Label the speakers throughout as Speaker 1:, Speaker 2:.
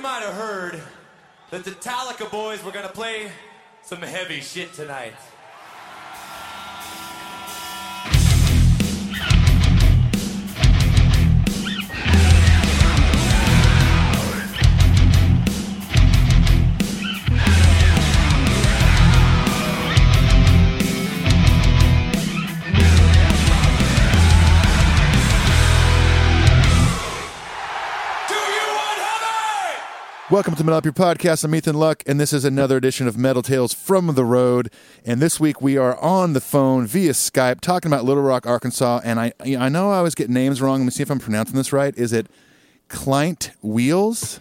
Speaker 1: might have heard that the Talica boys were gonna play some heavy shit tonight. Do you want heavy?
Speaker 2: Welcome to Metal Up Your Podcast. I'm Ethan Luck, and this is another edition of Metal Tales from the Road. And this week we are on the phone via Skype talking about Little Rock, Arkansas. And I, I know I always get names wrong. Let me see if I'm pronouncing this right. Is it Client Wheels?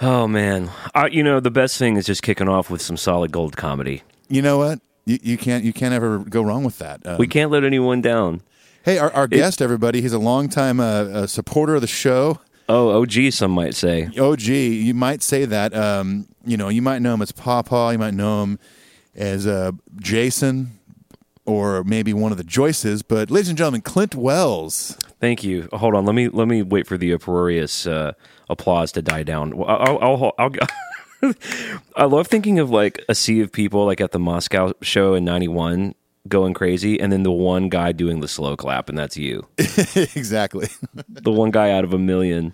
Speaker 3: Oh man, I, you know the best thing is just kicking off with some solid gold comedy.
Speaker 2: You know what? You, you can't you can't ever go wrong with that. Um,
Speaker 3: We can't let anyone down.
Speaker 2: hey, our, our guest, everybody, he's a longtime uh, uh, supporter of the show.
Speaker 3: Oh, OG, some might say.
Speaker 2: OG, you might say that. Um, you know, you might know him as Pawpaw. You might know him as uh, Jason, or maybe one of the Joyces. But ladies and gentlemen, Clint Wells.
Speaker 3: Thank you. Hold on, let me let me wait for the uproarious uh, applause to die down. Well, I'll, I'll, I'll, I'll go. I love thinking of like a sea of people like at the Moscow show in '91 going crazy, and then the one guy doing the slow clap, and that's you,
Speaker 2: exactly.
Speaker 3: the one guy out of a million.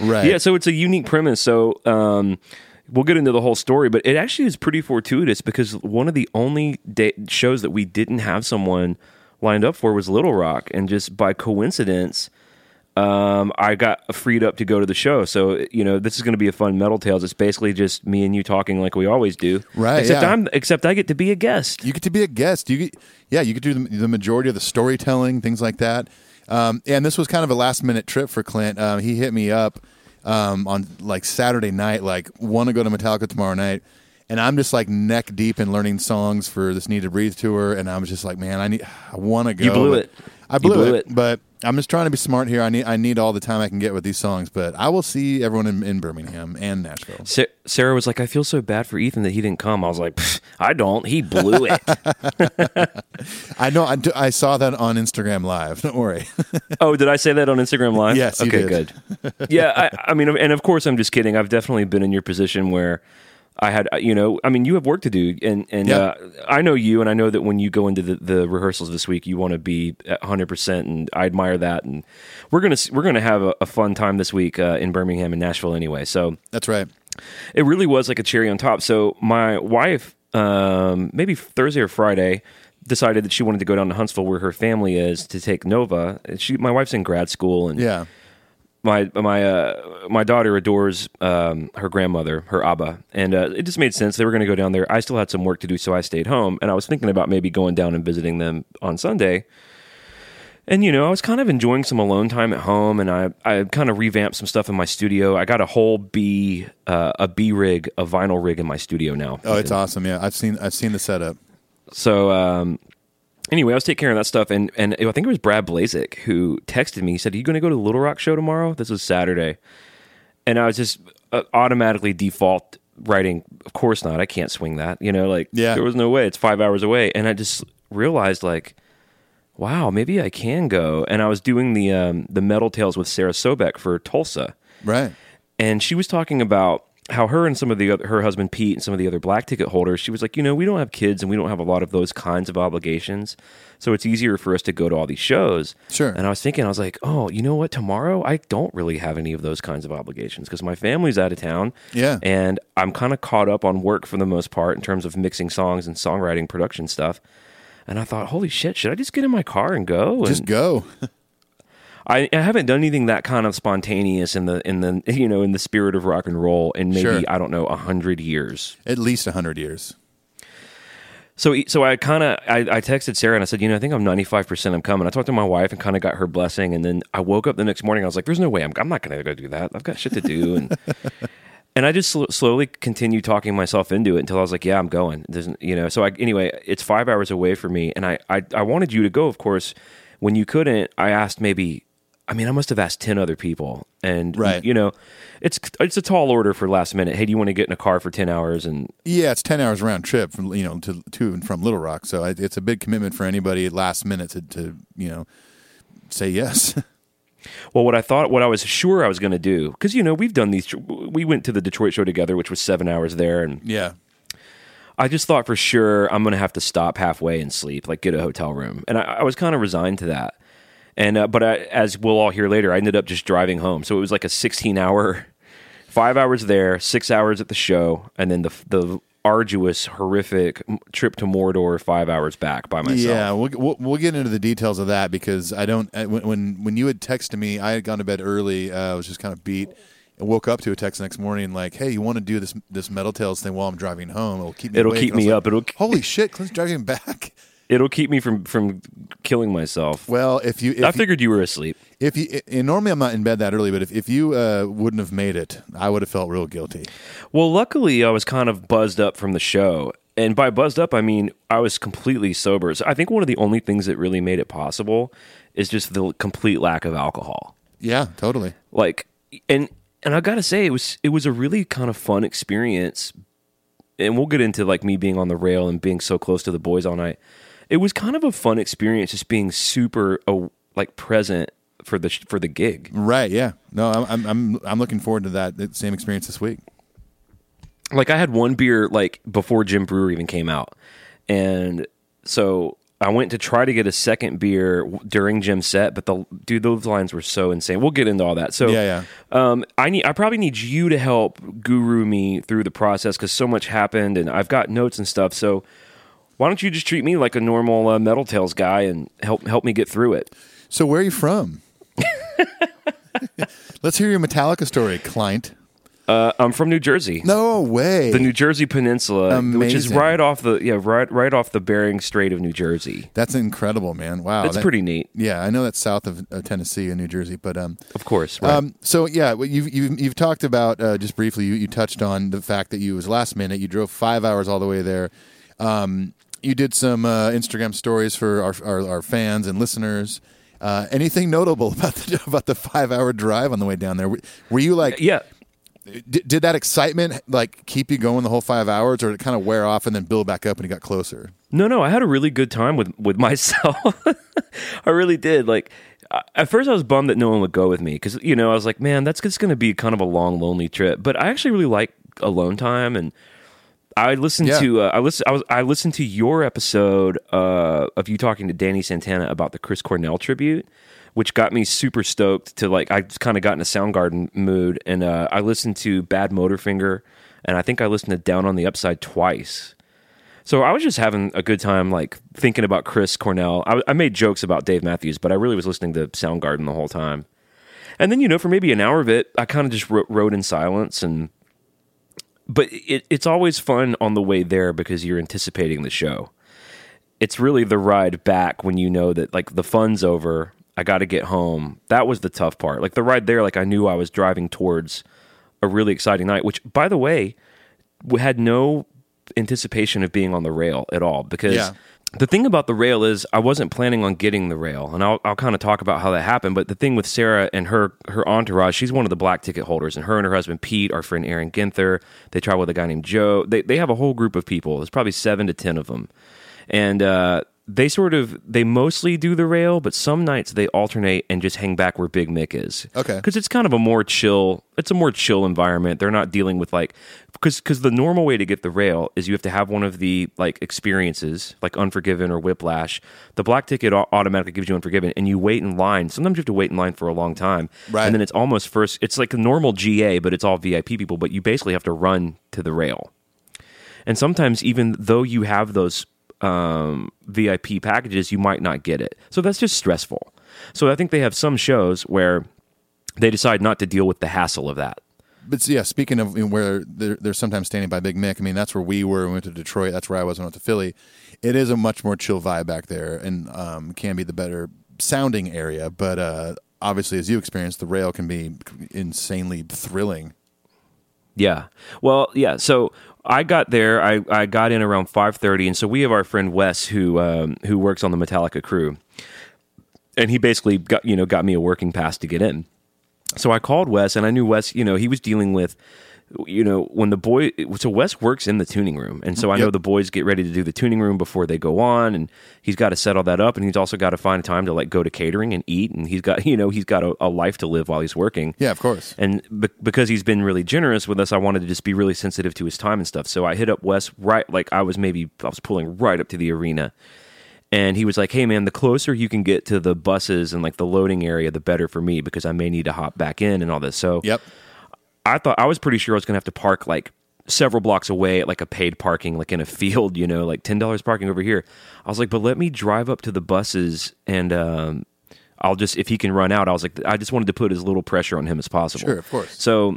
Speaker 2: Right.
Speaker 3: Yeah, so it's a unique premise. So um, we'll get into the whole story, but it actually is pretty fortuitous because one of the only da- shows that we didn't have someone lined up for was Little Rock, and just by coincidence, um, I got freed up to go to the show. So you know, this is going to be a fun Metal Tales. It's basically just me and you talking like we always do,
Speaker 2: Right,
Speaker 3: Except
Speaker 2: yeah.
Speaker 3: I'm except I get to be a guest.
Speaker 2: You get to be a guest. You get, yeah, you could do the, the majority of the storytelling, things like that. Um, and this was kind of a last minute trip for Clint. Um, he hit me up um, on like Saturday night, like want to go to Metallica tomorrow night, and I'm just like neck deep in learning songs for this Need to Breathe tour, and I was just like, man, I need, I want to go.
Speaker 3: blew
Speaker 2: but-
Speaker 3: it.
Speaker 2: I
Speaker 3: You
Speaker 2: blew,
Speaker 3: blew
Speaker 2: it,
Speaker 3: it.
Speaker 2: but I'm just trying to be smart here. I need, I need all the time I can get with these songs. But I will see everyone in, in Birmingham and Nashville.
Speaker 3: Sa- Sarah was like, "I feel so bad for Ethan that he didn't come." I was like, "Pfft, "I don't. He blew it."
Speaker 2: I know. I, I saw that on Instagram Live. Don't worry.
Speaker 3: Oh, did I say that on Instagram Live?
Speaker 2: Yes, you
Speaker 3: Okay,
Speaker 2: did.
Speaker 3: good. Yeah, I, I mean, and of course, I'm just kidding. I've definitely been in your position where I had, uh, you know, I mean, you have work to do, and and
Speaker 2: Yeah.
Speaker 3: uh, I know you, and I know that when you go into the, the rehearsals this week, you want to be 100, percent and I admire that. And we're gonna s- we're gonna have a, a fun time this week uh, in Birmingham and Nashville, anyway. So
Speaker 2: That's right.
Speaker 3: it really was like a cherry on top. So my wife, um, maybe Thursday or Friday, decided that she wanted to go down to Huntsville, where her family is, to take Nova. And She, my wife's in grad school, and
Speaker 2: Yeah.
Speaker 3: my my uh, my daughter adores um, her grandmother, her Abba, and uh, it just made sense. They were going to go down there. I still had some work to do, so I stayed home, and I was thinking about maybe going down and visiting them on Sunday. And you know, I was kind of enjoying some alone time at home, and I I kind of revamped some stuff in my studio. I got a whole B uh, a B rig, a vinyl rig in my studio now.
Speaker 2: Oh, it's awesome. Yeah, I've seen I've seen the setup.
Speaker 3: So um, anyway, I was taking care of that stuff, and and I think it was Brad Blazik who texted me. He said, "Are you going to go to the Little Rock show tomorrow?" This was Saturday, and I was just uh, automatically default writing. Of course not. I can't swing that. You know, like
Speaker 2: Yeah.
Speaker 3: there was no way. It's five hours away, and I just realized like. Wow, maybe I can go. And I was doing the um, the Metal Tales with Sarah Sobek for Tulsa,
Speaker 2: Right.
Speaker 3: and she was talking about how her and some of the other, her husband Pete and some of the other black ticket holders, she was like, you know, we don't have kids and we don't have a lot of those kinds of obligations, so it's easier for us to go to all these shows.
Speaker 2: Sure.
Speaker 3: And I was thinking, I was like, oh, you know what? Tomorrow I don't really have any of those kinds of obligations because my family's out of town.
Speaker 2: Yeah.
Speaker 3: And I'm kind of caught up on work for the most part in terms of mixing songs and songwriting production stuff. And I thought, holy shit, should I just get in my car and go? And,
Speaker 2: Just go.
Speaker 3: I, I haven't done anything that kind of spontaneous in the in the you know in the spirit of rock and roll in maybe
Speaker 2: Sure.
Speaker 3: I don't know a hundred years.
Speaker 2: At least hundred years.
Speaker 3: So e, so I kind of I, I texted Sarah and I said you know I think I'm 95 percent I'm coming. I talked to my wife and kind of got her blessing and then I woke up the next morning I was like there's no way I'm I'm not gonna go do that I've got shit to do and and I just sl- slowly continued talking myself into it until I was like yeah I'm going there's n- you know so I anyway it's five hours away from me and I I, I wanted you to go of course when you couldn't I asked maybe. I mean, I must have asked ten other people, and
Speaker 2: Right.
Speaker 3: you know, it's it's a tall order for last minute. Hey, do you want to get in a car for ten hours? And
Speaker 2: Yeah, it's ten hours round trip from you know to to and from Little Rock, so it- it's a big commitment for anybody last minute to, to you know say yes.
Speaker 3: Well, what I thought, what I was sure I was going to do, because you know we've done these. We went to the Detroit show together, which was seven hours there, and
Speaker 2: Yeah.
Speaker 3: I just thought for sure I'm going to have to stop halfway and sleep, like get a hotel room, and I, I was kind of resigned to that. And uh, but I, as we'll all hear later, I ended up just driving home, so it was like a 16 hour, five hours there, six hours at the show, and then the the arduous, horrific trip to Mordor, five hours back by myself.
Speaker 2: Yeah, we'll, we'll we'll get into the details of that because I don't I, when- when when you had texted me, I had gone to bed early. Uh, I was just kind of beat and woke up to a text the next morning like, "Hey, you want to do this this Metal Tales thing while I'm driving home? It'll keep me
Speaker 3: It'll
Speaker 2: awake."
Speaker 3: keep
Speaker 2: And I
Speaker 3: me
Speaker 2: was
Speaker 3: up. It'll-
Speaker 2: holy shit, Clint's driving back.
Speaker 3: It'll keep me from from killing myself.
Speaker 2: Well, if you
Speaker 3: I
Speaker 2: if you,
Speaker 3: figured you were asleep.
Speaker 2: if you and normally I'm not in bed that early, but if if you uh, wouldn't have made it, I would have felt real guilty.
Speaker 3: Well, luckily, I was kind of buzzed up from the show. And by buzzed up, I mean I was completely sober. So I think one of the only things that really made it possible is just the complete lack of alcohol.
Speaker 2: Yeah, totally.
Speaker 3: Like, and and I gotta say, it was it was a really kind of fun experience. And we'll get into like me being on the rail and being so close to the boys all night. It was kind of a fun experience, just being super uh, like present for the for the gig.
Speaker 2: Right? Yeah. No, I'm I'm I'm, I'm looking forward to that, that same experience this week.
Speaker 3: like I had one beer like before Jim Brewer even came out, and so I went to try to get a second beer w- during Jim's set, but the dude, those lines were so insane. We'll get into all that. So
Speaker 2: Yeah,
Speaker 3: yeah. Um, I need, I probably need you to help guru me through the process because so much happened, and I've got notes and stuff. So. Why don't you just treat me like a normal uh, Metal Tales guy and help help me get through it?
Speaker 2: So where are you from? Let's hear your Metallica story, client.
Speaker 3: Uh, I'm from New Jersey.
Speaker 2: No way.
Speaker 3: The New Jersey Peninsula, which is
Speaker 2: Amazing.
Speaker 3: right off the yeah, right right off the Bering Strait of New Jersey.
Speaker 2: that's incredible, man. Wow.
Speaker 3: That's
Speaker 2: that-
Speaker 3: pretty neat.
Speaker 2: Yeah, I know that's south of uh, Tennessee and New Jersey, but um,
Speaker 3: Of course. Right.
Speaker 2: um, so yeah, well, you've you've, you've talked about uh, just briefly. You, you touched on the fact that you it was last minute. You drove five hours all the way there. Um, you did some uh, Instagram stories for our our, our fans and listeners. Uh, anything notable about the, about the five hour drive on the way down there? Were, were you like
Speaker 3: yeah.
Speaker 2: did, did that excitement like keep you going the whole five hours or did it kind of wear off and then build back up and you got closer
Speaker 3: No, no, I had a really good time with with myself. I really did. Like I- at first I was bummed that no one would go with me cuz you know, I was like, man, that's just going to be kind of a long lonely trip. But I actually really like alone time and I listened
Speaker 2: Yeah.
Speaker 3: to uh, I listened I was I listened to your episode uh, of you talking to Danny Santana about the Chris Cornell tribute, which got me super stoked to like I kind of got in a Soundgarden mood and uh, I listened to Bad Motorfinger and I think I listened to Down on the Upside twice. So I was just having a good time, like thinking about Chris Cornell. I, I made jokes about Dave Matthews, but I really was listening to Soundgarden the whole time. And then you know, for maybe an hour of it, I kind of just ro- rode in silence and but it, it's always fun on the way there because you're anticipating the show. It's really the ride back when you know that like the fun's over. I got to get home. That was the tough part. Like the ride there, like I knew I was driving towards a really exciting night. Which, by the way, we had no anticipation of being on the rail at all because
Speaker 2: Yeah.
Speaker 3: the thing about the rail is I wasn't planning on getting the rail, and I'll, I'll kind of talk about how that happened. But the thing with Sarah and her her entourage, she's one of the black ticket holders, and her and her husband Pete, our friend Aaron Ginther, they travel with a guy named Joe. They they have a whole group of people. There's probably seven to ten of them, and uh, they sort of they mostly do the rail, but some nights they alternate and just hang back where Big Mick is.
Speaker 2: Okay.
Speaker 3: because it's kind of a more chill. It's a more chill environment. They're not dealing with like because because the normal way to get the rail is you have to have one of the like experiences like Unforgiven or Whiplash. The black ticket au- automatically gives you Unforgiven, and you wait in line. Sometimes you have to wait in line for a long time,
Speaker 2: Right.
Speaker 3: And then it's almost first. It's like a normal GA, but it's all VIP people. But you basically have to run to the rail. And sometimes, even though you have those um, VIP packages, you might not get it. So that's just stressful. So I think they have some shows where they decide not to deal with the hassle of that.
Speaker 2: but yeah speaking of you know, where they're, they're sometimes standing by big mick i mean that's where we were when we went to detroit that's where i was when i went to philly it is a much more chill vibe back there and um, can be the better sounding area but uh, obviously as you experienced the rail can be insanely thrilling
Speaker 3: Yeah. Well, yeah. So I got there. I, I got in around five thirty, and so we have our friend Wes who um, who works on the Metallica crew, and he basically got you know got me a working pass to get in. So I called Wes, and I knew Wes. You know, he was dealing with you know, when the boy, so Wes works in the tuning room. And so I know
Speaker 2: Yep.
Speaker 3: the boys get ready to do the tuning room before they go on. And he's got to set all that up. And he's also got to find time to like go to catering and eat. And he's got, you know, he's got a, a life to live while he's working.
Speaker 2: Yeah, of course.
Speaker 3: And be- because he's been really generous with us, I wanted to just be really sensitive to his time and stuff. So I hit up Wes right, like I was maybe, I was pulling right up to the arena. And he was like, hey, man, the closer you can get to the buses and like the loading area, the better for me because I may need to hop back in and all this. So,
Speaker 2: Yep.
Speaker 3: I thought I was pretty sure I was going to have to park like several blocks away at like a paid parking, like in a field, you know, like ten dollars parking over here. I was like, but let me drive up to the buses and um, I'll just if he can run out. I was like, I just wanted to put as little pressure on him as possible.
Speaker 2: Sure, of course.
Speaker 3: So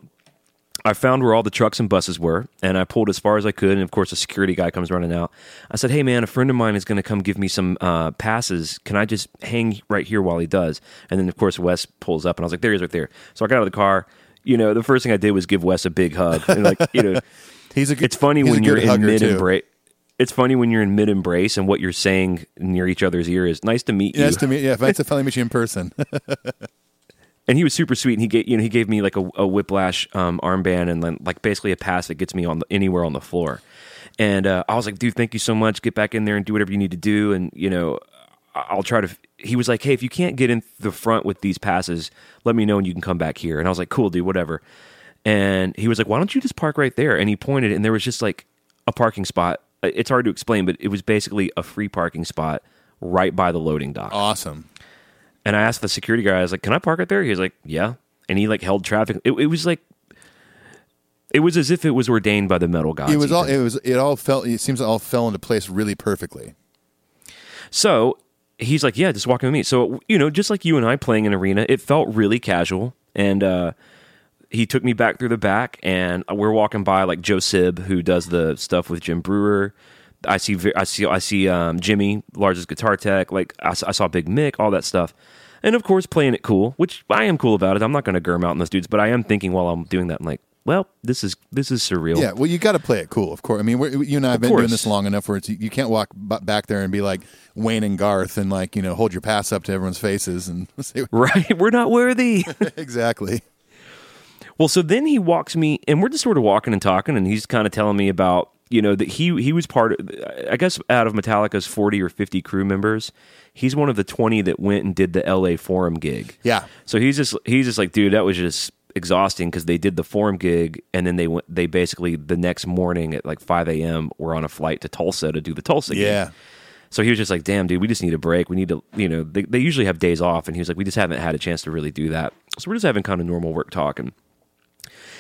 Speaker 3: I found where all the trucks and buses were, and I pulled as far as I could. And of course, a security guy comes running out. I said, "Hey, man, a friend of mine is going to come give me some uh, passes. Can I just hang right here while he does?" And then, of course, Wes pulls up, and I was like, "There he is, right there." So I got out of the car. You know, the first thing I did was give Wes a big hug. And like, you know,
Speaker 2: He's a good,
Speaker 3: it's funny
Speaker 2: he's a
Speaker 3: when
Speaker 2: good
Speaker 3: you're in
Speaker 2: hugger,
Speaker 3: mid
Speaker 2: too.
Speaker 3: embrace. It's funny when you're in mid embrace and what you're saying near each other's ear is nice to meet you.
Speaker 2: Nice to meet. Yeah, nice to finally meet you in person.
Speaker 3: and he was super sweet. And he gave you know he gave me like a, a whiplash um, armband and then like basically a pass that gets me on the, anywhere on the floor. And uh, I was like, dude, thank you so much. Get back in there and do whatever you need to do. And you know, I- I'll try to. f-" He was like, hey, if you can't get in the front with these passes, let me know and you can come back here. And I was like, cool, dude, whatever. And he was like, why don't you just park right there? And he pointed, and there was just like a parking spot. Uh, It's hard to explain, but it was basically a free parking spot right by the loading dock.
Speaker 2: awesome.
Speaker 3: And I asked the security guy, I was like, "Can I park it there?" He was like, "Yeah." And he like held traffic. It, it was like, it was as if it was ordained by the metal gods.
Speaker 2: It was all.
Speaker 3: Ethan.
Speaker 2: It was. It all felt. It seems it all fell into place really perfectly.
Speaker 3: So he's like, "Yeah, just walking with me." So you know, just like you and I playing an arena, it felt really casual. And uh, he took me back through the back, and we're walking by like Joe Sib, who does the stuff with Jim Brewer. I see, I see, I see um, Jimmy, largest guitar tech. Like I, s- I saw Big Mick, all that stuff, and of course playing it cool, which I am cool about it. I'm not going to germ out on those dudes, but I am thinking while I'm doing that, I'm like, well, this is this is surreal.
Speaker 2: Yeah. Well, you got to play it cool, of course. I mean, we're, you and I have been doing
Speaker 3: course.
Speaker 2: this long enough where it's, you can't walk b- back there and be like Wayne and Garth and like you know hold your pass up to everyone's faces and say
Speaker 3: Right? We're not worthy.
Speaker 2: exactly.
Speaker 3: Well, so then he walks me, and we're just sort of walking and talking, and he's kind of telling me about you know that he he was part of I guess out of Metallica's forty or fifty crew members, he's one of the twenty that went and did the L.A. Forum gig.
Speaker 2: Yeah.
Speaker 3: So he's just he's just like, dude, that was just exhausting because they did the forum gig and then they went they basically the next morning at like 5 a.m were on a flight to tulsa to do the tulsa gig.
Speaker 2: Yeah.
Speaker 3: So he was just like, damn, dude, we just need a break. We need to, you know, they, they usually have days off. And he was like, we just haven't had a chance to really do that. So we're just having kind of normal work talk. And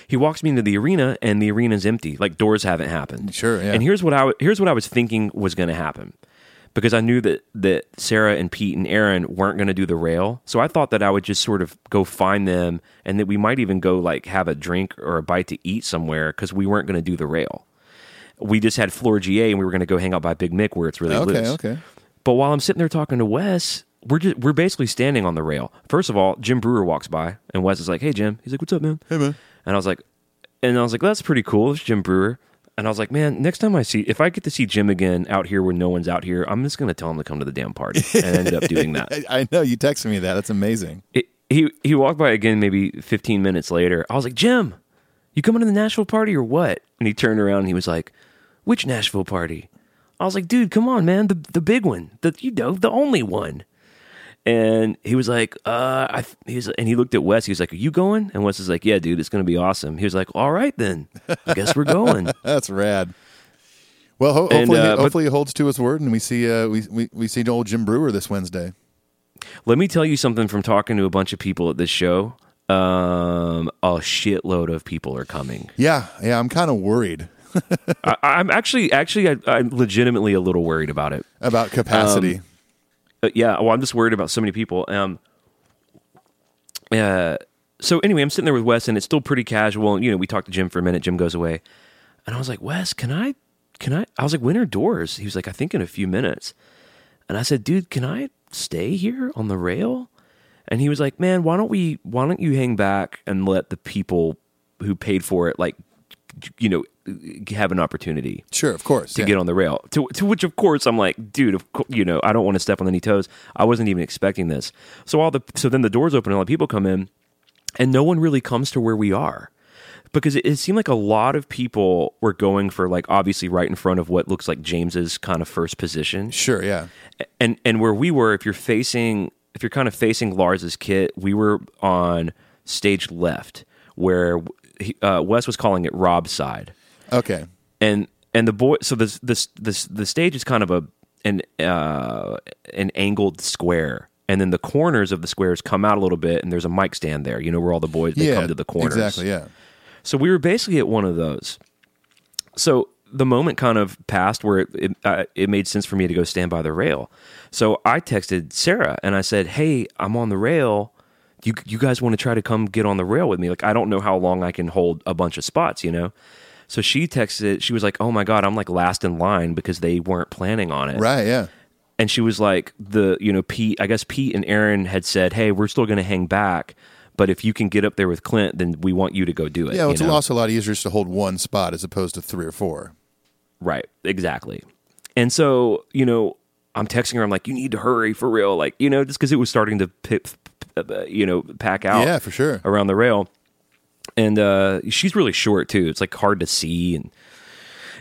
Speaker 3: he walks me into the arena and the arena's empty. Like doors haven't happened.
Speaker 2: Sure, yeah.
Speaker 3: And here's what I, w- here's what I was thinking was going to happen because I knew that, that Sarah and Pete and Aaron weren't going to do the rail. So I thought that I would just sort of go find them and that we might even go like have a drink or a bite to eat somewhere because we weren't going to do the rail. We just had Floor GA and we were going to go hang out by Big Mick where it's really
Speaker 2: Okay.
Speaker 3: loose.
Speaker 2: Okay.
Speaker 3: But while I'm sitting there talking to Wes, we're just, we're basically standing on the rail. First of all, Jim Brewer walks by, and Wes is like, "Hey, Jim." He's like, "What's up, man?" Hey, man. And I was like, and I was like, "That's pretty cool." It's Jim Brewer. And I was like, "Man, next time I see, if I get to see Jim again out here when no one's out here, I'm just gonna tell him to come to the damn party." And I ended up doing that.
Speaker 2: I, I know you texted me that. That's amazing.
Speaker 3: It- he he walked by again maybe 15 minutes later. I was like, "Jim, you coming to the Nashville party or what?" And he turned around and he was like, "Which Nashville party?" I was like, "Dude, come on, man. The the big one. The you know, the only one." And he was like, "Uh, I th- he was, and he looked at Wes. He was like, "Are you going?" And Wes is like, "Yeah, dude, it's going to be awesome." He was like, "All right then. I guess we're going."
Speaker 2: That's rad. Well, ho-
Speaker 3: And,
Speaker 2: hopefully,
Speaker 3: uh, but-
Speaker 2: hopefully he holds to his word, and we see uh, we, we we see old Jim Brewer this Wednesday.
Speaker 3: Let me tell you something from talking to a bunch of people at this show. Um, a shitload of people are coming.
Speaker 2: Yeah, yeah, I'm kind of worried
Speaker 3: I, I'm actually, actually, I, I'm legitimately a little worried about it.
Speaker 2: about capacity.
Speaker 3: Uh, yeah, well, I'm just worried about so many people. Um, uh, so anyway, I'm sitting there with Wes, and it's still pretty casual. And you know, we talked to Jim for a minute. Jim goes away, and I was like, Wes, can I? Can I? I was like, when are doors? He was like, I think in a few minutes. And I said, dude, can I stay here on the rail? And he was like, man, why don't we? Why don't you hang back and let the people who paid for it, like, you know, have an opportunity?
Speaker 2: sure, of course.
Speaker 3: to
Speaker 2: yeah.
Speaker 3: get on the rail. To, to which, of course, I'm like, dude, of course, you know, I don't want to step on any toes. I wasn't even expecting this. So all the so then the doors open and all the people come in, and no one really comes to where we are. because it, it seemed like a lot of people were going for like obviously right in front of what looks like James's kind of first position.
Speaker 2: Sure, yeah.
Speaker 3: and and where we were, if you're facing, if you're kind of facing Lars's kit, we were on stage left, where he, uh, Wes was calling it Rob's side,
Speaker 2: Okay.
Speaker 3: and and the boy, so this this this the stage is kind of a an uh, an angled square, and then the corners of the squares come out a little bit, and there's a mic stand there, you know, where all the boys they
Speaker 2: yeah.
Speaker 3: come to the corners,
Speaker 2: Exactly, yeah.
Speaker 3: so we were basically at one of those. So the moment kind of passed where it it, uh, it made sense for me to go stand by the rail. So I texted Sarah and I said, "Hey, I'm on the rail. You you guys want to try to come get on the rail with me? Like I don't know how long I can hold a bunch of spots, you know." So she texted. She was like, "Oh my god, I'm like last in line because they weren't planning on it."
Speaker 2: Right, yeah.
Speaker 3: and she was like the you know pete i guess pete and aaron had said hey we're still going to hang back but if you can get up there with clint then we want you to go do it
Speaker 2: Yeah, well,
Speaker 3: you
Speaker 2: it's
Speaker 3: know?
Speaker 2: also a lot easier just to hold one spot as opposed to three or four.
Speaker 3: right exactly and so you know i'm texting her i'm like you need to hurry for real like you know just because it was starting to pip, uh, you know pack out
Speaker 2: Yeah, for sure.
Speaker 3: around the rail and uh, she's really short too it's like hard to see and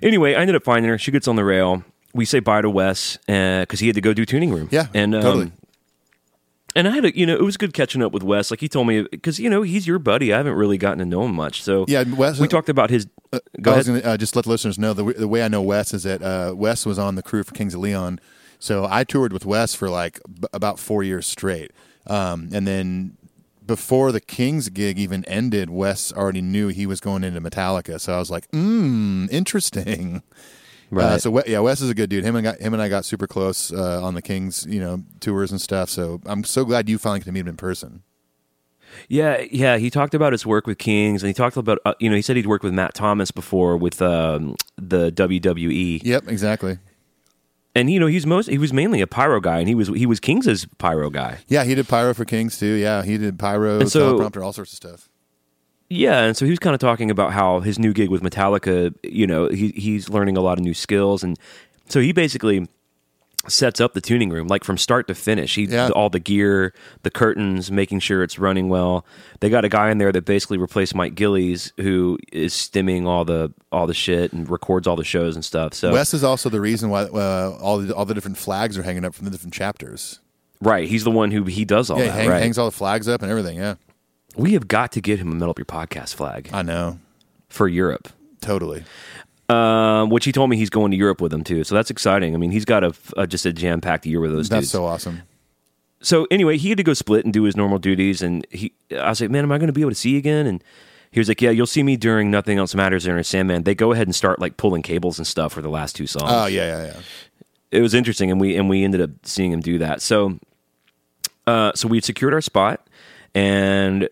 Speaker 3: anyway i ended up finding her she gets on the rail we say bye to wes because he had to go do tuning room
Speaker 2: Yeah,
Speaker 3: and um,
Speaker 2: totally.
Speaker 3: and I had a, you know, it was good catching up with Wes. Like he told me, because you know he's your buddy. I haven't really gotten to know him much. So
Speaker 2: Yeah, Wes-
Speaker 3: we talked about his. go
Speaker 2: I
Speaker 3: ahead.
Speaker 2: was going to uh, just let the listeners know the, w- the way I know Wes is that uh, Wes was on the crew for Kings of Leon. So I toured with Wes for like b- about four years straight. Um, and then before the Kings gig even ended, Wes already knew he was going into Metallica. So I was like, mm, interesting. Uh,
Speaker 3: Right.
Speaker 2: so we- yeah, Wes is a good dude. Him and got, him and I got super close uh, on the Kings, you know, tours and stuff. So I'm so glad you finally got to meet him in person.
Speaker 3: yeah, yeah. He talked about his work with Kings, and he talked about uh, you know he said he'd worked with Matt Thomas before with um, the WWE,
Speaker 2: Yep, exactly.
Speaker 3: and you know he's most he was mainly a pyro guy, and he was he was Kings's pyro guy.
Speaker 2: Yeah, he did pyro for Kings too. Yeah, he did pyro,
Speaker 3: And so-
Speaker 2: teleprompter, all sorts of stuff.
Speaker 3: Yeah, and so he was kind of talking about how his new gig with Metallica, you know, he he's learning a lot of new skills, and so he basically sets up the tuning room like from start to finish. He
Speaker 2: Yeah.
Speaker 3: all the gear, the curtains, making sure it's running well. They got a guy in there that basically replaced Mike Gillies, who is stemming all the all the shit and records all the shows and stuff. So
Speaker 2: Wes is also the reason why uh, all the all the different flags are hanging up from the different chapters.
Speaker 3: right, he's the one who he does all
Speaker 2: Yeah, he
Speaker 3: that.
Speaker 2: hang,
Speaker 3: right,
Speaker 2: hangs all the flags up and everything. Yeah,
Speaker 3: we have got to get him a Metal Up Your Podcast flag
Speaker 2: I know,
Speaker 3: for Europe.
Speaker 2: totally.
Speaker 3: Um, which he told me he's going to Europe with them too, so that's exciting. I mean, he's got a, a just a jam packed year with those
Speaker 2: That's
Speaker 3: dudes.
Speaker 2: so awesome.
Speaker 3: so anyway, he had to go split and do his normal duties, and he I was like, man, am I going to be able to see you again? And he was like, yeah, you'll see me during Nothing Else Matters and Sandman. They go ahead and start like pulling cables and stuff for the last two songs.
Speaker 2: Oh yeah, yeah, yeah.
Speaker 3: it was interesting, and we and we ended up seeing him do that. So, uh, so we had secured our spot, and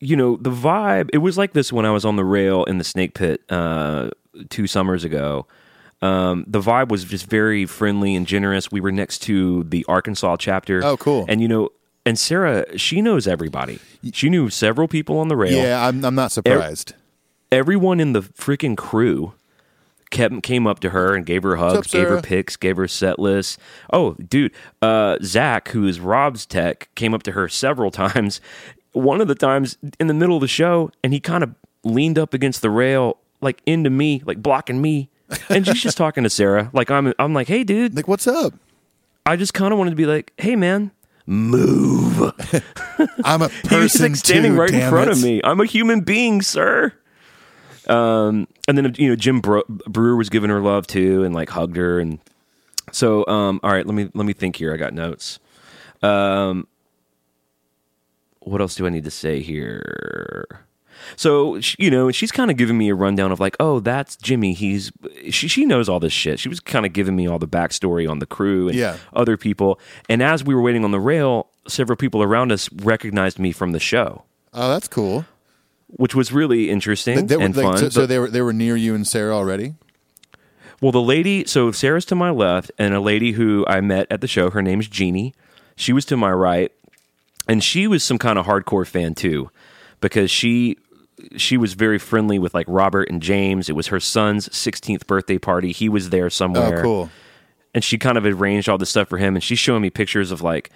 Speaker 3: you know the vibe. It was like this when I was on the rail in the Snake Pit uh, two summers ago. Um, the vibe was just very friendly and generous. We were next to the Arkansas chapter.
Speaker 2: Oh, cool.
Speaker 3: And you know, and Sarah, she knows everybody. She knew several people on the rail
Speaker 2: Yeah, I'm I'm not surprised.
Speaker 3: everyone in the freaking crew kept came up to her and gave her hugs,
Speaker 2: up,
Speaker 3: gave her
Speaker 2: Sarah?
Speaker 3: picks, gave her set lists. Oh, dude, uh, Zach, who is Rob's tech, came up to her several times. One of the times in the middle of the show, and he kind of leaned up against the rail, like into me, like blocking me. And she's just talking to Sarah. Like I'm I'm like, hey dude,
Speaker 2: Like, what's up?
Speaker 3: I just kinda wanted to be like, hey man, move.
Speaker 2: I'm a
Speaker 3: He
Speaker 2: person
Speaker 3: was like standing
Speaker 2: too,
Speaker 3: right in
Speaker 2: damn
Speaker 3: front
Speaker 2: it.
Speaker 3: of me. I'm a human being, sir. Um, and then you know Jim Bro- Brewer was giving her love too, and like hugged her, and so um, all right, let me let me think here. I got notes. Um, what else do I need to say here? So sh- you know, she's kind of giving me a rundown of like, oh, that's Jimmy. He's she she knows all this shit. She was kind of giving me all the backstory on the crew and
Speaker 2: Yeah.
Speaker 3: other people. And as we were waiting on the rail, several people around us recognized me from the show,
Speaker 2: Oh, that's cool.
Speaker 3: which was really interesting
Speaker 2: They were,
Speaker 3: and
Speaker 2: like,
Speaker 3: fun.
Speaker 2: so, so
Speaker 3: But-
Speaker 2: they were they were near you and Sarah already.
Speaker 3: well, the lady, so Sarah's to my left, and a lady who I met at the show, her name's Jeannie. She was to my right, and she was some kind of hardcore fan too, because she she was very friendly with like Robert and James. It was her son's 16th birthday party. He was there
Speaker 2: Oh,
Speaker 3: somewhere
Speaker 2: cool.
Speaker 3: and she kind of arranged all this stuff for him and she's showing me pictures of like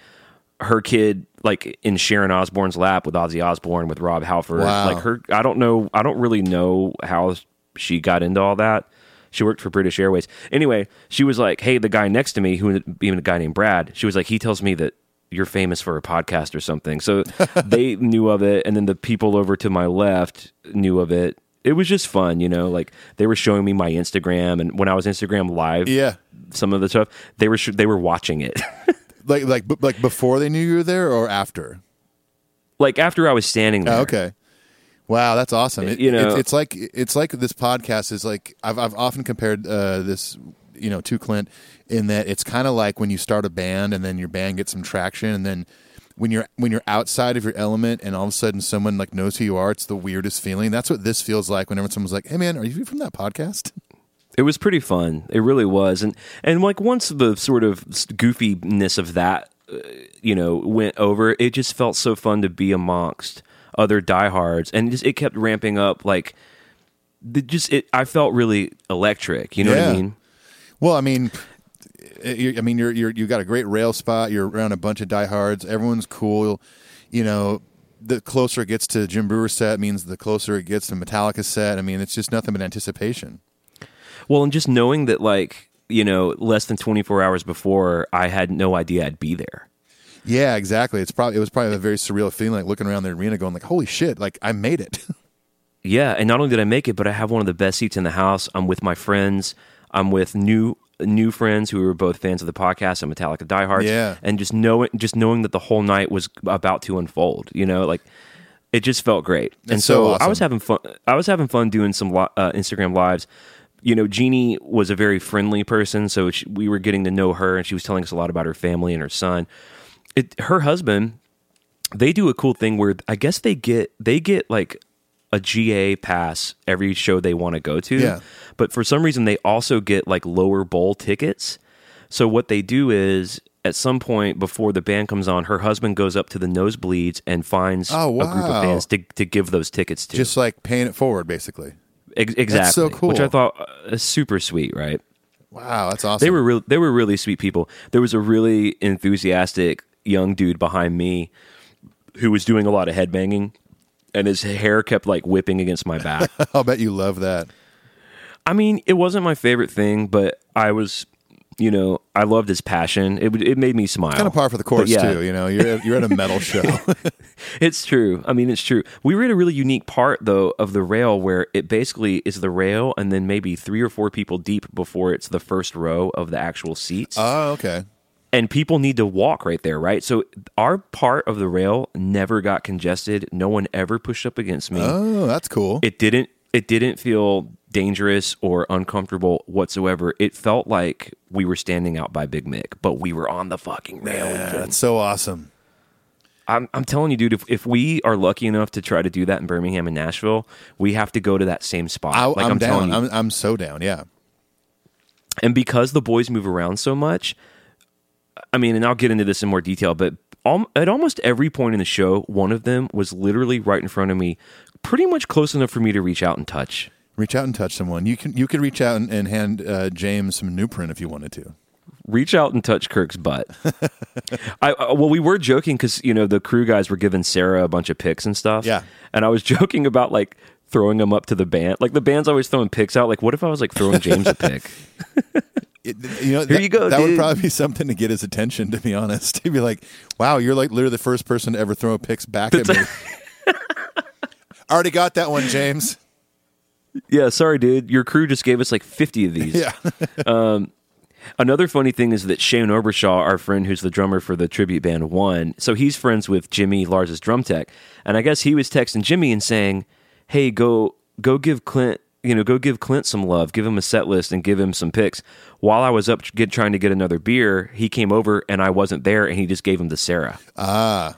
Speaker 3: her kid like in Sharon Osbourne's lap with Ozzy Osbourne with Rob Halford.
Speaker 2: Wow.
Speaker 3: Like her, I don't know, I don't really know how she got into all that. She worked for British Airways. Anyway, she was like, "Hey, the guy next to me, who even a guy named Brad, she was like, he tells me that." You're famous for a podcast or something. So they knew of it. And then the people over to my left knew of it. It was just fun, you know, like they were showing me my Instagram. And when I was Instagram live,
Speaker 2: Yeah.
Speaker 3: some of the stuff, they were, sh- they were watching it.
Speaker 2: Like like b- like before they knew you were there or after?
Speaker 3: like after I was standing there.
Speaker 2: Oh, okay. Wow, that's awesome. It,
Speaker 3: You know-
Speaker 2: it's, it's like it's like this podcast is like I've I've often compared uh, this you know to Clint in that it's kind of like when you start a band and then your band gets some traction and then when you're when you're outside of your element and all of a sudden someone like knows who you are, it's the weirdest feeling. That's what this feels like whenever someone's like, "Hey man, are you from that podcast?"
Speaker 3: It was pretty fun. It really was. And and like once the sort of s- goofiness of that, uh, you know, went over, it just felt so fun to be amongst other diehards, and just it kept ramping up. Like, the, just it, I felt really electric. You know what
Speaker 2: Yeah.
Speaker 3: I mean?
Speaker 2: Well, I mean, eh, you- I mean, you're you're you got a great rail spot. You're around a bunch of diehards. Everyone's cool. You know, the closer it gets to Jim Brewer's set means the closer it gets to Metallica's set. I mean, it's just nothing but anticipation.
Speaker 3: Well, and just knowing that, like, you know, less than twenty four hours before, I had no idea I'd be there.
Speaker 2: Yeah, exactly. It's probably it was probably a very surreal feeling, like looking around the arena, going like, "Holy shit! Like I made it."
Speaker 3: Yeah, and not only did I make it, but I have one of the best seats in the house. I'm with my friends. I'm with new new friends who are both fans of the podcast and Metallica diehards.
Speaker 2: Yeah.
Speaker 3: and just knowing just knowing that the whole night was about to unfold. You know, like it just felt great. and
Speaker 2: That's so
Speaker 3: so, I
Speaker 2: awesome.
Speaker 3: was having fun. I was having fun doing some li- uh, Instagram lives. You know, Jeannie was a very friendly person, so she, we were getting to know her, and she was telling us a lot about her family and her son. It, her husband they do a cool thing where I guess they get they get like a GA pass every show they want to go to.
Speaker 2: Yeah.
Speaker 3: But for some reason they also get like lower bowl tickets. So what they do is at some point before the band comes on, her husband goes up to the nosebleeds and finds
Speaker 2: Oh,
Speaker 3: a group
Speaker 2: wow.
Speaker 3: of fans to, to give those tickets to.
Speaker 2: just like paying it forward, basically.
Speaker 3: Ex- exactly.
Speaker 2: so
Speaker 3: Which
Speaker 2: cool.
Speaker 3: I thought uh, is super sweet, right?
Speaker 2: Wow, that's awesome.
Speaker 3: They were real, they were really sweet people. There was a really enthusiastic young dude behind me who was doing a lot of headbanging and his hair kept like whipping against my back.
Speaker 2: I'll bet you love that.
Speaker 3: I mean, it wasn't my favorite thing, but I was you know, I loved his passion. It would- it made me smile.
Speaker 2: Kind of par for the course
Speaker 3: yeah.
Speaker 2: too. You know, you're you're at a metal show.
Speaker 3: It's true. I mean, it's true. We were at a really unique part though of the rail where it basically is the rail and then maybe 3 or 4 people deep before it's the first row of the actual seats.
Speaker 2: oh, okay.
Speaker 3: and people need to walk right there, right? So our part of the rail never got congested. No one ever pushed up against me.
Speaker 2: Oh, that's cool.
Speaker 3: It didn't it didn't feel dangerous or uncomfortable whatsoever. It felt like we were standing out by Big Mick, but we were on the fucking rail.
Speaker 2: that's so awesome.
Speaker 3: I'm, I'm telling you, dude, if, if we are lucky enough to try to do that in Birmingham and Nashville, we have to go to that same spot.
Speaker 2: I,
Speaker 3: like
Speaker 2: I'm,
Speaker 3: telling
Speaker 2: down.
Speaker 3: you.
Speaker 2: I'm, I'm so down. Yeah.
Speaker 3: And because the boys move around so much, I mean, and I'll get into this in more detail, but al- at almost every point in the show, one of them was literally right in front of me, pretty much close enough for me to reach out and touch.
Speaker 2: Reach out and touch someone. You can you could reach out and, and hand uh, James some new print if you wanted to.
Speaker 3: Reach out and touch Kirk's butt. I, I well, we were joking because you know the crew guys were giving Sarah a bunch of picks and stuff.
Speaker 2: Yeah.
Speaker 3: and I was joking about like throwing them up to the band. Like the band's always throwing picks out. Like, what if I was like throwing James a pick?
Speaker 2: It, you know,
Speaker 3: Here
Speaker 2: that-
Speaker 3: you go,
Speaker 2: That would
Speaker 3: dude.
Speaker 2: probably be something to get his attention. To be honest, he'd be like, "Wow, you're like literally the first person to ever throw picks back at me." Already got that one, James.
Speaker 3: yeah, sorry, dude. Your crew just gave us like fifty of these. Um,
Speaker 2: Yeah,
Speaker 3: Another funny thing is that Shane Obershaw, our friend who's the drummer for the tribute band One, so he's friends with Jimmy Lars's drum tech, and I guess he was texting Jimmy and saying, "Hey, go go give Clint, you know, go give Clint some love, give him a set list, and give him some picks." While I was up get, trying to get another beer, he came over and I wasn't there, and he just gave him to Sarah. Ah.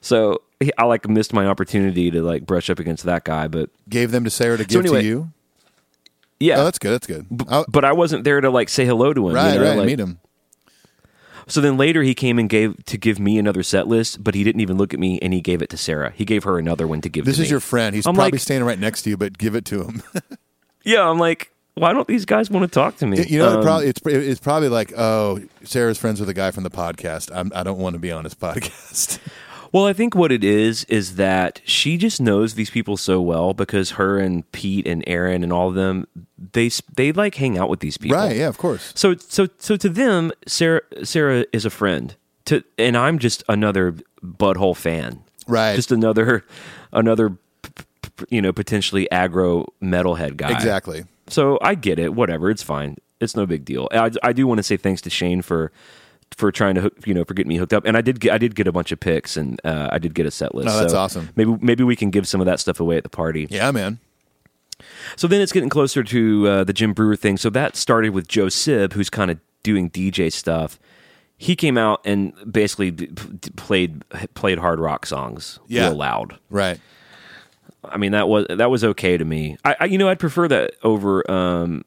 Speaker 3: So he- I like missed my opportunity to like brush up against that guy, but
Speaker 2: gave them to Sarah to give
Speaker 3: anyway, uh,
Speaker 2: to you.
Speaker 3: yeah.
Speaker 2: Oh, that's good. That's good. Oh,
Speaker 3: but I wasn't there to like say hello to him.
Speaker 2: right,
Speaker 3: you know,
Speaker 2: right.
Speaker 3: like-
Speaker 2: meet him.
Speaker 3: So then later he came and gave to give me another set list, but he didn't even look at me and he gave it to Sarah. He gave her another one to give
Speaker 2: This
Speaker 3: to
Speaker 2: is
Speaker 3: me.
Speaker 2: your friend. He's
Speaker 3: I'm
Speaker 2: probably
Speaker 3: like-
Speaker 2: standing right next to you, but give it to him.
Speaker 3: Yeah, I'm like why don't these guys want to talk to me?
Speaker 2: You know,
Speaker 3: Um,
Speaker 2: it probably, it's it's probably like, oh, Sarah's friends with a guy from the podcast. I'm, I don't want to be on his podcast.
Speaker 3: Well, I think what it is is that she just knows these people so well because her and Pete and Aaron and all of them, they s- they like hang out with these people,
Speaker 2: right? Yeah, of course.
Speaker 3: So so so to them, Sarah Sarah is a friend. To and I'm just another butthole fan,
Speaker 2: Right.
Speaker 3: Just another another p- p- p- you know potentially aggro metalhead guy,
Speaker 2: Exactly.
Speaker 3: So I get it. Whatever, it's fine. It's no big deal. I, I do want to say thanks to Shane for for trying to hook, you know for getting me hooked up. And I did get, I did get a bunch of picks and uh, I did get a set list.
Speaker 2: Oh, that's
Speaker 3: So
Speaker 2: awesome.
Speaker 3: Maybe maybe we can give some of that stuff away at the party.
Speaker 2: Yeah, man.
Speaker 3: So then it's getting closer to uh, the Jim Brewer thing. So that started with Joe Sib, who's kind of doing DJ stuff. He came out and basically d- p- played played hard rock songs
Speaker 2: Yeah.
Speaker 3: real loud.
Speaker 2: Right.
Speaker 3: I mean that was that was okay to me. I, I you know I'd prefer that over um,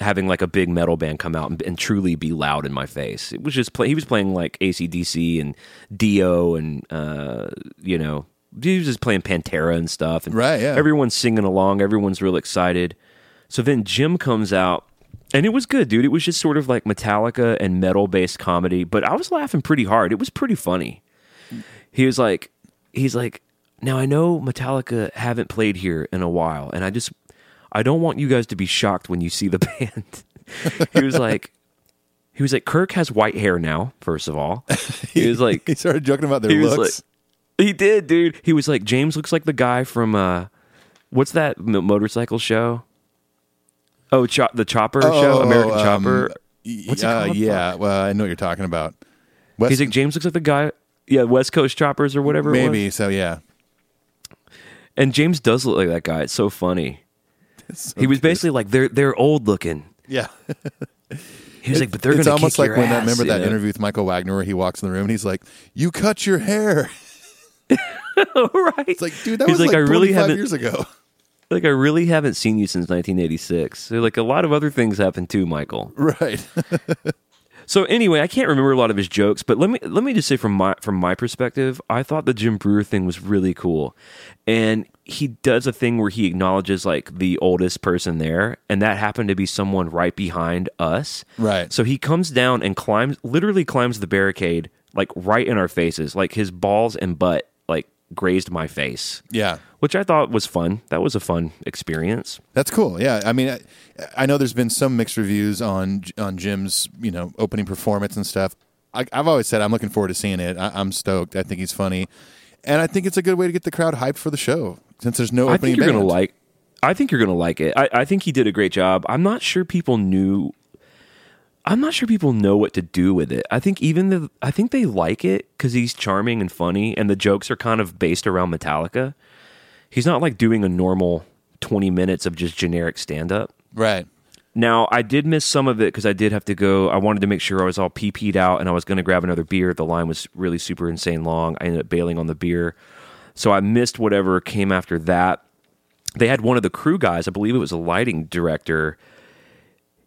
Speaker 3: having like a big metal band come out and, and truly be loud in my face. It was just play, he was playing like ACDC and Dio and uh, you know he was just playing Pantera and stuff. And
Speaker 2: Right, yeah.
Speaker 3: Everyone's singing along. Everyone's real excited. So then Jim comes out. And it was good, dude. It was just sort of like Metallica and metal based comedy, but I was laughing pretty hard. It was pretty funny he was like he's like now i know metallica haven't played here in a while and i just i don't want you guys to be shocked when you see the band he was like he was like kirk has white hair now first of all he was like
Speaker 2: He started joking about their
Speaker 3: he was
Speaker 2: looks.
Speaker 3: like he did dude he was like james looks like the guy from uh what's that m- motorcycle show oh cho- the chopper show american
Speaker 2: um,
Speaker 3: chopper
Speaker 2: y-
Speaker 3: What's it
Speaker 2: uh,
Speaker 3: called?
Speaker 2: yeah, well, I know what you're talking about. West,
Speaker 3: he's like james looks like the guy yeah west coast choppers or whatever it was.
Speaker 2: maybe so. Yeah,
Speaker 3: And James does look like that guy. It's so funny. he was basically like they're they're old looking.
Speaker 2: yeah.
Speaker 3: He was like, but they're
Speaker 2: it's
Speaker 3: gonna
Speaker 2: almost
Speaker 3: kick
Speaker 2: like
Speaker 3: your
Speaker 2: when
Speaker 3: ass,
Speaker 2: that remember
Speaker 3: you
Speaker 2: that
Speaker 3: know?
Speaker 2: interview with Michael Wagner where he walks in the room and he's like, "You cut your hair."
Speaker 3: Oh, right?
Speaker 2: It's like, dude, that
Speaker 3: He's
Speaker 2: was like,
Speaker 3: I really
Speaker 2: 25
Speaker 3: haven't
Speaker 2: years ago.
Speaker 3: like I really haven't seen you since 1986. So, like a lot of other things happened too, Michael.
Speaker 2: right.
Speaker 3: So anyway, I can't remember a lot of his jokes, but let me let me just say from my from my perspective, I thought the Jim Brewer thing was really cool, and he does a thing where he acknowledges like the oldest person there, and that happened to be someone right behind us.
Speaker 2: Right.
Speaker 3: So he comes down and climbs, literally climbs the barricade like right in our faces, like his balls and butt like grazed my face,
Speaker 2: yeah.
Speaker 3: which I thought was fun. That was a fun experience.
Speaker 2: That's cool. Yeah, I mean, I, I know there's been some mixed reviews on on Jim's you know opening performance and stuff. I, I've always said I'm looking forward to seeing it. I, I'm stoked. I think he's funny, and I think it's a good way to get the crowd hyped for the show since there's no
Speaker 3: I
Speaker 2: opening
Speaker 3: think you're gonna
Speaker 2: band.
Speaker 3: like. I think you're gonna like it. I, I think he did a great job. I'm not sure people knew. I'm not sure people know what to do with it. I think even the I think they like it because he's charming and funny, and the jokes are kind of based around Metallica. He's not like doing a normal 20 minutes of just generic stand up.
Speaker 2: right?
Speaker 3: Now, I did miss some of it because I did have to go. I wanted to make sure I was all PP'd out and I was going to grab another beer. The line was really super insane long. I ended up bailing on the beer. So I missed whatever came after that. They had one of the crew guys, I believe it was a lighting director.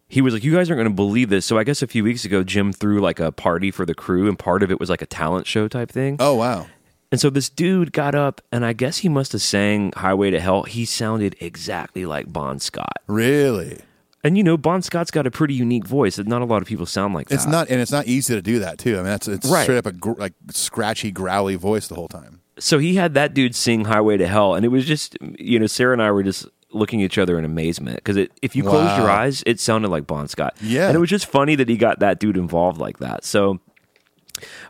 Speaker 3: He was like, You guys aren't going to believe this. So I guess a few weeks ago, Jim threw like a party for the crew, and part of it was like a talent show type thing.
Speaker 2: Oh wow,
Speaker 3: And so this dude got up, and I guess he must have sang Highway to Hell. He sounded exactly like Bon Scott.
Speaker 2: really?
Speaker 3: And you know, Bon Scott's got a pretty unique voice, and not a lot of people sound like that.
Speaker 2: It's not, and it's not easy to do that too. I mean, that's it's
Speaker 3: Right.
Speaker 2: straight up a gr- like scratchy, growly voice the whole time.
Speaker 3: So he had that dude sing "Highway to Hell," and it was just, you know, Sarah and I were just looking at each other in amazement because if you closed your
Speaker 2: Wow.
Speaker 3: eyes, it sounded like Bon Scott.
Speaker 2: Yeah.
Speaker 3: and it was just funny that he got that dude involved like that. So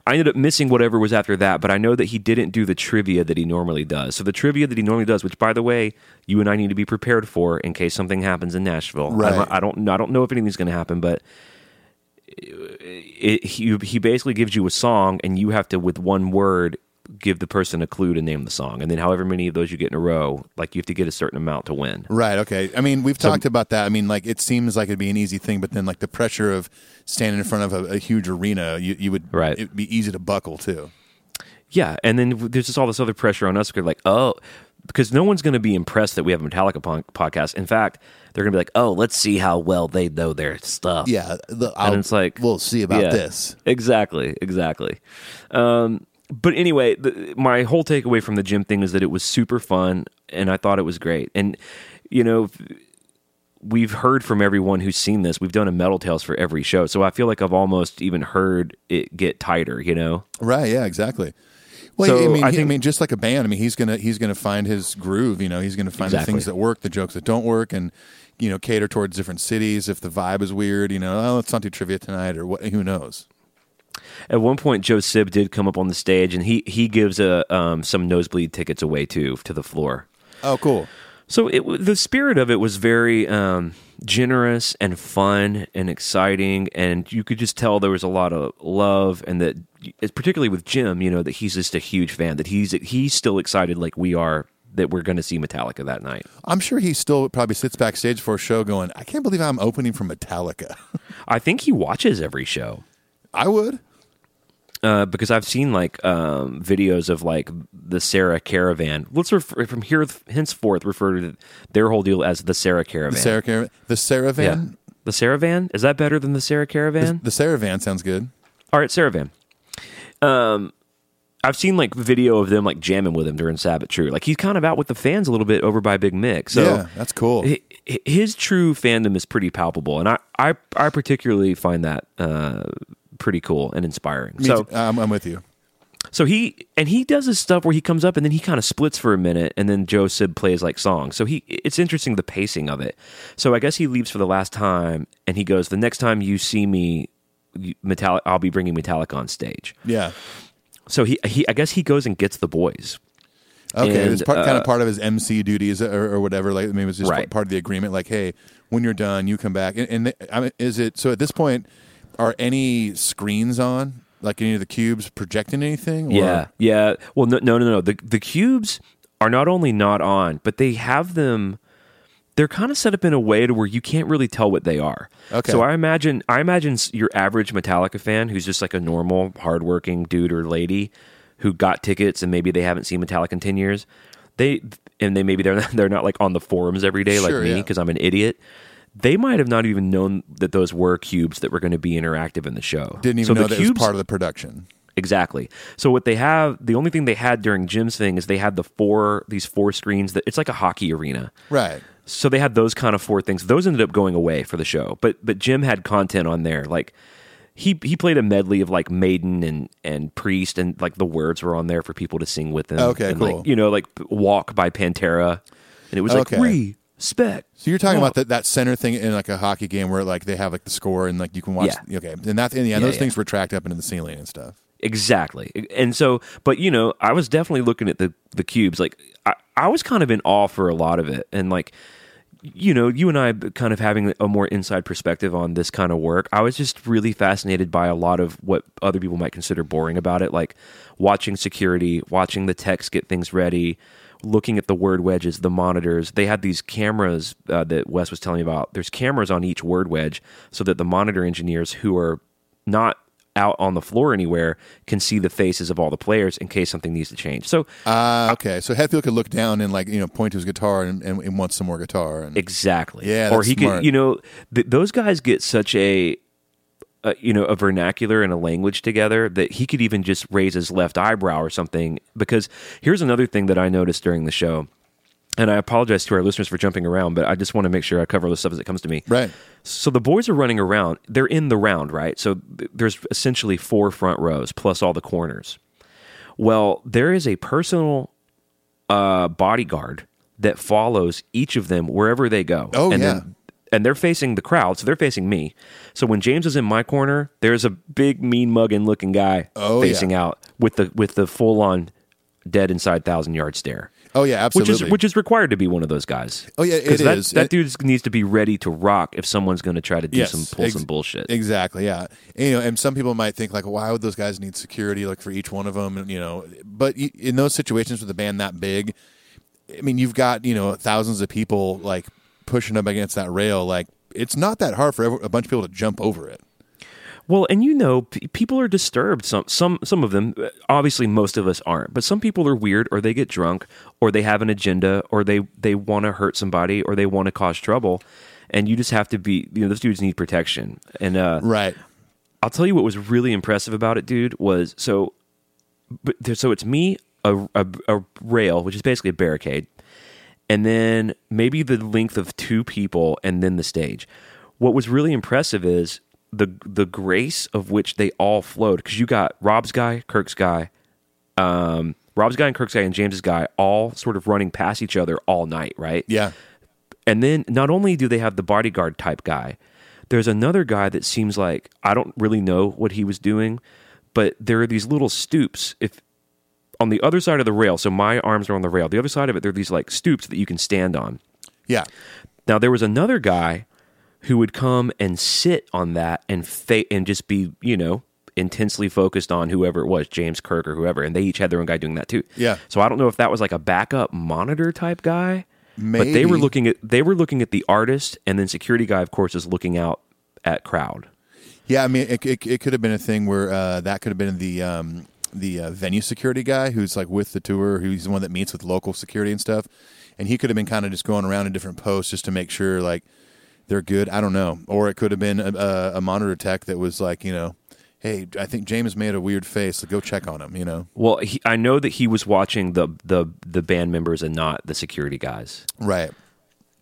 Speaker 3: I ended up missing whatever was after that, but I know that he didn't do the trivia that he normally does. So the trivia that he normally does, which by the way, you and I need to be prepared for in case something happens in Nashville. I don't-
Speaker 2: Right.
Speaker 3: I don't, I don't know if anything's going to happen, but it, he he basically gives you a song, and you have to with one word give the person a clue to name the song, and then however many of those you get in a row, like you have to get a certain amount to win.
Speaker 2: Right. Okay. I mean, we've talked about that. I mean, like it seems like it'd be an easy thing, but then like the pressure of standing in front of a, a huge arena, you, you would
Speaker 3: Right.
Speaker 2: It'd be easy to buckle too.
Speaker 3: Yeah, and then w- there's just all this other pressure on us. We're like, oh, because no one's going to be impressed that we have a Metallica pon- podcast. In fact, they're going to be like, oh, let's see how well they know their stuff.
Speaker 2: Yeah. The,
Speaker 3: and it's like
Speaker 2: we'll see about
Speaker 3: yeah,
Speaker 2: this.
Speaker 3: Exactly, exactly. Um, but anyway, the, my whole takeaway from the gym thing is that it was super fun, and I thought it was great. And you know, we've heard from everyone who's seen this. We've done a Metal Tales for every show, so I feel like I've almost even heard it get tighter. You know,
Speaker 2: Right. Yeah. Exactly. Well,
Speaker 3: So,
Speaker 2: I mean,
Speaker 3: I
Speaker 2: I, he, I
Speaker 3: think-
Speaker 2: mean, just like a band, I mean, he's gonna he's gonna find his groove. You know, he's gonna find the
Speaker 3: Exactly.
Speaker 2: things that work, the jokes that don't work, and you know, cater towards different cities. If the vibe is weird, you know, oh, let's not do trivia tonight, or what? Who knows?
Speaker 3: at one point Joe Sib did come up on the stage, and he he gives a um, some nosebleed tickets away too to the floor.
Speaker 2: Oh, cool.
Speaker 3: So it w- the spirit of it was very um, generous and fun and exciting, and you could just tell there was a lot of love, and that particularly with Jim, you know, that he's just a huge fan, that he's he's still excited like we are that we're going to see Metallica that night.
Speaker 2: I'm sure he still probably sits backstage for a show, going, "I can't believe I'm opening for Metallica."
Speaker 3: I think he watches every show.
Speaker 2: I would.
Speaker 3: uh, because I've seen like um, videos of like the Sarah Caravan. Let's refer from here henceforth refer to their whole deal as the Sarah Caravan.
Speaker 2: Sarah, Car- the Sarah
Speaker 3: yeah.
Speaker 2: Van.
Speaker 3: The Sarah Van is that better than the Sarah Caravan?
Speaker 2: The Sarah Van sounds good.
Speaker 3: All right, Sarah Van. Um, I've seen like video of them like jamming with him during Sabbath True. Like he's kind of out with the fans a little bit over by Big Mick. So
Speaker 2: yeah, that's cool.
Speaker 3: hi- hi- his true fandom is pretty palpable, and I I, I particularly find that uh, pretty cool and inspiring.
Speaker 2: Me
Speaker 3: so
Speaker 2: too. I'm, I'm with you.
Speaker 3: So he and he does his stuff where he comes up and then he kind of splits for a minute and then Joe Sib plays like songs. So he it's interesting the pacing of it. So I guess he leaves for the last time and he goes the next time you see me you- Metallic I'll be bringing Metallic on stage.
Speaker 2: Yeah.
Speaker 3: So he he I guess he goes and gets the boys.
Speaker 2: Okay, it's
Speaker 3: And,
Speaker 2: part, kind
Speaker 3: uh,
Speaker 2: of part of his MC duties or, or whatever. Like, I mean, it was just
Speaker 3: Right.
Speaker 2: part of the agreement. Like, hey, when you're done, you come back. And, and I mean, is it so? At this point, are any screens on? Like any of the cubes projecting anything? Or,
Speaker 3: Yeah. Yeah. Well no no no no the the cubes are not only not on but they have them they're kind of set up in a way to where you can't really tell what they are.
Speaker 2: Okay.
Speaker 3: So I imagine I imagine s- your average Metallica fan who's just like a normal, hardworking dude or lady who got tickets and maybe they haven't seen Metallica in ten years. They and they maybe they're not, they're not like on the forums every day
Speaker 2: Sure,
Speaker 3: like me
Speaker 2: yeah.
Speaker 3: because I'm an idiot. They might have not even known that those were cubes that were going to be interactive in the show.
Speaker 2: Didn't even
Speaker 3: So
Speaker 2: know
Speaker 3: the
Speaker 2: that it was
Speaker 3: cubes-
Speaker 2: part of the production.
Speaker 3: Exactly. So what they have, the only thing they had during Jim's thing is they had the four these four screens that it's like a hockey arena.
Speaker 2: Right.
Speaker 3: So they had those kind of four things. Those ended up going away for the show. But but Jim had content on there. Like he he played a medley of like Maiden and and Priest and like the words were on there for people to sing with him.
Speaker 2: Okay,
Speaker 3: and
Speaker 2: cool.
Speaker 3: Like, you know, like Walk by Pantera. And it was like
Speaker 2: Okay.
Speaker 3: respect.
Speaker 2: So you're talking about that, that center thing in like a hockey game where like they have like the score and like you can watch.
Speaker 3: Yeah.
Speaker 2: Okay, and that's and yeah, those
Speaker 3: yeah.
Speaker 2: things were tracked up into the ceiling and stuff.
Speaker 3: Exactly. And so, but you know, I was definitely looking at the the cubes. Like I, I was kind of in awe for a lot of it, and like you know, you and I kind of having a more inside perspective on this kind of work. I was just really fascinated by a lot of what other people might consider boring about it, like watching security, watching the techs get things ready, looking at the word wedges, the monitors. They had these cameras uh, that Wes was telling me about. There's cameras on each word wedge so that the monitor engineers who are not out on the floor anywhere can see the faces of all the players in case something needs to change. So
Speaker 2: Ah, okay. So Hetfield could look down and like you know point to his guitar and, and, and want some more guitar. And
Speaker 3: Exactly.
Speaker 2: Yeah,
Speaker 3: Or
Speaker 2: that's
Speaker 3: he
Speaker 2: smart.
Speaker 3: could, you know, th- those guys get such a, a, you know, a vernacular and a language together that he could even just raise his left eyebrow or something. Because here's another thing that I noticed during the show, and I apologize to our listeners for jumping around, but I just want to make sure I cover all this stuff as it comes to me.
Speaker 2: right.
Speaker 3: So the boys are running around. They're in the round, right? So th- there's essentially four front rows plus all the corners. Well, there is a personal uh, bodyguard that follows each of them wherever they go.
Speaker 2: Oh,
Speaker 3: and
Speaker 2: yeah.
Speaker 3: Then, and they're facing the crowd, so they're facing me. So when James is in my corner, there's a big, mean mugging looking guy
Speaker 2: Oh, yeah.
Speaker 3: facing out with the with the full on dead inside thousand yard stare.
Speaker 2: Oh yeah,
Speaker 3: Which
Speaker 2: absolutely.
Speaker 3: is which is required to be one of those guys.
Speaker 2: Oh, yeah, it
Speaker 3: 'Cause that,
Speaker 2: is.
Speaker 3: That
Speaker 2: It-
Speaker 3: dude needs to be ready to rock if someone's going to try to do
Speaker 2: Yes,
Speaker 3: some pull
Speaker 2: ex-
Speaker 3: some bullshit.
Speaker 2: Exactly. Yeah. And, you know, and some people might think like, why would those guys need security like for each one of them? And, you know, but y- in those situations with a band that big, I mean, you've got you know thousands of people like pushing up against that rail. Like, it's not that hard for ev- a bunch of people to jump over it.
Speaker 3: Well, and you know, p- people are disturbed. Some, some, some of them. Obviously, most of us aren't, but some people are weird, or they get drunk, or they have an agenda, or they they want to hurt somebody, or they want to cause trouble. And you just have to be. You know, those dudes need protection. And uh,
Speaker 2: Right.
Speaker 3: I'll tell you what was really impressive about it, dude. Was so, but there, so it's me a, a a rail, which is basically a barricade, and then maybe the length of two people and then the stage. What was really impressive is the the grace of which they all flowed because you got Rob's guy, Kirk's guy, um, Rob's guy and Kirk's guy and James's guy all sort of running past each other all night, right?
Speaker 2: Yeah.
Speaker 3: And then not only do they have the bodyguard type guy, there's another guy that seems like I don't really know what he was doing, but there are these little stoops if on the other side of the rail, so my arms are on the rail. The other side of it there are these like stoops that you can stand on.
Speaker 2: Yeah.
Speaker 3: Now there was another guy who would come and sit on that and fa- and just be, you know, intensely focused on whoever it was, James Kirk or whoever, and they each had their own guy doing that too.
Speaker 2: Yeah.
Speaker 3: So I don't know if that was like a backup monitor type guy, but they were
Speaker 2: Maybe.
Speaker 3: looking at they were looking at the artist, and then security guy, of course, is looking out at crowd.
Speaker 2: Yeah, I mean, it, it, it could have been a thing where uh, that could have been the um, the uh, venue security guy who's like with the tour, who's the one that meets with local security and stuff, and he could have been kind of just going around in different posts just to make sure like they're good. I don't know, or it could have been a, a, a monitor tech that was like, you know, hey, I think James made a weird face, so go check on him. You know,
Speaker 3: Well, he, I know that he was watching the the the band members and not the security guys.
Speaker 2: right?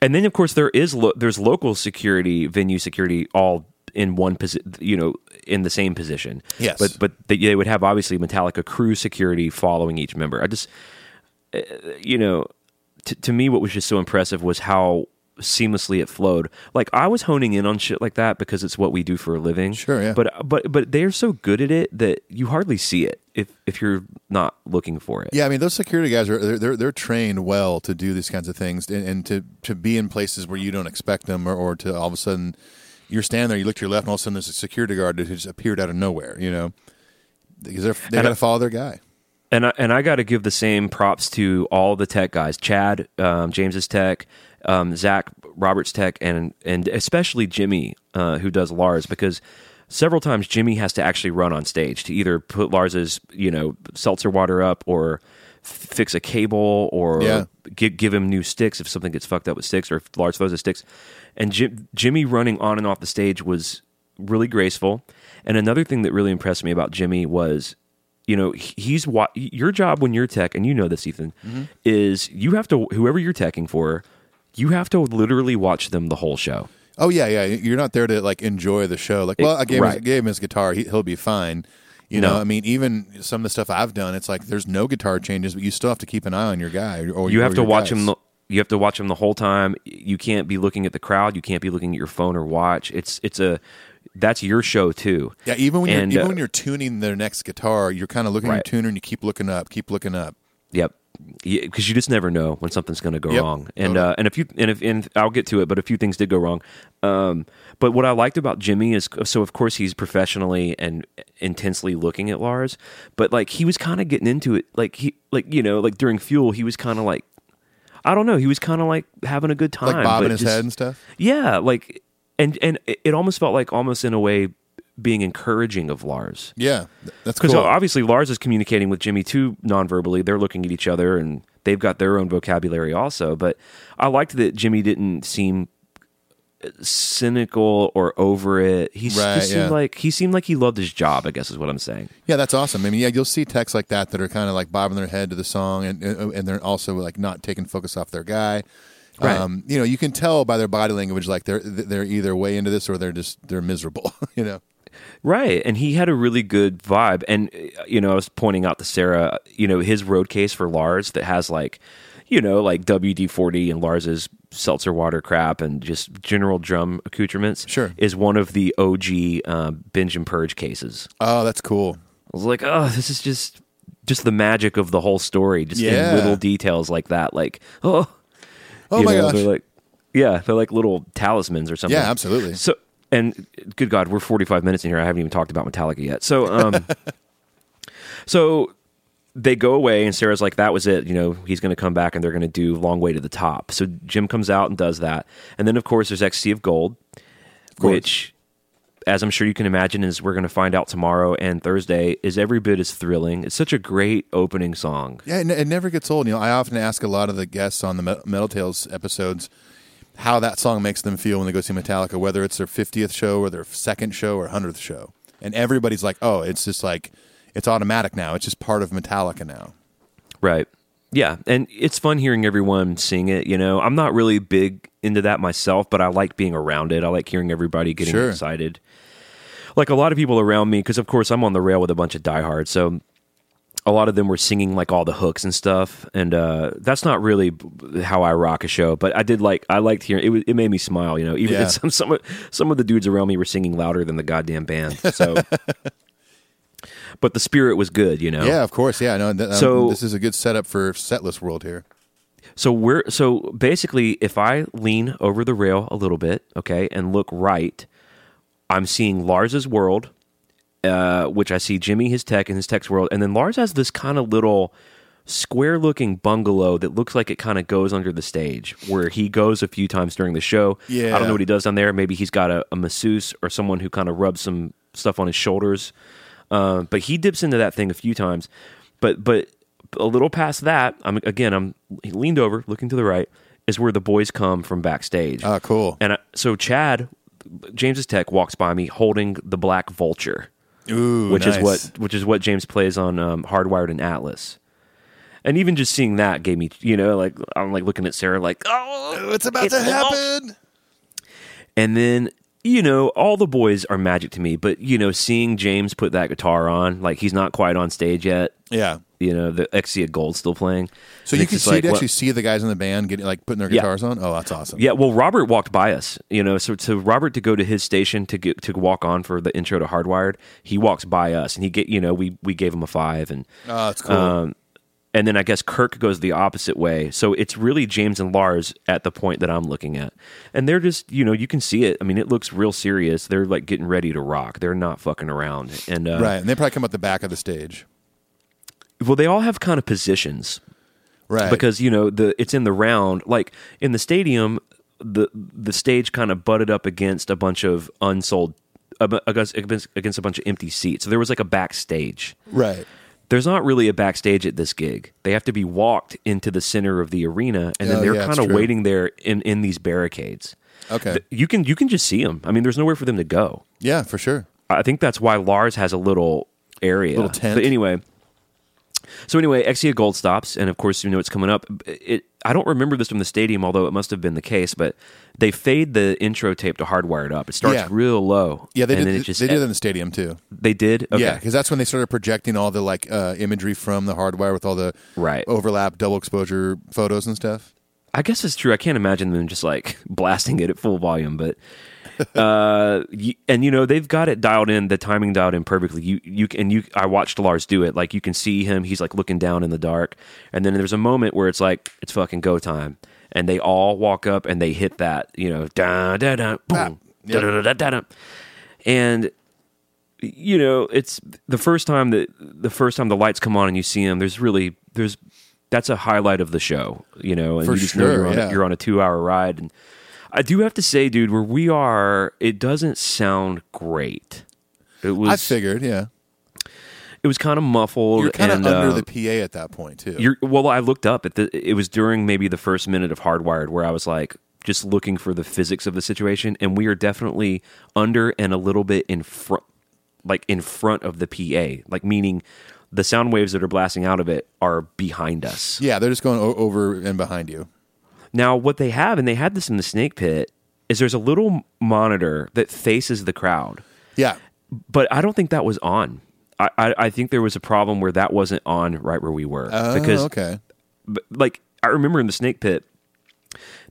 Speaker 3: And then, of course, there is lo- there's local security, venue security, all in one position. You know, in the same position.
Speaker 2: Yes.
Speaker 3: But but they, they would have obviously Metallica crew security following each member. I just, uh, you know, t- to me, what was just so impressive was how seamlessly it flowed. Like I was honing in on shit like that because it's what we do for a living.
Speaker 2: Sure, yeah.
Speaker 3: But but but they're so good at it that you hardly see it if if you're not looking for it.
Speaker 2: Yeah, I mean, those security guys are they're they're, they're trained well to do these kinds of things and, and to to be in places where you don't expect them, or, or to all of a sudden you're standing there, you look to your left, and all of a sudden there's a security guard who just appeared out of nowhere. You know, because they're they
Speaker 3: And
Speaker 2: got
Speaker 3: I-
Speaker 2: to follow their guy.
Speaker 3: And I, and I got to give the same props to all the tech guys: Chad, um, James's tech, um, Zach Roberts tech, and and especially Jimmy, uh, who does Lars, because several times Jimmy has to actually run on stage to either put Lars's you know seltzer water up or f- fix a cable or
Speaker 2: Yeah.
Speaker 3: give, give him new sticks if something gets fucked up with sticks or if Lars throws his sticks. And Jim, Jimmy running on and off the stage was really graceful. And another thing that really impressed me about Jimmy was, you know, he- he's wa- your job when you're tech, and you know this, Ethan,
Speaker 2: Mm-hmm.
Speaker 3: is you have to whoever you're teching for, you have to literally watch them the whole show.
Speaker 2: Oh yeah, yeah. You're not there to like enjoy the show. Like, well, I gave, him,
Speaker 3: right.
Speaker 2: gave him his guitar. He, he'll be fine. You
Speaker 3: No.
Speaker 2: know, I mean, even some of the stuff I've done, it's like there's no guitar changes, but you still have to keep an eye on your guy. Or
Speaker 3: You
Speaker 2: or
Speaker 3: have to
Speaker 2: your
Speaker 3: watch
Speaker 2: guys.
Speaker 3: him. The, you have to watch him the whole time. You can't be looking at the crowd. You can't be looking at your phone or watch. It's it's a that's your show too.
Speaker 2: Yeah, even when
Speaker 3: And,
Speaker 2: you're, even
Speaker 3: uh,
Speaker 2: when you're tuning their next guitar, you're kind of looking
Speaker 3: Right.
Speaker 2: at your tuner and you keep looking up, keep looking up.
Speaker 3: Yep. Because you just never know when something's going to go
Speaker 2: Yep.
Speaker 3: wrong, and uh, and a few and if and I'll get to it, but a few things did go wrong. Um, but what I liked about Jimmy is so of course he's professionally and intensely looking at Lars, but like he was kind of getting into it, like he like you know like during Fuel he was kind of like I don't know he was kind of like having a good time,
Speaker 2: like bobbing
Speaker 3: but
Speaker 2: his
Speaker 3: just-
Speaker 2: head and stuff.
Speaker 3: Yeah, like and and it it almost felt like almost in a way being encouraging of Lars.
Speaker 2: Yeah, th- that's
Speaker 3: Because
Speaker 2: cool.
Speaker 3: obviously Lars is communicating with Jimmy too nonverbally. They're looking at each other and they've got their own vocabulary also. But I liked that Jimmy didn't seem cynical or over it. He s-
Speaker 2: Right,
Speaker 3: just seemed
Speaker 2: yeah.
Speaker 3: like he seemed like he loved his job. I guess is what I'm saying.
Speaker 2: yeah, that's awesome. I mean, yeah, you'll see texts like that that are kind of like bobbing their head to the song, and and and they're also like not taking focus off their guy.
Speaker 3: Right.
Speaker 2: Um, you know, you can tell by their body language like they're they're either way into this or they're just they're miserable. You know.
Speaker 3: Right, and he had a really good vibe. And uh, you know, I was pointing out to Sarah, you know, his road case for Lars that has like, you know, like WD forty and Lars's seltzer water crap and just general drum accoutrements.
Speaker 2: Sure.
Speaker 3: is one of the OG uh, binge and purge cases.
Speaker 2: Oh, that's cool.
Speaker 3: I was like, oh, this is just just the magic of the whole story, just
Speaker 2: Yeah.
Speaker 3: in little details like that. Like, oh,
Speaker 2: Oh
Speaker 3: you
Speaker 2: my
Speaker 3: know,
Speaker 2: gosh.
Speaker 3: they're like, yeah, they're like little talismans or something.
Speaker 2: Yeah, absolutely.
Speaker 3: So, and good God, we're 45 minutes in here. I haven't even talked about Metallica yet. So, um, so they go away, and Sarah's like, that was it. You know, he's going to come back and they're going to do Long Way to the Top. So Jim comes out and does that. And then, of course, there's Ecstasy of Gold,
Speaker 2: course.
Speaker 3: which, as I'm sure you can imagine, is we're going to find out tomorrow and Thursday, is every bit as thrilling. It's such a great opening song.
Speaker 2: Yeah, it, ne- it never gets old. You know, I often ask a lot of the guests on the Me- Metal Tales episodes how that song makes them feel when they go see Metallica, whether it's their 50th show or their second show or 100th show. And everybody's like, oh, it's just like, it's automatic now. It's just part of Metallica now.
Speaker 3: Right. Yeah, and it's fun hearing everyone sing it. You know, I'm not really big into that myself, but I like being around it. I like hearing everybody getting
Speaker 2: Sure.
Speaker 3: excited. Like a lot of people around me, because of course I'm on the rail with a bunch of diehards, so a lot of them were singing like all the hooks and stuff, and uh, that's not really b- how I rock a show. But I did like I liked hearing it. Was, it made me smile, you know. Even
Speaker 2: Yeah.
Speaker 3: some some of, some of the dudes around me were singing louder than the goddamn band. So, but the spirit was good, you know.
Speaker 2: Yeah, of course. Yeah, no. Th- um,
Speaker 3: Oh. So-
Speaker 2: this is a good setup for setlist world here.
Speaker 3: So we're so basically, if I lean over the rail a little bit, okay, and look right, I'm seeing Lars's world, uh, which I see Jimmy his tech and his tech's world, and then Lars has this kind of little square-looking bungalow that looks like it kind of goes under the stage where he goes a few times during the show. I don't
Speaker 2: Yeah.
Speaker 3: know what he does down there. Maybe he's got a, a masseuse or someone who kind of rubs some stuff on his shoulders. Uh, but he dips into that thing a few times. But but a little past that, I'm again I'm he leaned over, looking to the right, is where the boys come from backstage.
Speaker 2: Ah, cool.
Speaker 3: And I, so Chad, James's tech walks by me holding the black vulture,
Speaker 2: Ooh,
Speaker 3: which is
Speaker 2: nice.
Speaker 3: what which is what James plays on um, Hardwired and Atlas. And even just seeing that gave me, you know, like I'm like looking at Sarah, like, oh,
Speaker 2: What's about to
Speaker 3: the vulture."
Speaker 2: happen?
Speaker 3: And then, you know, all the boys are magic to me, but, you know, seeing James put that guitar on, like he's not quite on stage yet.
Speaker 2: Yeah.
Speaker 3: You know, the Exia Gold still playing.
Speaker 2: So
Speaker 3: And
Speaker 2: you
Speaker 3: it's
Speaker 2: can
Speaker 3: just
Speaker 2: see
Speaker 3: like,
Speaker 2: you
Speaker 3: what-
Speaker 2: actually see the guys in the band getting like putting their
Speaker 3: Yeah.
Speaker 2: guitars on. Oh, that's awesome.
Speaker 3: Yeah, well, Robert walked by us, you know. So to Robert to go to his station to get, to walk on for the intro to Hardwired, he walks by us, and he get you know we we gave him a five, and
Speaker 2: Oh, that's cool.
Speaker 3: um, and then I guess Kirk goes the opposite way. So it's really James and Lars at the point that I'm looking at, and they're just you know you can see it. I mean, it looks real serious. They're like getting ready to rock. They're not fucking around, and uh,
Speaker 2: right, and they probably come out the back of the stage.
Speaker 3: Well, they all have kind of positions.
Speaker 2: Right.
Speaker 3: because you know the it's in the round like in the stadium the the stage kind of butted up against a bunch of unsold ab- against against a bunch of empty seats so there was like a backstage
Speaker 2: right.
Speaker 3: there's not really a backstage at this gig they have to be walked into the center of the arena and then
Speaker 2: Oh,
Speaker 3: they're
Speaker 2: yeah, that's
Speaker 3: kind of
Speaker 2: true.
Speaker 3: waiting there in in these barricades
Speaker 2: Okay.
Speaker 3: Th- you can you can just see them i mean there's nowhere for them to go
Speaker 2: yeah, for sure.
Speaker 3: I think that's why Lars has a little area,
Speaker 2: Little tent.
Speaker 3: But anyway, so anyway, Exia Gold stops, and of course, you know it's coming up. It I don't remember this from the stadium, although it must have been the case. But they fade the intro tape to Hardwired up. It starts
Speaker 2: Yeah.
Speaker 3: real low.
Speaker 2: Yeah, they
Speaker 3: and Then
Speaker 2: did.
Speaker 3: it just,
Speaker 2: they did it in the stadium too.
Speaker 3: They did. Okay.
Speaker 2: Yeah, because that's when they started projecting all the like uh, imagery from the hardwire with all the
Speaker 3: Right.
Speaker 2: overlap, double exposure photos and stuff.
Speaker 3: I guess it's true. I can't imagine them just like blasting it at full volume, but uh, y- and you know they've got it dialed in, the timing dialed in perfectly. You you can- and you I watched Lars do it. Like you can see him. He's like looking down in the dark, and then there's a moment where it's like it's fucking go time, and they all walk up and they hit that you know da da da boom da da da da da, and you know it's the first time that the first time the lights come on and you see him. There's really there's that's a highlight of the show, you know, and
Speaker 2: For
Speaker 3: you just know
Speaker 2: sure,
Speaker 3: you're on
Speaker 2: yeah.
Speaker 3: a, you're on a two hour ride. And I do have to say, dude, where we are, it doesn't sound great. It was
Speaker 2: I figured. Yeah,
Speaker 3: it was kind of muffled.
Speaker 2: you're kind of
Speaker 3: and,
Speaker 2: under
Speaker 3: uh,
Speaker 2: the PA at that point too.
Speaker 3: you're, well, I looked up at the. It was during maybe the first minute of Hardwired where I was like just looking for the physics of the situation, and we are definitely under and a little bit in front, like in front of the PA, like meaning the sound waves that are blasting out of it are behind us.
Speaker 2: yeah, they're just going o- over and behind you.
Speaker 3: Now, what they have, and they had this in the snake pit, is there's a little monitor that faces the crowd,
Speaker 2: Yeah,
Speaker 3: but I don't think that was on. I, I, I think there was a problem where that wasn't on right where we were
Speaker 2: Oh,
Speaker 3: because
Speaker 2: okay,
Speaker 3: but, like I remember in the snake pit,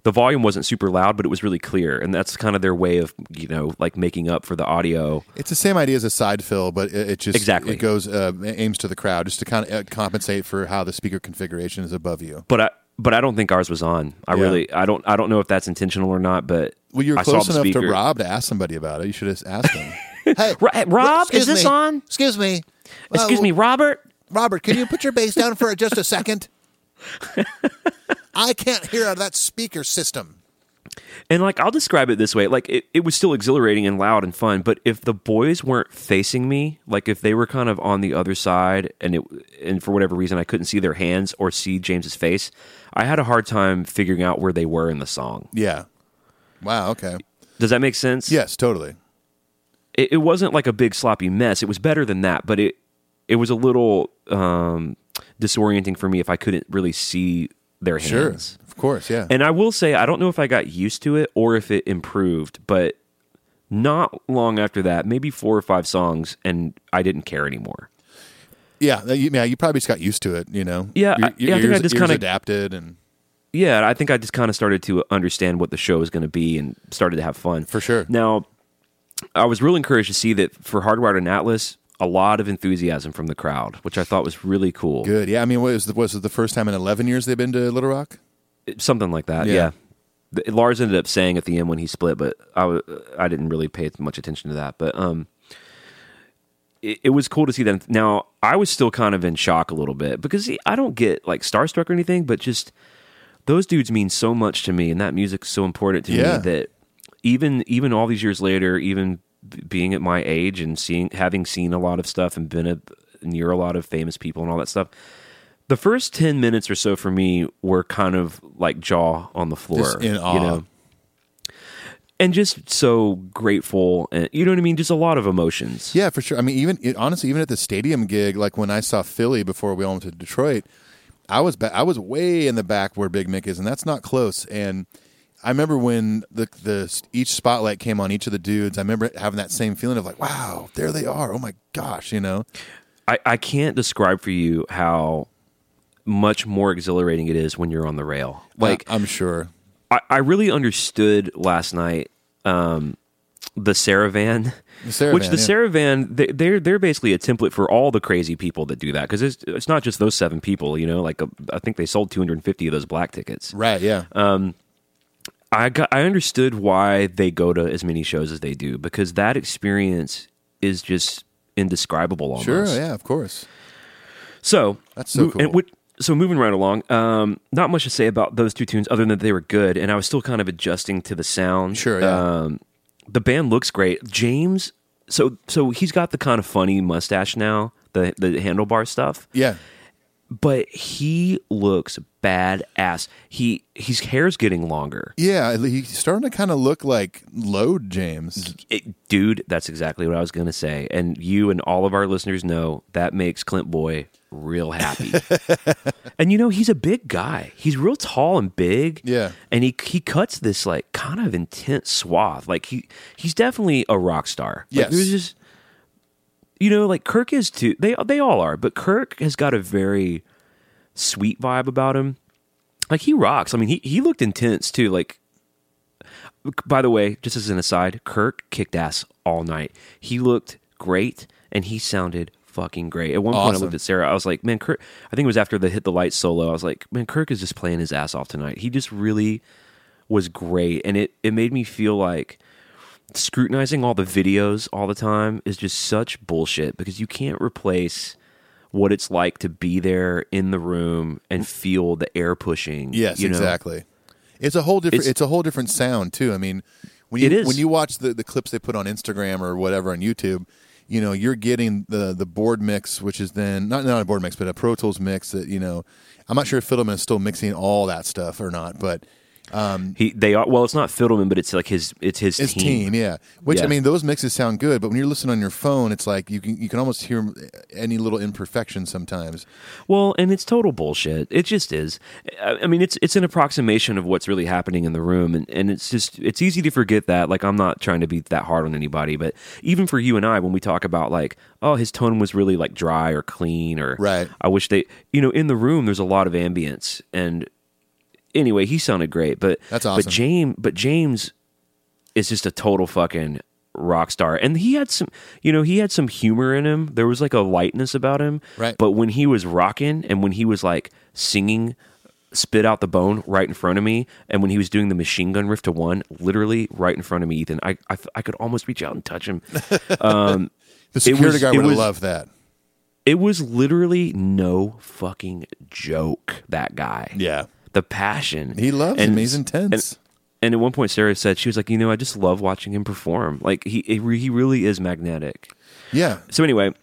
Speaker 3: the volume wasn't super loud, but it was really clear, and that's kind of their way of you know like making up for the audio.
Speaker 2: it's the same idea as a side fill, but it, it just
Speaker 3: Exactly.
Speaker 2: it goes uh, aims to the crowd just to kind of uh, compensate for how the speaker configuration is above you.
Speaker 3: But I but I don't think ours was on. I
Speaker 2: Yeah.
Speaker 3: really I don't I don't know if that's intentional or not. But
Speaker 2: Well, you were
Speaker 3: I saw
Speaker 2: close
Speaker 3: the
Speaker 2: enough to
Speaker 3: speaker.
Speaker 2: Rob to ask somebody about it. You should have asked him. hey,
Speaker 3: Ro- hey, Rob,
Speaker 2: excuse
Speaker 3: is this
Speaker 2: me.
Speaker 3: on?
Speaker 2: Excuse me.
Speaker 3: Excuse
Speaker 2: Uh,
Speaker 3: me, Robert.
Speaker 2: Robert, can you put your bass down for just a second? I can't hear out of that speaker system.
Speaker 3: And like I'll describe it this way, like it, it was still exhilarating and loud and fun, but if the boys weren't facing me, like if they were kind of on the other side and it and for whatever reason I couldn't see their hands or see James's face, I had a hard time figuring out where they were in the song.
Speaker 2: Yeah. Wow. Okay.
Speaker 3: Does that make sense?
Speaker 2: Yes. Totally.
Speaker 3: It, it wasn't like a big sloppy mess. It was better than that, but it it was a little um disorienting for me if I couldn't really see their
Speaker 2: Sure.
Speaker 3: hands.
Speaker 2: Of course. Yeah.
Speaker 3: And I will say, I don't know if I got used to it or if it improved, but not long after that, maybe four or five songs, and I didn't care anymore.
Speaker 2: yeah. that- you- Yeah. You probably just got used to it, you know?
Speaker 3: Yeah,
Speaker 2: Your,
Speaker 3: I- yeah, I think I
Speaker 2: ears-
Speaker 3: just
Speaker 2: ears
Speaker 3: kinda-
Speaker 2: adapted and
Speaker 3: Yeah, I think I just kind of started to understand what the show was going to be and started to have fun.
Speaker 2: For sure.
Speaker 3: Now, I was really encouraged to see that for Hardwired and Atlas, a lot of enthusiasm from the crowd, which I thought was really cool.
Speaker 2: good. Yeah. I mean, what is the, was it the first time in 11 years they've been to Little Rock?
Speaker 3: something like that.
Speaker 2: Yeah.
Speaker 3: Yeah. Th- Lars ended up saying at the end when he split, but I w- I didn't really pay much attention to that. But um, it, it was cool to see them. Now I was still kind of in shock a little bit because see, I don't get like starstruck or anything, but just those dudes mean so much to me, and that music's so important to
Speaker 2: Yeah.
Speaker 3: me that even even all these years later, even b- being at my age and seeing having seen a lot of stuff and been a, near a lot of famous people and all that stuff, the first 10 minutes or so for me were kind of like jaw on the floor
Speaker 2: Just in awe.
Speaker 3: and just so grateful and you know what i mean just a lot of emotions
Speaker 2: Yeah, for sure. I mean, even it, honestly, even at the stadium gig, like when I saw Philly before we all went to Detroit, I was ba- I was way in the back where Big Mick is, and that's not close. And I remember when the the each spotlight came on each of the dudes. I remember having that same feeling of like, wow, there they are. Oh my gosh, you know.
Speaker 3: I, I can't describe for you how much more exhilarating it is when you're on the rail like
Speaker 2: I, am sure.
Speaker 3: I, I really understood last night um, the Saravan,
Speaker 2: Saravan,
Speaker 3: which the
Speaker 2: yeah.
Speaker 3: Saravan they, they're they're basically a template for all the crazy people that do that because it's it's not just those seven people. You know, like uh, I think they sold 250 of those black tickets.
Speaker 2: Right? Yeah.
Speaker 3: Oh, I got I understood why they go to as many shows as they do because that experience is just indescribable. Almost.
Speaker 2: sure. Yeah. Of course.
Speaker 3: So
Speaker 2: That's so
Speaker 3: mo-
Speaker 2: cool.
Speaker 3: And what, so moving right along, um, not much to say about those two tunes other than that they were good, and I was still kind of adjusting to the sound.
Speaker 2: Sure, yeah.
Speaker 3: Um, the band looks great. James, so so he's got the kind of funny mustache now, the the handlebar stuff,
Speaker 2: Yeah.
Speaker 3: but he looks badass. He his hair's getting longer.
Speaker 2: Yeah. He's starting to kind of look like Load James.
Speaker 3: It- dude, that's exactly what I was gonna say, and you and all of our listeners know that makes Clint Boy real happy. and you know he's a big guy. He's real tall and big.
Speaker 2: Yeah.
Speaker 3: and he he cuts this like kind of intense swath. Like he he's definitely a rock star. Like,
Speaker 2: Yes.
Speaker 3: there's just you know like Kirk is too. They they all are, but Kirk has got a very sweet vibe about him. Like he rocks. I mean, he he looked intense too. Like by the way, just as an aside, Kirk kicked ass all night. He looked great and he sounded fucking great. At one point, I
Speaker 2: Awesome.
Speaker 3: looked at Sarah. I was like, man, Kirk, I think it was after the Hit the Lights solo. I was like, man, Kirk is just playing his ass off tonight. He just really was great. And it, it made me feel like scrutinizing all the videos all the time is just such bullshit because you can't replace what it's like to be there in the room and feel the air pushing.
Speaker 2: Yes,
Speaker 3: you know?
Speaker 2: exactly. It's a whole different. It's,
Speaker 3: It's-
Speaker 2: a whole different sound too. I mean, when you
Speaker 3: It is.
Speaker 2: when you watch the, the clips they put on Instagram or whatever on YouTube, you know you're getting the the board mix, which is then not not a board mix, but a Pro Tools mix. That you know, I'm not sure if Fiddleman is still mixing all that stuff or not, but
Speaker 3: He, they are, well, it's not Fiddleman, but it's like his, it's his,
Speaker 2: it's team, yeah. Which I
Speaker 3: Yeah.
Speaker 2: mean, those mixes sound good, but when you're listening on your phone, it's like you can you can almost hear any little imperfection sometimes.
Speaker 3: Well, and it's total bullshit. It just is. I I mean, it's it's an approximation of what's really happening in the room, and, and it's just it's easy to forget that. Like, I'm not trying to be that hard on anybody, but even for you and I, when we talk about like, oh, his tone was really like dry or clean, or
Speaker 2: Right.
Speaker 3: I wish they, you know, in the room there's a lot of ambience, and anyway, he sounded great, but
Speaker 2: That's
Speaker 3: But
Speaker 2: awesome.
Speaker 3: James, but James is just a total fucking rock star. And he had some, you know, he had some humor in him. There was like a lightness about him.
Speaker 2: Right.
Speaker 3: But when he was rocking and when he was like singing spit out the bone right in front of me and when he was doing the machine gun riff to one literally right in front of me ethan i i, I could almost reach out and touch him
Speaker 2: The security
Speaker 3: was-
Speaker 2: guard
Speaker 3: it
Speaker 2: would have
Speaker 3: was-
Speaker 2: loved that.
Speaker 3: it was literally no fucking joke that guy
Speaker 2: Yeah,
Speaker 3: the passion
Speaker 2: he loves
Speaker 3: And-
Speaker 2: him. He's intense.
Speaker 3: And, and at one point, Sarah said she was like, you know, I just love watching him perform. Like he he re- he really is magnetic.
Speaker 2: yeah,
Speaker 3: So anyway,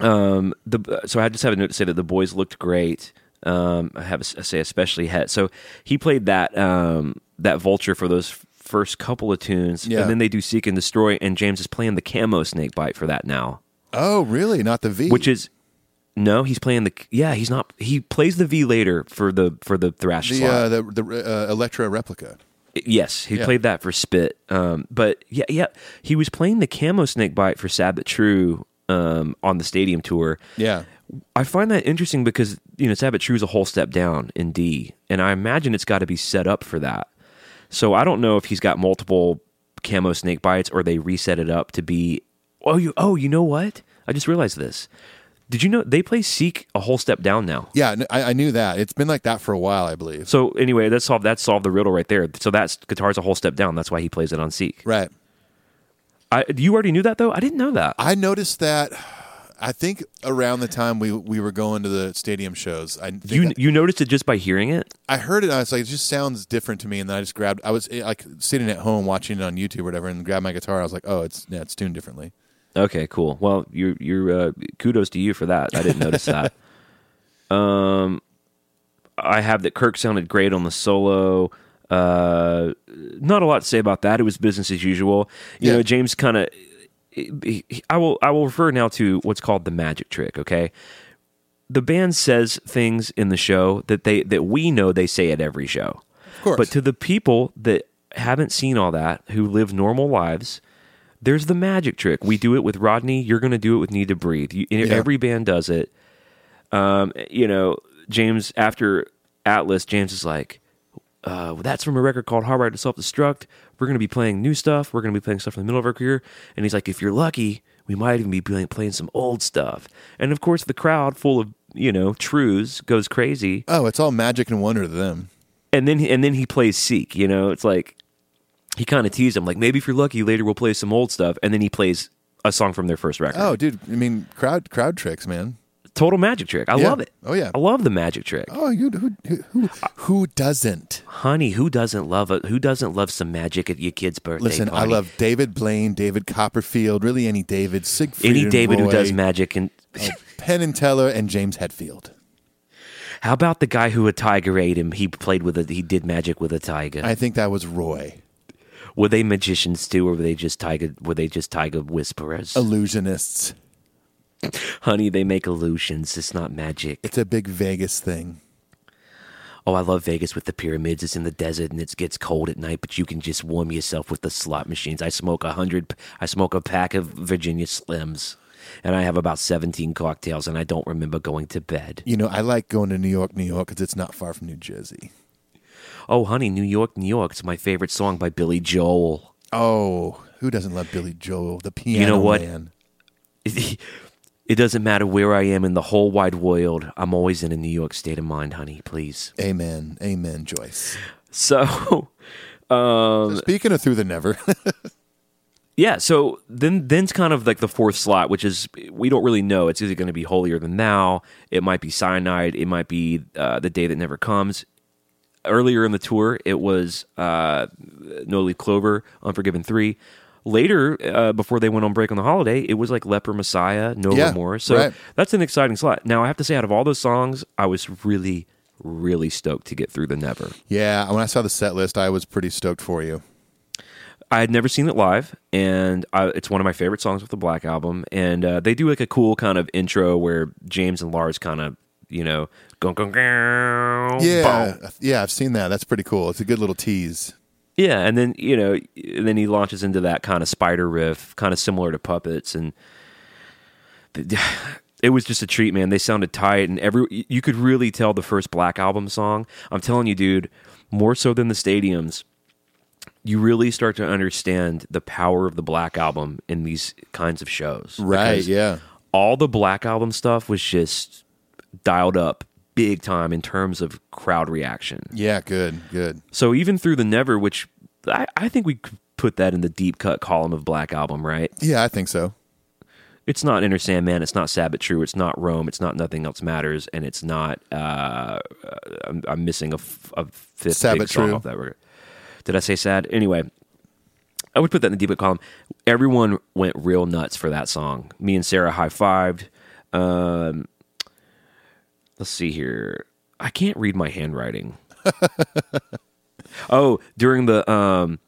Speaker 3: um, the so I just have a note to say that the boys looked great. Um, I have a s- I say especially Het. So he played that um that vulture for those f- first couple of tunes,
Speaker 2: Yeah.
Speaker 3: and then they do seek and destroy, and James is playing the camo snake bite for that now,
Speaker 2: Oh, really? Not the V.
Speaker 3: which is. No, he's playing the. Yeah, he's not. He plays the V later for the for the thrash
Speaker 2: The
Speaker 3: slot.
Speaker 2: uh, the, the uh, Electra replica.
Speaker 3: Yes, he
Speaker 2: Yeah.
Speaker 3: played that for Spit. Um, but yeah, yeah, he was playing the Camo Snake Bite for Sabbath True um, on the stadium tour.
Speaker 2: Yeah.
Speaker 3: I find that interesting because you know Sabbath True is a whole step down in D, and I imagine it's got to be set up for that. So I don't know if he's got multiple Camo Snake Bites or they reset it up to be. Oh, you. Oh, you know what? I just realized this. Did you know they play Seek a whole step down now?
Speaker 2: Yeah, n- I, I knew that. It's been like that for a while, I believe.
Speaker 3: So anyway, that solved that solved the riddle right there. So that's guitar's a whole step down. That's why he plays it on Seek.
Speaker 2: Right.
Speaker 3: I, you already knew that though. I didn't know that.
Speaker 2: I noticed that. I think around the time we we were going to the stadium shows, I think
Speaker 3: you you noticed it just by hearing it.
Speaker 2: I heard it. And I was like, it just sounds different to me. And then I just grabbed. I was eh, like sitting at home watching it on YouTube or whatever, and grabbed my guitar. I was like, oh, it's yeah, it's tuned differently.
Speaker 3: Okay, cool. Well, you're you're uh, kudos to you for that. I didn't notice that. Um, I have that Kirk sounded great on the solo. Uh, not a lot to say about that. It was business as usual. You
Speaker 2: Yeah.
Speaker 3: know, James kind of. I will I will refer now to what's called the magic trick. Okay, the band says things in the show that they that we know they say at every show. Of
Speaker 2: course.
Speaker 3: But to the people that haven't seen all that, who live normal lives, there's the magic trick. We do it with Rodney. You're going to do it with Need to Breathe. You, Every band does it. Um, you know, James after Atlas, James is like, uh, that's from a record called Hard Right to Self Destruct. We're going to be playing new stuff. We're going to be playing stuff from the middle of our career. And he's like, if you're lucky, we might even be playing, playing some old stuff. And of course, the crowd full of, you know, trues goes crazy.
Speaker 2: Oh, it's all magic and wonder to them.
Speaker 3: And then, and then he plays Seek, you know, it's like he kind of teased him, like, maybe if you're lucky, later we'll play some old stuff. And then he plays a song from their first record.
Speaker 2: Oh, dude. I mean, crowd crowd tricks, man.
Speaker 3: Total magic trick. I
Speaker 2: Yeah.
Speaker 3: love it.
Speaker 2: Oh, yeah.
Speaker 3: I love the magic trick.
Speaker 2: Oh, you who who who doesn't?
Speaker 3: Honey, who doesn't love a, who doesn't love some magic at your kid's birthday?
Speaker 2: Listen, I
Speaker 3: party?
Speaker 2: love David Blaine, David Copperfield, really any David Siegfried,
Speaker 3: any
Speaker 2: and
Speaker 3: David who
Speaker 2: Roy, Oh,
Speaker 3: does magic and
Speaker 2: Penn and Teller, and James Hetfield.
Speaker 3: How about the guy who a tiger ate him? He played with a he did magic with a tiger.
Speaker 2: I think that was Roy,
Speaker 3: were they magicians too, or were they just tiger? Were they just tiger whisperers?
Speaker 2: illusionists.
Speaker 3: Honey, they make illusions. It's not magic.
Speaker 2: It's a big Vegas thing.
Speaker 3: Oh, I love Vegas with the pyramids. It's in the desert and it gets cold at night, but you can just warm yourself with the slot machines. I smoke a hundred. I smoke a pack of Virginia Slims, and I have about seventeen cocktails, and I don't remember going to bed.
Speaker 2: You know, I like going to New York, New York, because it's not far from New Jersey.
Speaker 3: Oh, honey, New York, New York. It's my favorite song by Billy Joel.
Speaker 2: Oh, who doesn't love Billy Joel, the piano
Speaker 3: know what?
Speaker 2: man?
Speaker 3: It doesn't matter where I am in the whole wide world. I'm always in a New York state of mind, honey, please.
Speaker 2: Amen, amen, Joyce.
Speaker 3: So,
Speaker 2: So
Speaker 3: Um,
Speaker 2: speaking of through the never,
Speaker 3: yeah, so then then's kind of like the fourth slot, which is we don't really know. It's either going to be holier than thou, it might be cyanide, it might be uh, the day that never comes. Earlier in the tour, it was uh, No Leaf Clover, Unforgiven 3. Later, uh, before they went on break on the holiday, it was like Leper Messiah, No
Speaker 2: Yeah,
Speaker 3: Remorse. So
Speaker 2: right.
Speaker 3: that's an exciting slot. Now, I have to say, out of all those songs, I was really, really stoked to get through the Never.
Speaker 2: yeah, when I saw the set list, I was pretty stoked for you.
Speaker 3: I had never seen it live, and I, it's one of my favorite songs with the Black album. And uh, they do like a cool kind of intro where James and Lars kind of, you know, go go go.
Speaker 2: Yeah, yeah, I've seen that. That's pretty cool. It's a good little tease.
Speaker 3: Yeah, and then you know, and then he launches into that kind of spider riff, kind of similar to puppets, and th- it was just a treat, man. They sounded tight, and every you could really tell the first Black album song. I'm telling you, dude, more so than the stadiums, you really start to understand the power of the Black album in these kinds of shows.
Speaker 2: Right?
Speaker 3: Because
Speaker 2: Yeah.
Speaker 3: all the Black album stuff was just dialed up big time in terms of crowd reaction.
Speaker 2: Yeah. Good. Good.
Speaker 3: So even through the Never, which I, I think we could put that in the deep cut column of Black Album, right?
Speaker 2: Yeah, I think so.
Speaker 3: It's not Inner Sandman, it's not Sabbath True, it's not Rome, it's not Nothing Else Matters, and it's not. Uh, I'm, I'm missing a, f- a fifth
Speaker 2: Sabbath
Speaker 3: big song
Speaker 2: True.
Speaker 3: off that record. Did I say sad? Anyway, I would put that in the deep cut column. Everyone went real nuts for that song. Me and Sarah high fived. Um, let's see here. I can't read my handwriting. oh, during the um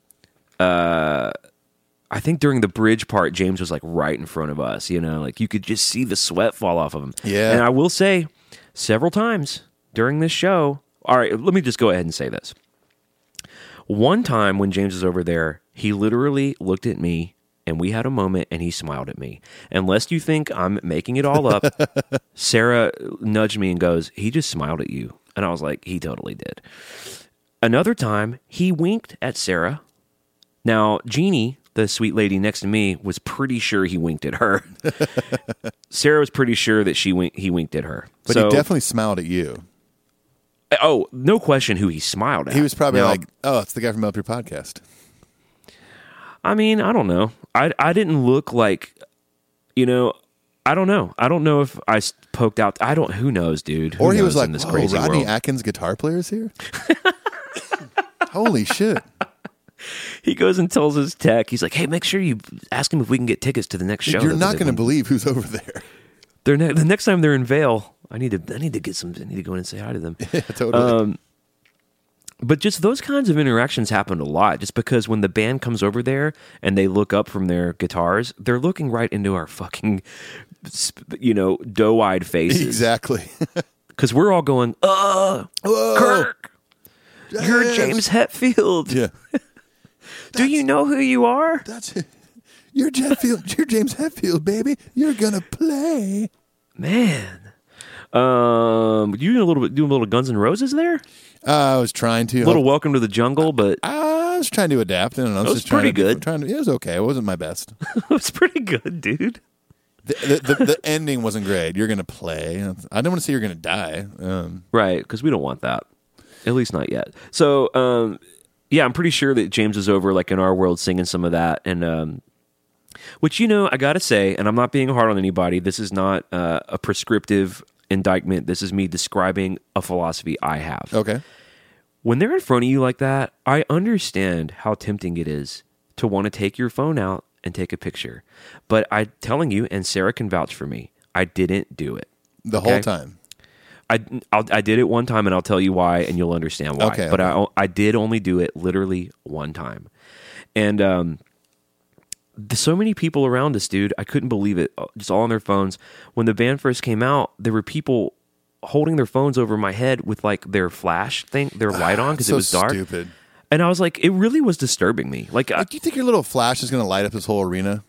Speaker 3: I think during the bridge part, James was like right in front of us. You know, like you could just see the sweat fall off of him.
Speaker 2: Yeah.
Speaker 3: And I will say, several times during this show. All right, let me just go ahead and say this. One time when James was over there, he literally looked at me and we had a moment and he smiled at me. Unless you think I'm making it all up, Sarah nudged me and goes, He just smiled at you. And I was like, He totally did. Another time, he winked at Sarah. Now, Jeannie, the sweet lady next to me, was pretty sure he winked at her. Sarah was pretty sure that she wink- he winked at her.
Speaker 2: But
Speaker 3: So-
Speaker 2: he definitely smiled at you.
Speaker 3: Oh, no question who he smiled at.
Speaker 2: He was probably
Speaker 3: Now,
Speaker 2: like, "Oh, it's the guy from Up Your Podcast."
Speaker 3: I mean, I don't know. I I didn't look like, you know, I don't know. I don't know if I s- poked out. I don't. Who knows, dude? Who
Speaker 2: Or he was
Speaker 3: knows
Speaker 2: like,
Speaker 3: in this
Speaker 2: "Whoa,
Speaker 3: crazy
Speaker 2: Rodney
Speaker 3: world.
Speaker 2: Atkins guitar player is here." Holy shit!
Speaker 3: he goes and tells his tech. He's like, hey, make sure you ask him if we can get tickets to the next show.
Speaker 2: You're not
Speaker 3: going
Speaker 2: going to believe who's over there.
Speaker 3: They're ne- the next time they're in Vale. I need to. I need to get some. I need to go in and say hi to them.
Speaker 2: totally.
Speaker 3: Um, but just those kinds of interactions happened a lot just because when the band comes over there and they look up from their guitars they're looking right into our fucking sp- you know doe-eyed faces
Speaker 2: exactly.
Speaker 3: because we're all going uh
Speaker 2: Whoa.
Speaker 3: kirk you're james hetfield
Speaker 2: Yeah.
Speaker 3: do you know who you are
Speaker 2: That's it. You're Jeff Field. You're James Hetfield, baby. You're gonna play.
Speaker 3: man um you doing a little bit doing a little guns N' roses there
Speaker 2: Uh, I was trying to.
Speaker 3: a little welcome to the jungle but
Speaker 2: I was trying to adapt, and I was,
Speaker 3: was
Speaker 2: just trying
Speaker 3: pretty
Speaker 2: to,
Speaker 3: good.
Speaker 2: Trying to, it was okay. It wasn't my best.
Speaker 3: it's pretty good dude
Speaker 2: The, the, the, the ending wasn't great. You're gonna play. I don't want to say you're gonna die. Um,
Speaker 3: Right, because we don't want that. At least not yet. So, um, yeah, I'm pretty sure that James is over like in our world singing some of that, and um, which you know I gotta say, and I'm not being hard on anybody. This is not uh, a prescriptive indictment. This is me describing a philosophy I have.
Speaker 2: okay.
Speaker 3: When they're in front of you like that, I understand how tempting it is to want to take your phone out and take a picture. But I'm telling you, and Sarah can vouch for me, I didn't do it.
Speaker 2: The whole
Speaker 3: Okay.
Speaker 2: time.
Speaker 3: I, I'll, I did it one time and I'll tell you why and you'll understand why.
Speaker 2: Okay,
Speaker 3: but uh, I, I did only do it literally one time. And um, there's so many people around us, dude. I couldn't believe it. uh, Just all on their phones. When the band first came out, there were people holding their phones over my head with like their flash thing, their light on because
Speaker 2: Ah, so
Speaker 3: it was dark.
Speaker 2: stupid.
Speaker 3: And I was like, it really was disturbing me. Like, I,
Speaker 2: Like, do you think your little flash is gonna light up this whole arena?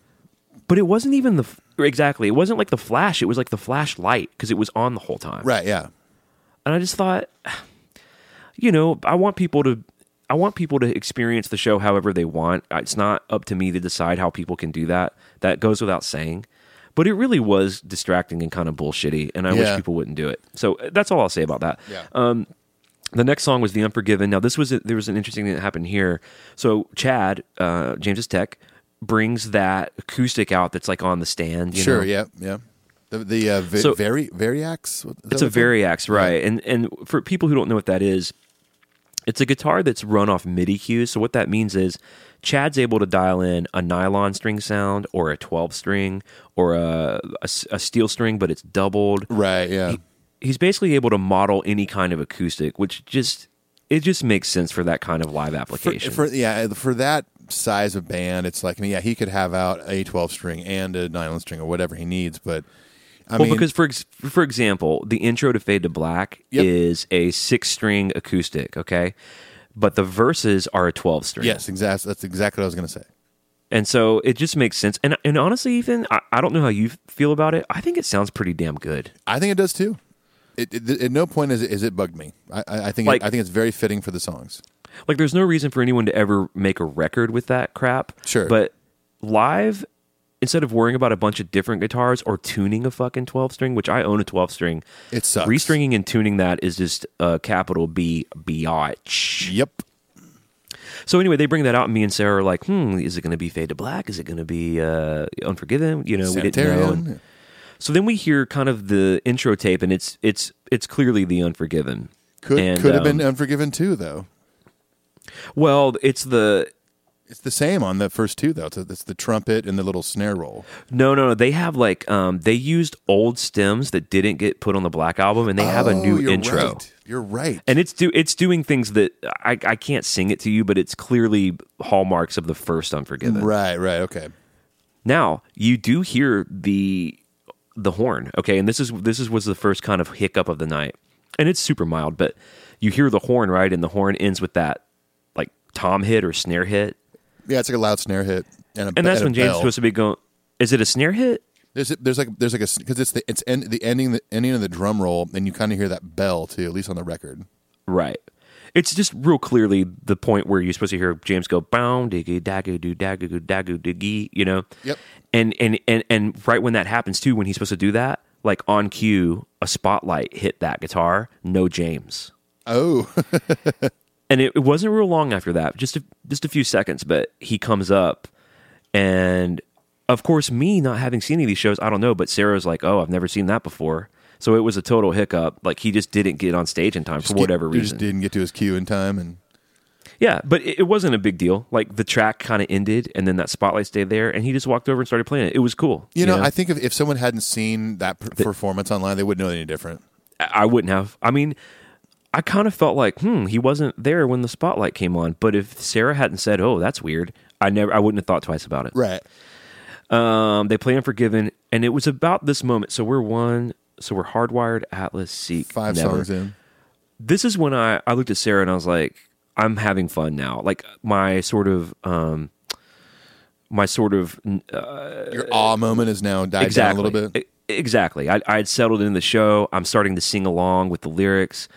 Speaker 3: but it wasn't even the f- exactly. It wasn't like the flash. It was like the flashlight because it was on the whole time.
Speaker 2: Right. Yeah.
Speaker 3: and I just thought, you know, I want people to, I want people to experience the show however they want. It's not up to me to decide how people can do that. That goes without saying. But it really was distracting and kind of bullshitty, and I
Speaker 2: Yeah.
Speaker 3: wish people wouldn't do it. So uh, that's all I'll say about that.
Speaker 2: Yeah.
Speaker 3: Um, the next song was "The Unforgiven." Now, this was a, there was an interesting thing that happened here. So Chad, uh, James's tech, brings that acoustic out that's like on the stand. You
Speaker 2: sure.
Speaker 3: know?
Speaker 2: Yeah. Yeah. The the uh, vi-
Speaker 3: So-
Speaker 2: vari- variax. What- is that
Speaker 3: It's a
Speaker 2: what called?
Speaker 3: Variax, right? And and for people who don't know what that is, it's a guitar that's run off MIDI cues. So what that means is Chad's able to dial in a nylon string sound or a 12 string or a, a s- a steel string, but it's doubled.
Speaker 2: Right. Yeah.
Speaker 3: He's basically able to model any kind of acoustic, which just it just makes sense for that kind of live
Speaker 2: for,
Speaker 3: application.
Speaker 2: for yeah uh, for that size of band it's like i mean yeah he could have out a 12 string and a 9 string or whatever he needs but i
Speaker 3: well,
Speaker 2: mean
Speaker 3: because for ex- for example, the intro to Fade to Black
Speaker 2: Yep.
Speaker 3: is a six string acoustic, okay, but the verses are a twelve string.
Speaker 2: yes exactly that's exactly what i was going to say
Speaker 3: And so it just makes sense. And and honestly, Ethan, I, I don't know how you feel about it. I think it sounds pretty damn good.
Speaker 2: i think it does too it, it, at no point is it, is it bugged me i, I I think
Speaker 3: Like-
Speaker 2: it, i think it's very fitting for the songs
Speaker 3: Like there's no reason for anyone to ever make a record with that crap.
Speaker 2: Sure.
Speaker 3: But live, instead of worrying about a bunch of different guitars or tuning a fucking twelve string, which I own a twelve string,
Speaker 2: It sucks.
Speaker 3: Restringing and tuning that is just uh, capital B biatch.
Speaker 2: yep
Speaker 3: So anyway, they bring that out, and me and Sarah are like, "Hmm, is it going to be Fade to Black? Is it going to be uh, Unforgiven? You know, we didn't know."
Speaker 2: Sanitarium.
Speaker 3: So then we hear kind of the intro tape, and it's it's it's clearly the Unforgiven.
Speaker 2: could
Speaker 3: And,
Speaker 2: could have been
Speaker 3: um,
Speaker 2: unforgiven too though
Speaker 3: well, it's the
Speaker 2: It's the same on the first two though. It's, it's the trumpet and the little snare roll.
Speaker 3: No, no, no. They have like um, they used old stems that didn't get put on the Black album, and they have a
Speaker 2: Oh,
Speaker 3: new
Speaker 2: you're
Speaker 3: intro.
Speaker 2: right. You're right.
Speaker 3: And it's do it's doing things that I, I can't sing it to you, but it's clearly hallmarks of the first Unforgiven.
Speaker 2: right, right, okay.
Speaker 3: Now you do hear the the horn, okay, and this is this is was the first kind of hiccup of the night, and it's super mild, but you hear the horn right, and the horn ends with that like tom hit or snare hit,
Speaker 2: Yeah, it's like a loud snare hit and a
Speaker 3: and that's when James is
Speaker 2: bell.
Speaker 3: supposed to be going. Is it a snare hit?
Speaker 2: There's a, there's like there's like a because it's the it's end, the ending the ending of the drum roll and you kind of hear that bell too at least on the record.
Speaker 3: Right. It's just real clearly the point where you're supposed to hear James go bow diggy daggy doo daggy doo daggy diggy, you know.
Speaker 2: Yep.
Speaker 3: And and and and right when that happens too, when he's supposed to do that, like on cue, a spotlight hit that guitar. No James.
Speaker 2: Oh,
Speaker 3: and it, it wasn't real long after that just a, just a few seconds but he comes up and of course me not having seen any of these shows i don't know but sarah's like oh i've never seen that before so it was a total hiccup like he just didn't get on stage in time for whatever
Speaker 2: he just
Speaker 3: reason
Speaker 2: didn't get to his cue in time and
Speaker 3: yeah but it, it wasn't a big deal like the track kind of ended and then that spotlight stayed there and he just walked over and started playing it it was cool
Speaker 2: you know I think if, if someone hadn't seen that per- performance online they wouldn't know any different.
Speaker 3: I wouldn't have. I mean, I kind of felt like, hmm, he wasn't there when the spotlight came on. But if Sarah hadn't said, "Oh, that's weird," I never, I wouldn't have thought twice about it.
Speaker 2: Right.
Speaker 3: Um, they play Unforgiven, and it was about this moment. So we're one. So we're hardwired, Atlas, Seek,
Speaker 2: Five
Speaker 3: Never.
Speaker 2: songs in.
Speaker 3: This is when I I looked at Sarah and I was like, I'm having fun now. Like my sort of um, my sort of
Speaker 2: Your awe moment is now died
Speaker 3: exactly
Speaker 2: down a little bit.
Speaker 3: E- Exactly. I I had settled in the show. I'm starting to sing along with the lyrics.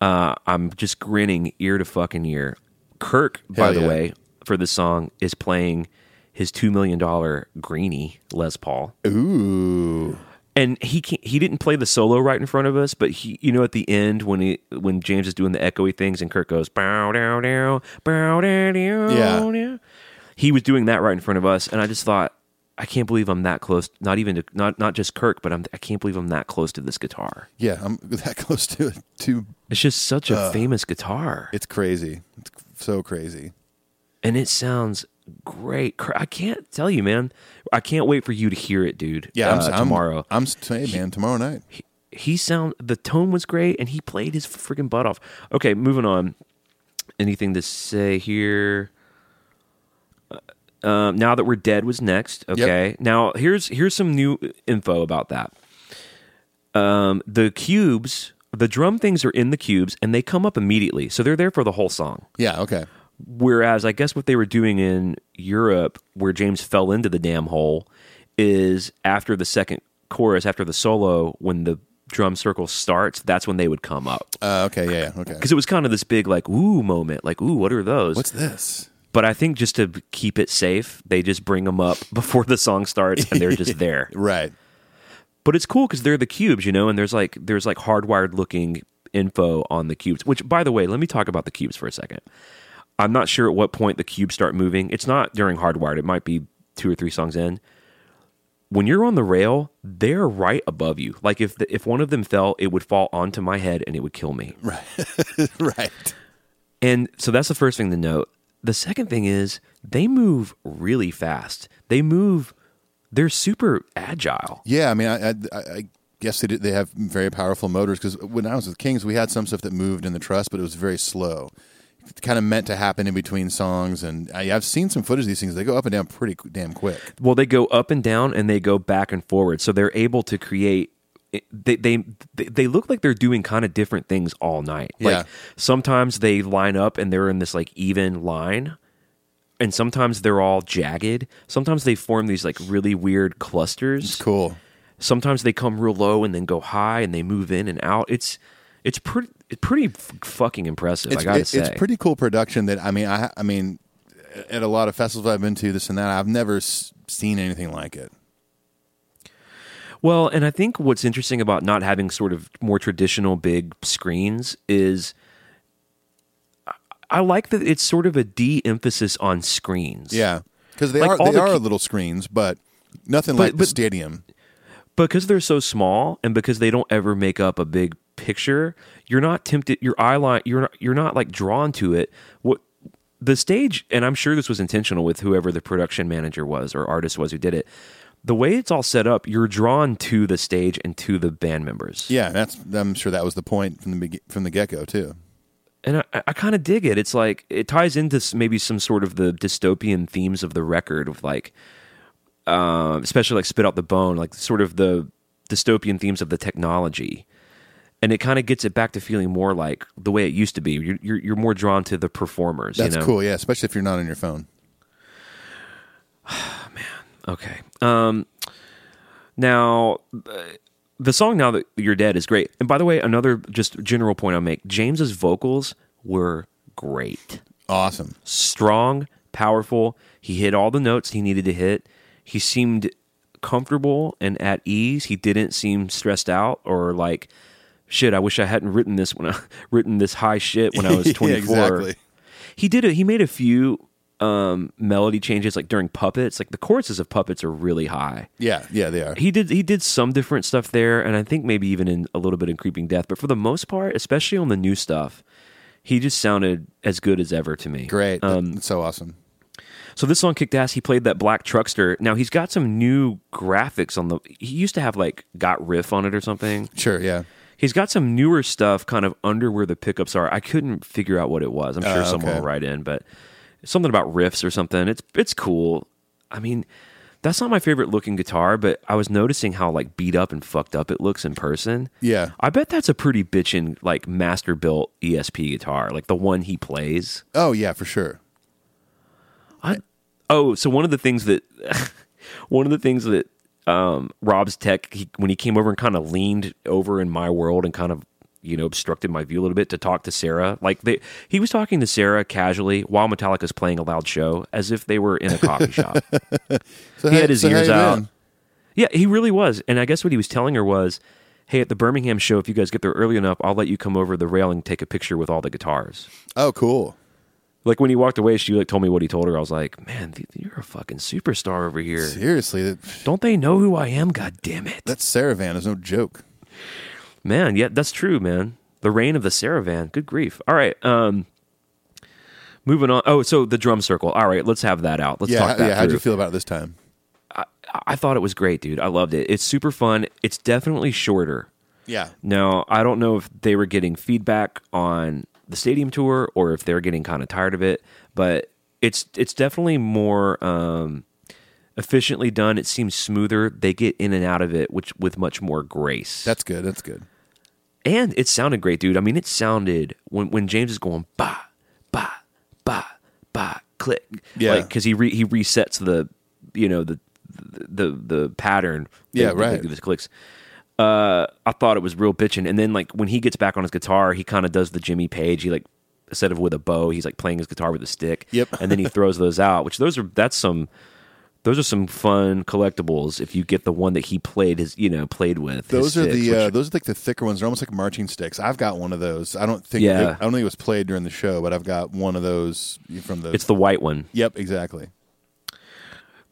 Speaker 3: Uh, I'm just grinning ear to fucking ear. Kirk, by
Speaker 2: Hell
Speaker 3: the
Speaker 2: yeah.
Speaker 3: way, for this song is playing his two million dollar greenie Les Paul.
Speaker 2: Ooh.
Speaker 3: and he can't, he didn't play the solo right in front of us, but he you know at the end when he when James is doing the echoey things and Kirk goes bow down down bow down down
Speaker 2: Yeah.
Speaker 3: down," he was doing that right in front of us, and I just thought I can't believe I'm that close. Not even to not not just Kirk, but I'm I can't believe I'm that close to this guitar.
Speaker 2: Yeah, I'm that close to it. To
Speaker 3: It's just such a famous guitar,
Speaker 2: it's crazy. It's so crazy.
Speaker 3: and it sounds great. Cr- I can't tell you, man. I can't wait for you to hear it, dude.
Speaker 2: Yeah,
Speaker 3: uh,
Speaker 2: I'm, I'm-
Speaker 3: tomorrow.
Speaker 2: I'm, hey, man, tomorrow night.
Speaker 3: he sound the tone was great and he played his freaking butt off. Okay, moving on. Anything to say here? Uh, Um, now that we're dead was next. Okay. Now here's here's some new info about that. Um, the cubes, the drum things are in the cubes and they come up immediately, so they're there for the whole song.
Speaker 2: Yeah, okay.
Speaker 3: Whereas I guess what they were doing in Europe, where James fell into the damn hole, is after the second chorus, after the solo, when the drum circle starts, that's when they would come up.
Speaker 2: Uh, okay, yeah, yeah, okay.
Speaker 3: Because it was kind of this big, like, ooh moment, like, ooh, what are those?
Speaker 2: What's this?
Speaker 3: but I think just to keep it safe, they just bring them up before the song starts and they're just there.
Speaker 2: Right.
Speaker 3: But it's cool because they're the cubes, you know, and there's like there's like hardwired looking info on the cubes. Which, by the way, let me talk about the cubes for a second. I'm not sure at what point the cubes start moving. It's not during hardwired. It might be two or three songs in. When you're on the rail, they're right above you. Like if the, if one of them fell, it would fall onto my head and it would kill me.
Speaker 2: right.
Speaker 3: And so that's the first thing to note. The second thing is they move really fast. They move. They're super agile.
Speaker 2: Yeah, I mean, I, I, I guess they, do, they have very powerful motors because when I was with Kings, we had some stuff that moved in the truss, but it was very slow. It kind of meant to happen in between songs, and I, I've seen some footage of these things. They go up and down pretty qu- damn quick.
Speaker 3: Well, they go up and down and they go back and forward. So they're able to create. They they they look like they're doing kind of different things all night.
Speaker 2: Yeah.
Speaker 3: Like sometimes they line up and they're in this like even line, and sometimes they're all jagged. Sometimes they form these like really weird clusters.
Speaker 2: Cool.
Speaker 3: Sometimes they come real low and then go high and they move in and out. It's it's pretty pretty f- fucking impressive. I
Speaker 2: It's,
Speaker 3: gotta
Speaker 2: it-
Speaker 3: say,
Speaker 2: it's pretty cool production. That I mean, I, I mean, at a lot of festivals I've been to, this and that, I've never s- seen anything like it.
Speaker 3: Well, and I think what's interesting about not having sort of more traditional big screens is I- I like that it's sort of a de-emphasis on screens.
Speaker 2: Yeah, because they
Speaker 3: Like, all
Speaker 2: are they
Speaker 3: the
Speaker 2: are
Speaker 3: ki-
Speaker 2: little screens, but nothing like the
Speaker 3: but-
Speaker 2: stadium.
Speaker 3: Because they're so small and because they don't ever make up a big picture, you're not tempted your eye line you're not you're not like drawn to it. What the stage, and I'm sure this was intentional with whoever the production manager was or artist was who did it. The way it's all set up, you're drawn to the stage and to the band members.
Speaker 2: Yeah, that's. I'm sure that was the point from the beg- from the get go too.
Speaker 3: and I, I kind of dig it. It's like it ties into s- maybe some sort of the dystopian themes of the record, of like, uh, especially like "Spit Out the Bone," like sort of the dystopian themes of the technology, and it kind of gets it back to feeling more like the way it used to be. You're you're, you're more drawn to the performers.
Speaker 2: That's
Speaker 3: you know?
Speaker 2: cool. Yeah, especially if you're not on your phone.
Speaker 3: Okay. Um, now, uh, the song "Now That You're Dead" is great. And by the way, another just general point I'll make: James's vocals were great.
Speaker 2: Awesome.
Speaker 3: strong, powerful. He hit all the notes he needed to hit. He seemed comfortable and at ease. He didn't seem stressed out or like shit. I wish I hadn't written this when I written this high shit when I was
Speaker 2: Yeah,
Speaker 3: twenty four.
Speaker 2: exactly.
Speaker 3: He did it. He made a few um, melody changes like during puppets. Like the choruses of puppets are really high.
Speaker 2: Yeah, yeah, they are.
Speaker 3: He did he did some different stuff there, and I think maybe even in a little bit in Creeping Death. But for the most part, especially on the new stuff, he just sounded as good as ever to me.
Speaker 2: Great. That's so awesome.
Speaker 3: So this song kicked ass. He played that black truckster. Now he's got some new graphics on the. He used to have like got riff on it or something.
Speaker 2: Sure. Yeah.
Speaker 3: He's got some newer stuff kind of under where the pickups are. I couldn't figure out what it was. I'm sure someone
Speaker 2: Ah, okay.
Speaker 3: will write in, but something about riffs or something. It's it's cool. I mean, that's not my favorite looking guitar, but I was noticing how like beat up and fucked up it looks in person.
Speaker 2: Yeah.
Speaker 3: I bet that's a pretty bitchin' like master built ESP guitar, like the one he plays.
Speaker 2: Oh yeah, for sure.
Speaker 3: I, oh, so one of the things that one of the things that um, Rob's tech he, when he came over and kind of leaned over in my world and kind of you know obstructed my view a little bit to talk to Sarah. Like they, he was talking to Sarah casually while Metallica's playing a loud show as if they were in a coffee shop.
Speaker 2: So
Speaker 3: He
Speaker 2: how-
Speaker 3: had his
Speaker 2: so how
Speaker 3: ears
Speaker 2: you
Speaker 3: out.
Speaker 2: doing?
Speaker 3: Yeah, he really was. And I guess what he was telling her was, "Hey, at the Birmingham show, if you guys get there early enough, I'll let you come over the railing and take a picture with all the guitars."
Speaker 2: Oh, cool.
Speaker 3: Like when he walked away, she like told me what he told her. I was like, "Man, th- you're a fucking superstar over here."
Speaker 2: Seriously, that,
Speaker 3: Don't they know who I am? God damn it.
Speaker 2: that Saravan is no joke.
Speaker 3: man, yeah, that's true, man. The reign of the Saravan. Good grief. All right. Um moving on. Oh, so the drum circle. All right, let's have that out. Let's
Speaker 2: Yeah,
Speaker 3: talk
Speaker 2: how-
Speaker 3: that
Speaker 2: yeah. How'd
Speaker 3: through.
Speaker 2: you feel about it this time?
Speaker 3: I- I thought it was great, dude. I loved it. It's super fun. It's definitely shorter.
Speaker 2: Yeah.
Speaker 3: Now, I don't know if they were getting feedback on the stadium tour or if they're getting kind of tired of it, but it's it's definitely more um, efficiently done. It seems smoother. They get in and out of it, which with much more grace.
Speaker 2: That's good. That's good.
Speaker 3: And it sounded great, dude. I mean, it sounded when when James is going ba ba ba ba click,
Speaker 2: Yeah.
Speaker 3: because he re, he resets the you know the the the pattern.
Speaker 2: Yeah,
Speaker 3: They- they
Speaker 2: right.
Speaker 3: do the clicks. Uh, I thought it was real bitching. And then like when he gets back on his guitar, he kind of does the Jimmy Page. He like instead of with a bow, he's like playing his guitar with a stick.
Speaker 2: Yep.
Speaker 3: and then he throws those out, which those are that's some. Those are some fun collectibles if you get the one that he played his, you know, played with. his
Speaker 2: Those are
Speaker 3: sticks,
Speaker 2: the
Speaker 3: which-
Speaker 2: uh, those are like the thicker ones. They're almost like marching sticks. I've got one of those. I don't think
Speaker 3: Yeah.
Speaker 2: I don't think it was played during the show, but I've got one of those from the.
Speaker 3: it's the white one.
Speaker 2: yep, exactly.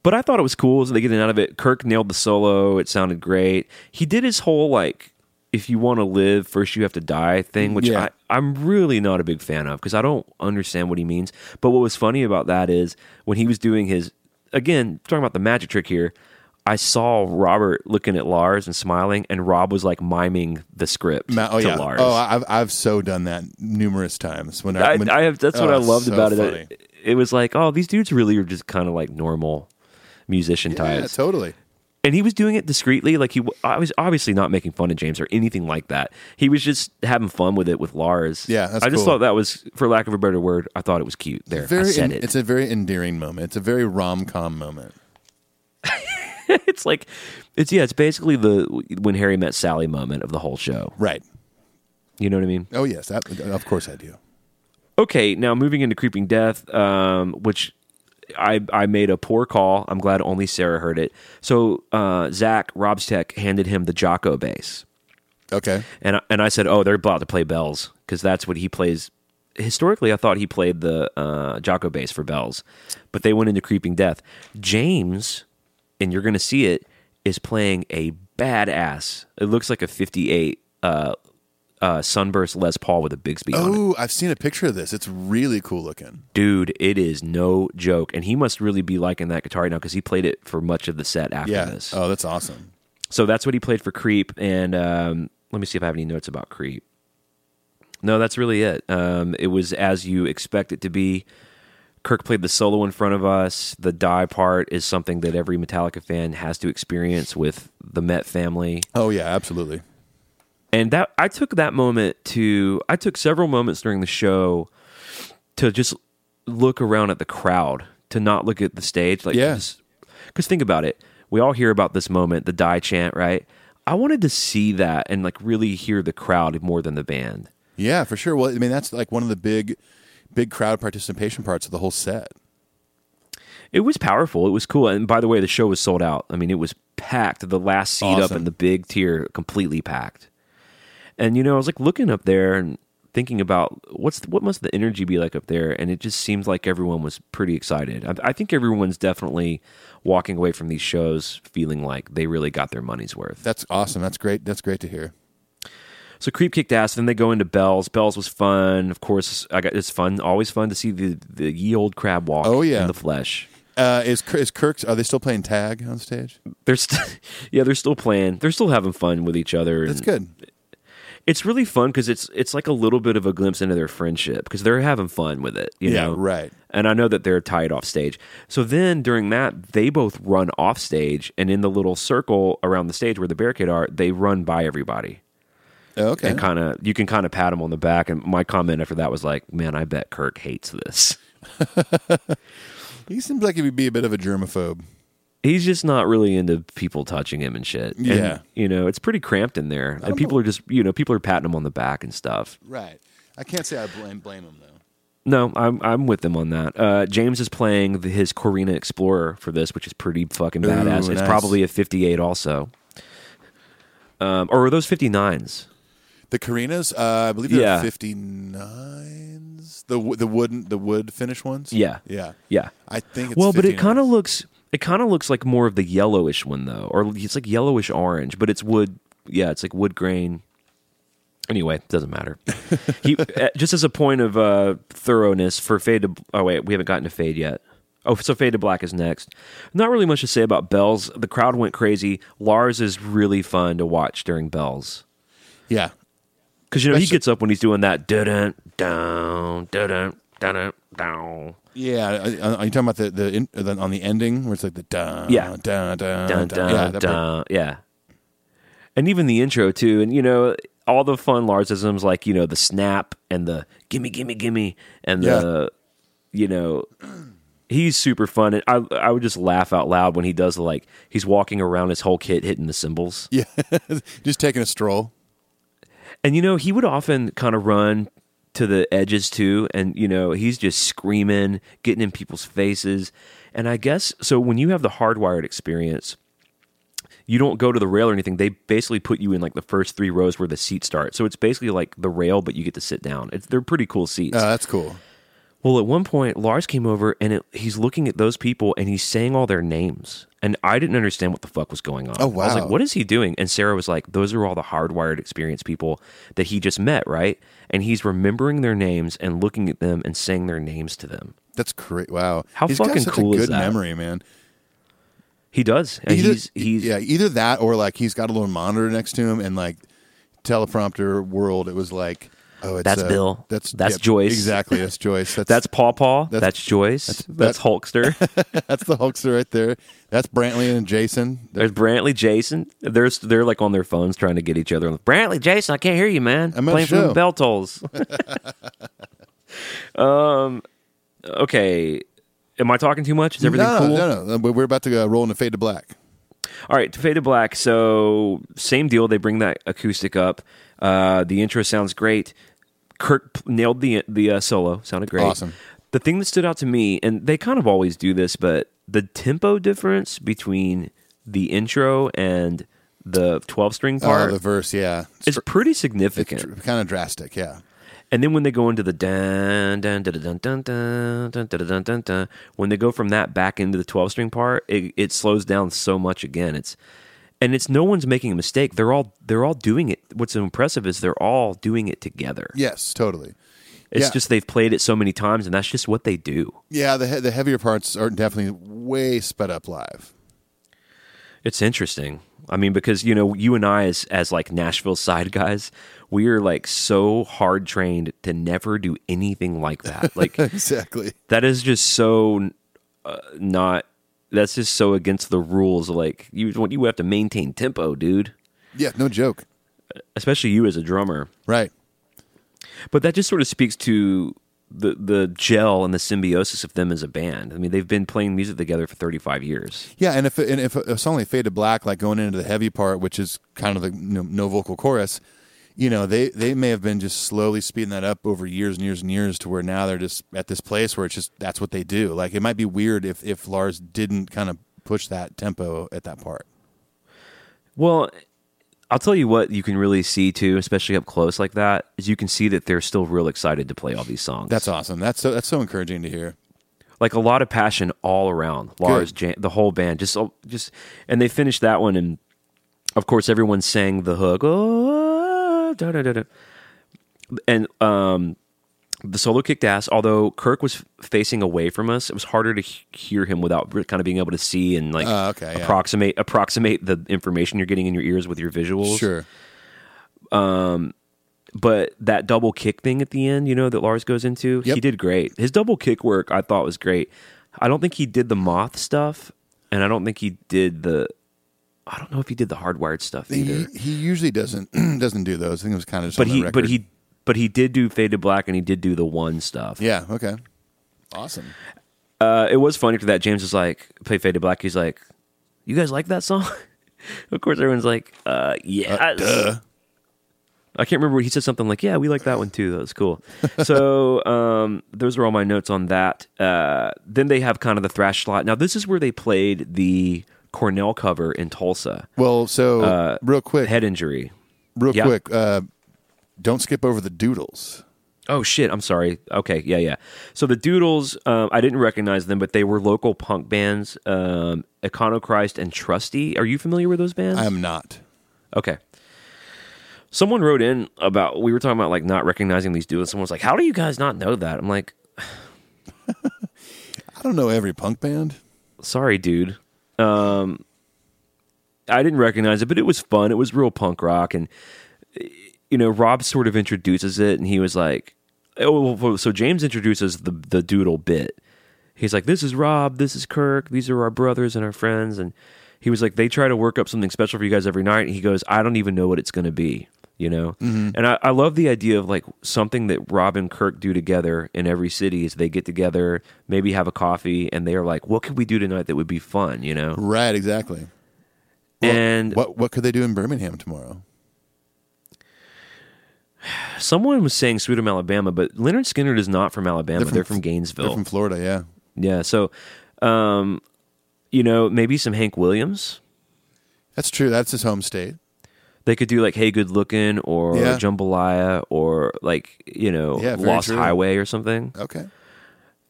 Speaker 3: But I thought it was cool as they get in and out of it. Kirk nailed the solo. It sounded great. He did his whole like, if you want to live, first you have to die thing, which
Speaker 2: Yeah.
Speaker 3: I, I'm really not a big fan of because I don't understand what he means. But what was funny about that is when he was doing his, again, talking about the magic trick here, I saw Robert looking at Lars and smiling, and Rob was like miming the script
Speaker 2: Ma- oh
Speaker 3: to
Speaker 2: yeah.
Speaker 3: Lars.
Speaker 2: Oh, I've I've so done that numerous times. When
Speaker 3: I,
Speaker 2: when-
Speaker 3: I have. That's what
Speaker 2: Oh,
Speaker 3: I loved
Speaker 2: so
Speaker 3: about
Speaker 2: funny.
Speaker 3: it. It was like, oh, these dudes really are just kind of like normal musician
Speaker 2: Yeah,
Speaker 3: types.
Speaker 2: totally.
Speaker 3: and he was doing it discreetly like he w- i was obviously not making fun of james or anything like that he was just having fun with it with lars
Speaker 2: Yeah, that's
Speaker 3: i just
Speaker 2: cool.
Speaker 3: thought that was for lack of a better word i thought it was cute there
Speaker 2: Very.
Speaker 3: i said
Speaker 2: en-
Speaker 3: it
Speaker 2: It's a very endearing moment. It's a very rom com moment.
Speaker 3: it's like it's yeah it's basically the when harry met sally moment of the whole show
Speaker 2: Right.
Speaker 3: you know what i mean
Speaker 2: Oh yes. That, of course I do.
Speaker 3: okay now moving into creeping death um, which I, I made a poor call i'm glad only sarah heard it so uh, zach robstech handed him the jocko bass
Speaker 2: Okay.
Speaker 3: and I, and I said, "Oh, they're about to play bells because that's what he plays." Historically, I thought he played the uh, Jocko bass for bells, but they went into Creeping Death. James, and you're going to see it, is playing a badass. It looks like a '58 uh, uh, Sunburst Les Paul with a Bigsby on it.
Speaker 2: Oh, I've seen a picture of this. It's really cool looking.
Speaker 3: dude, it is no joke. And he must really be liking that guitar right now because he played it for much of the set after
Speaker 2: Yeah.
Speaker 3: this.
Speaker 2: Oh, that's awesome.
Speaker 3: So that's what he played for Creep. And um, let me see if I have any notes about Creep. No, that's really it. Um, it was as you expect it to be. Kirk played the solo in front of us. The die part is something that every Metallica fan has to experience with the Met family.
Speaker 2: Oh yeah, absolutely.
Speaker 3: And that I took that moment to I took several moments during the show to just look around at the crowd, to not look at the stage. Like
Speaker 2: Yeah.
Speaker 3: because think about it. We all hear about this moment, the die chant, right? I wanted to see that and like really hear the crowd more than the band.
Speaker 2: Yeah, for sure. Well, I mean, that's like one of the big, big crowd participation parts of the whole set.
Speaker 3: It was powerful. It was cool. And by the way, the show was sold out. I mean, it was packed. The last seat up
Speaker 2: Awesome.
Speaker 3: in the big tier, completely packed. And you know, I was like looking up there and thinking about what's what must the energy be like up there, and it just seems like everyone was pretty excited. I, I think everyone's definitely walking away from these shows feeling like they really got their money's worth.
Speaker 2: That's awesome. That's great. That's great to hear.
Speaker 3: So Creep kicked ass. Then they go into Bells. Bells was fun, of course. I got it's fun, always fun to see the the ye old crab walk.
Speaker 2: Oh, yeah.
Speaker 3: in the flesh.
Speaker 2: Uh, is Kir- is Kirk's? Are they still playing tag on stage?
Speaker 3: They're still, yeah, they're still playing. They're still having fun with each other.
Speaker 2: That's
Speaker 3: and-
Speaker 2: good.
Speaker 3: it's really fun because it's it's like a little bit of a glimpse into their friendship because they're having fun with it. You
Speaker 2: Yeah,
Speaker 3: know?
Speaker 2: right.
Speaker 3: And I know that they're tied off stage. So then during that, they both run off stage, and in the little circle around the stage where the barricade are, they run by everybody.
Speaker 2: Okay.
Speaker 3: And kind of, you can kind of pat them on the back. And my comment after that was like, "Man, I bet Kirk hates this.
Speaker 2: He seems like he would be a bit of a germaphobe.
Speaker 3: He's just not really into people touching him and shit. And,
Speaker 2: Yeah.
Speaker 3: you know, it's pretty cramped in there, and people are just, you know, people are patting him on the back and stuff.
Speaker 2: Right. I can't say I blame blame him though.
Speaker 3: No, I'm I'm with them on that. Uh, James is playing the, his Corina Explorer for this, which is pretty fucking badass. It's
Speaker 2: nice.
Speaker 3: probably a 58 also. Um, or are those 59s?
Speaker 2: The Carinas, uh, I believe they're
Speaker 3: Yeah.
Speaker 2: 59s. The wo- the wooden the wood finish ones.
Speaker 3: Yeah.
Speaker 2: Yeah.
Speaker 3: Yeah.
Speaker 2: I think. It's
Speaker 3: well, but it
Speaker 2: 59s.
Speaker 3: kind of looks it kind of looks like more of the yellowish one though, or it's like yellowish orange, but it's wood. Yeah, it's like wood grain. Anyway, doesn't matter. he, uh, just as a point of uh, thoroughness for fade to oh wait, we haven't gotten to fade yet. Oh, so fade to black is next. Not really much to say about bells. The crowd went crazy. Lars is really fun to watch during bells.
Speaker 2: Yeah.
Speaker 3: Because you know he
Speaker 2: Especially-
Speaker 3: gets up when he's doing that dun down dun dun down.
Speaker 2: Yeah, are you talking about the the, in, the on the ending where it's like the dun
Speaker 3: Yeah.
Speaker 2: dun dun dun,
Speaker 3: dun, dun,
Speaker 2: yeah,
Speaker 3: yeah,
Speaker 2: that part.
Speaker 3: dun. yeah. And even the intro too, and you know all the fun Larsisms like you know the snap and the gimme gimme gimme and the you know he's super fun and I I would just laugh out loud when he does the, like he's walking around his whole kit hitting the cymbals
Speaker 2: yeah, just taking a stroll.
Speaker 3: and you know he would often kind of run to the edges too and you know he's just screaming getting in people's faces and I guess so when you have the hardwired experience you don't go to the rail or anything. They basically put you in like the first three rows where the seats start. So it's basically like the rail, but you get to sit down. It's, they're pretty cool seats.
Speaker 2: Uh, that's cool.
Speaker 3: well, at one point, Lars came over and it, he's looking at those people and he's saying all their names. And I didn't understand what the fuck was going on.
Speaker 2: Oh,
Speaker 3: I was
Speaker 2: wow.
Speaker 3: like, what is he doing? And Sarah was like, those are all the hardwired experience people that he just met, right? And he's remembering their names and looking at them and saying their names to them.
Speaker 2: That's great. Wow,
Speaker 3: How
Speaker 2: He's got
Speaker 3: fucking
Speaker 2: such
Speaker 3: cool
Speaker 2: a
Speaker 3: is
Speaker 2: good
Speaker 3: that?
Speaker 2: memory, man.
Speaker 3: He does. And
Speaker 2: Either-
Speaker 3: he's, he's,
Speaker 2: yeah, either that or like he's got a little monitor next to him and like teleprompter world. It was like, oh, it's,
Speaker 3: That's
Speaker 2: uh,
Speaker 3: Bill.
Speaker 2: That's
Speaker 3: That's Joyce.
Speaker 2: Exactly, that's Joyce. That's
Speaker 3: that's Paw Paw. That's,
Speaker 2: That's-
Speaker 3: Joyce.
Speaker 2: that's-
Speaker 3: that's
Speaker 2: that-
Speaker 3: Hulkster.
Speaker 2: that's the Hulkster right there. That's Brantley and Jason.
Speaker 3: There's Brantley, Jason. There's they're like on their phones trying to get each other. Brantley, Jason, I can't hear you, man.
Speaker 2: I'm at a
Speaker 3: playing from
Speaker 2: show.
Speaker 3: the bell tolls. um, okay. Am I talking too much? Is everything
Speaker 2: no,
Speaker 3: cool?
Speaker 2: no, no, no. We're about to go roll into fade to black.
Speaker 3: All right, to Fade to Black. So same deal. They bring that acoustic up. Uh, the intro sounds great. Kirk p- nailed the the uh, solo. Sounded great.
Speaker 2: Awesome.
Speaker 3: The thing that stood out to me, and they kind of always do this, but the tempo difference between the intro and the twelve string
Speaker 2: Oh,
Speaker 3: part
Speaker 2: the verse, yeah,
Speaker 3: is pretty significant.
Speaker 2: kind of drastic. Yeah,
Speaker 3: And then when they go into the dun dun dun dun dun dun dun dun dun dun dun, when they go from that back into the twelve string part, it, it slows down so much again. It's and it's no one's making a mistake. They're all they're all doing it. What's impressive is they're all doing it together.
Speaker 2: Yes, totally.
Speaker 3: It's
Speaker 2: yeah.
Speaker 3: just they've played it so many times, and that's just what they do.
Speaker 2: Yeah, the he- the heavier parts are definitely way sped up live.
Speaker 3: It's interesting. I mean, because you know, you and I, as as like Nashville side guys, we are like so hard trained to never do anything like that. Like
Speaker 2: Exactly.
Speaker 3: that is just so uh, not. That's just so against the rules. Like you, you have to maintain tempo, dude.
Speaker 2: Yeah, no joke.
Speaker 3: Especially you as a drummer.
Speaker 2: Right.
Speaker 3: But that just sort of speaks to the the gel and the symbiosis of them as a band. I mean, they've been playing music together for thirty five years.
Speaker 2: Yeah, and if and if a song like Fade to Black, like going into the heavy part, which is kind of the you know, no vocal chorus, you know, they they may have been just slowly speeding that up over years and years and years to where now they're just at this place where it's just that's what they do. Like it might be weird if if Lars didn't kind of push that tempo at that part.
Speaker 3: Well, I'll tell you what you can really see too, especially up close like that, is you can see that they're still real excited to play all these songs.
Speaker 2: That's awesome. That's so that's so encouraging to hear.
Speaker 3: like a lot of passion all around. Lars, Jan, the whole band, just all- just, and they finished that one, and of course everyone sang the hook. Oh, da, da, da, da. And um, the solo kicked ass. Although Kirk was facing away from us, it was harder to he- hear him without re- kind of being able to see and like
Speaker 2: Oh, okay, yeah.
Speaker 3: approximate approximate the information you're getting in your ears with your visuals.
Speaker 2: Sure.
Speaker 3: but that double kick thing at the end, you know, that Lars goes into,
Speaker 2: Yep.
Speaker 3: he did great. His double kick work I thought was great. I don't think he did the moth stuff, and I don't think he did the I don't know if he did the hardwired stuff
Speaker 2: He,
Speaker 3: either.
Speaker 2: he usually doesn't doesn't do those. I think it was kind of just
Speaker 3: But
Speaker 2: on the
Speaker 3: he but
Speaker 2: record.
Speaker 3: he but he did do faded black and he did do the one stuff.
Speaker 2: yeah okay awesome
Speaker 3: Uh, it was funny after that. James was like, play faded black. He's like, you guys like that song? of course, everyone's like, uh, yeah. I can't remember what he said something like, "Yeah, we like that one too. That was cool." so um, those were all my notes on that. Uh, then they have kind of the thrash slot. Now this is where they played the Cornell cover in Tulsa,
Speaker 2: Well, so real quick,
Speaker 3: Uh, head injury.
Speaker 2: real
Speaker 3: yeah.
Speaker 2: quick, uh, don't skip over the doodles.
Speaker 3: Oh shit! I'm sorry. Okay, yeah, yeah. So the Doodles, um, I didn't recognize them, but they were local punk bands, um, Iconochrist and Trusty. Are you familiar with those bands?
Speaker 2: I am not.
Speaker 3: Okay. Someone wrote in about we were talking about like not recognizing these dudes. Someone's like, "How do you guys not know that?" I'm like,
Speaker 2: I don't know every punk band.
Speaker 3: "Sorry, dude." Um I didn't recognize it, but it was fun. It was real punk rock and you know, Rob sort of introduces it and he was like, "Oh, well, so James introduces the the doodle bit." He's like, "This is Rob, this is Kirk, these are our brothers and our friends." And he was like, "They try to work up something special for you guys every night." And he goes, "I don't even know what it's going to be." You know, and I, I love the idea of like something that Rob and Kirk do together in every city is they get together, maybe have a coffee, and they are like, "What could we do tonight that would be fun?" You know,
Speaker 2: Right, exactly.
Speaker 3: and
Speaker 2: What what could they do in Birmingham tomorrow?
Speaker 3: someone was saying Sweet Home Alabama, but Leonard Skinner is not from Alabama; they're from, Gainesville.
Speaker 2: They're from Florida, yeah.
Speaker 3: Yeah. So, um, you know, maybe some Hank Williams.
Speaker 2: That's true. That's his home state.
Speaker 3: They could do like "Hey, Good Looking" or
Speaker 2: Yeah.
Speaker 3: "Jambalaya" or like you know
Speaker 2: Yeah, very
Speaker 3: "Lost
Speaker 2: true.
Speaker 3: Highway" or something.
Speaker 2: Okay.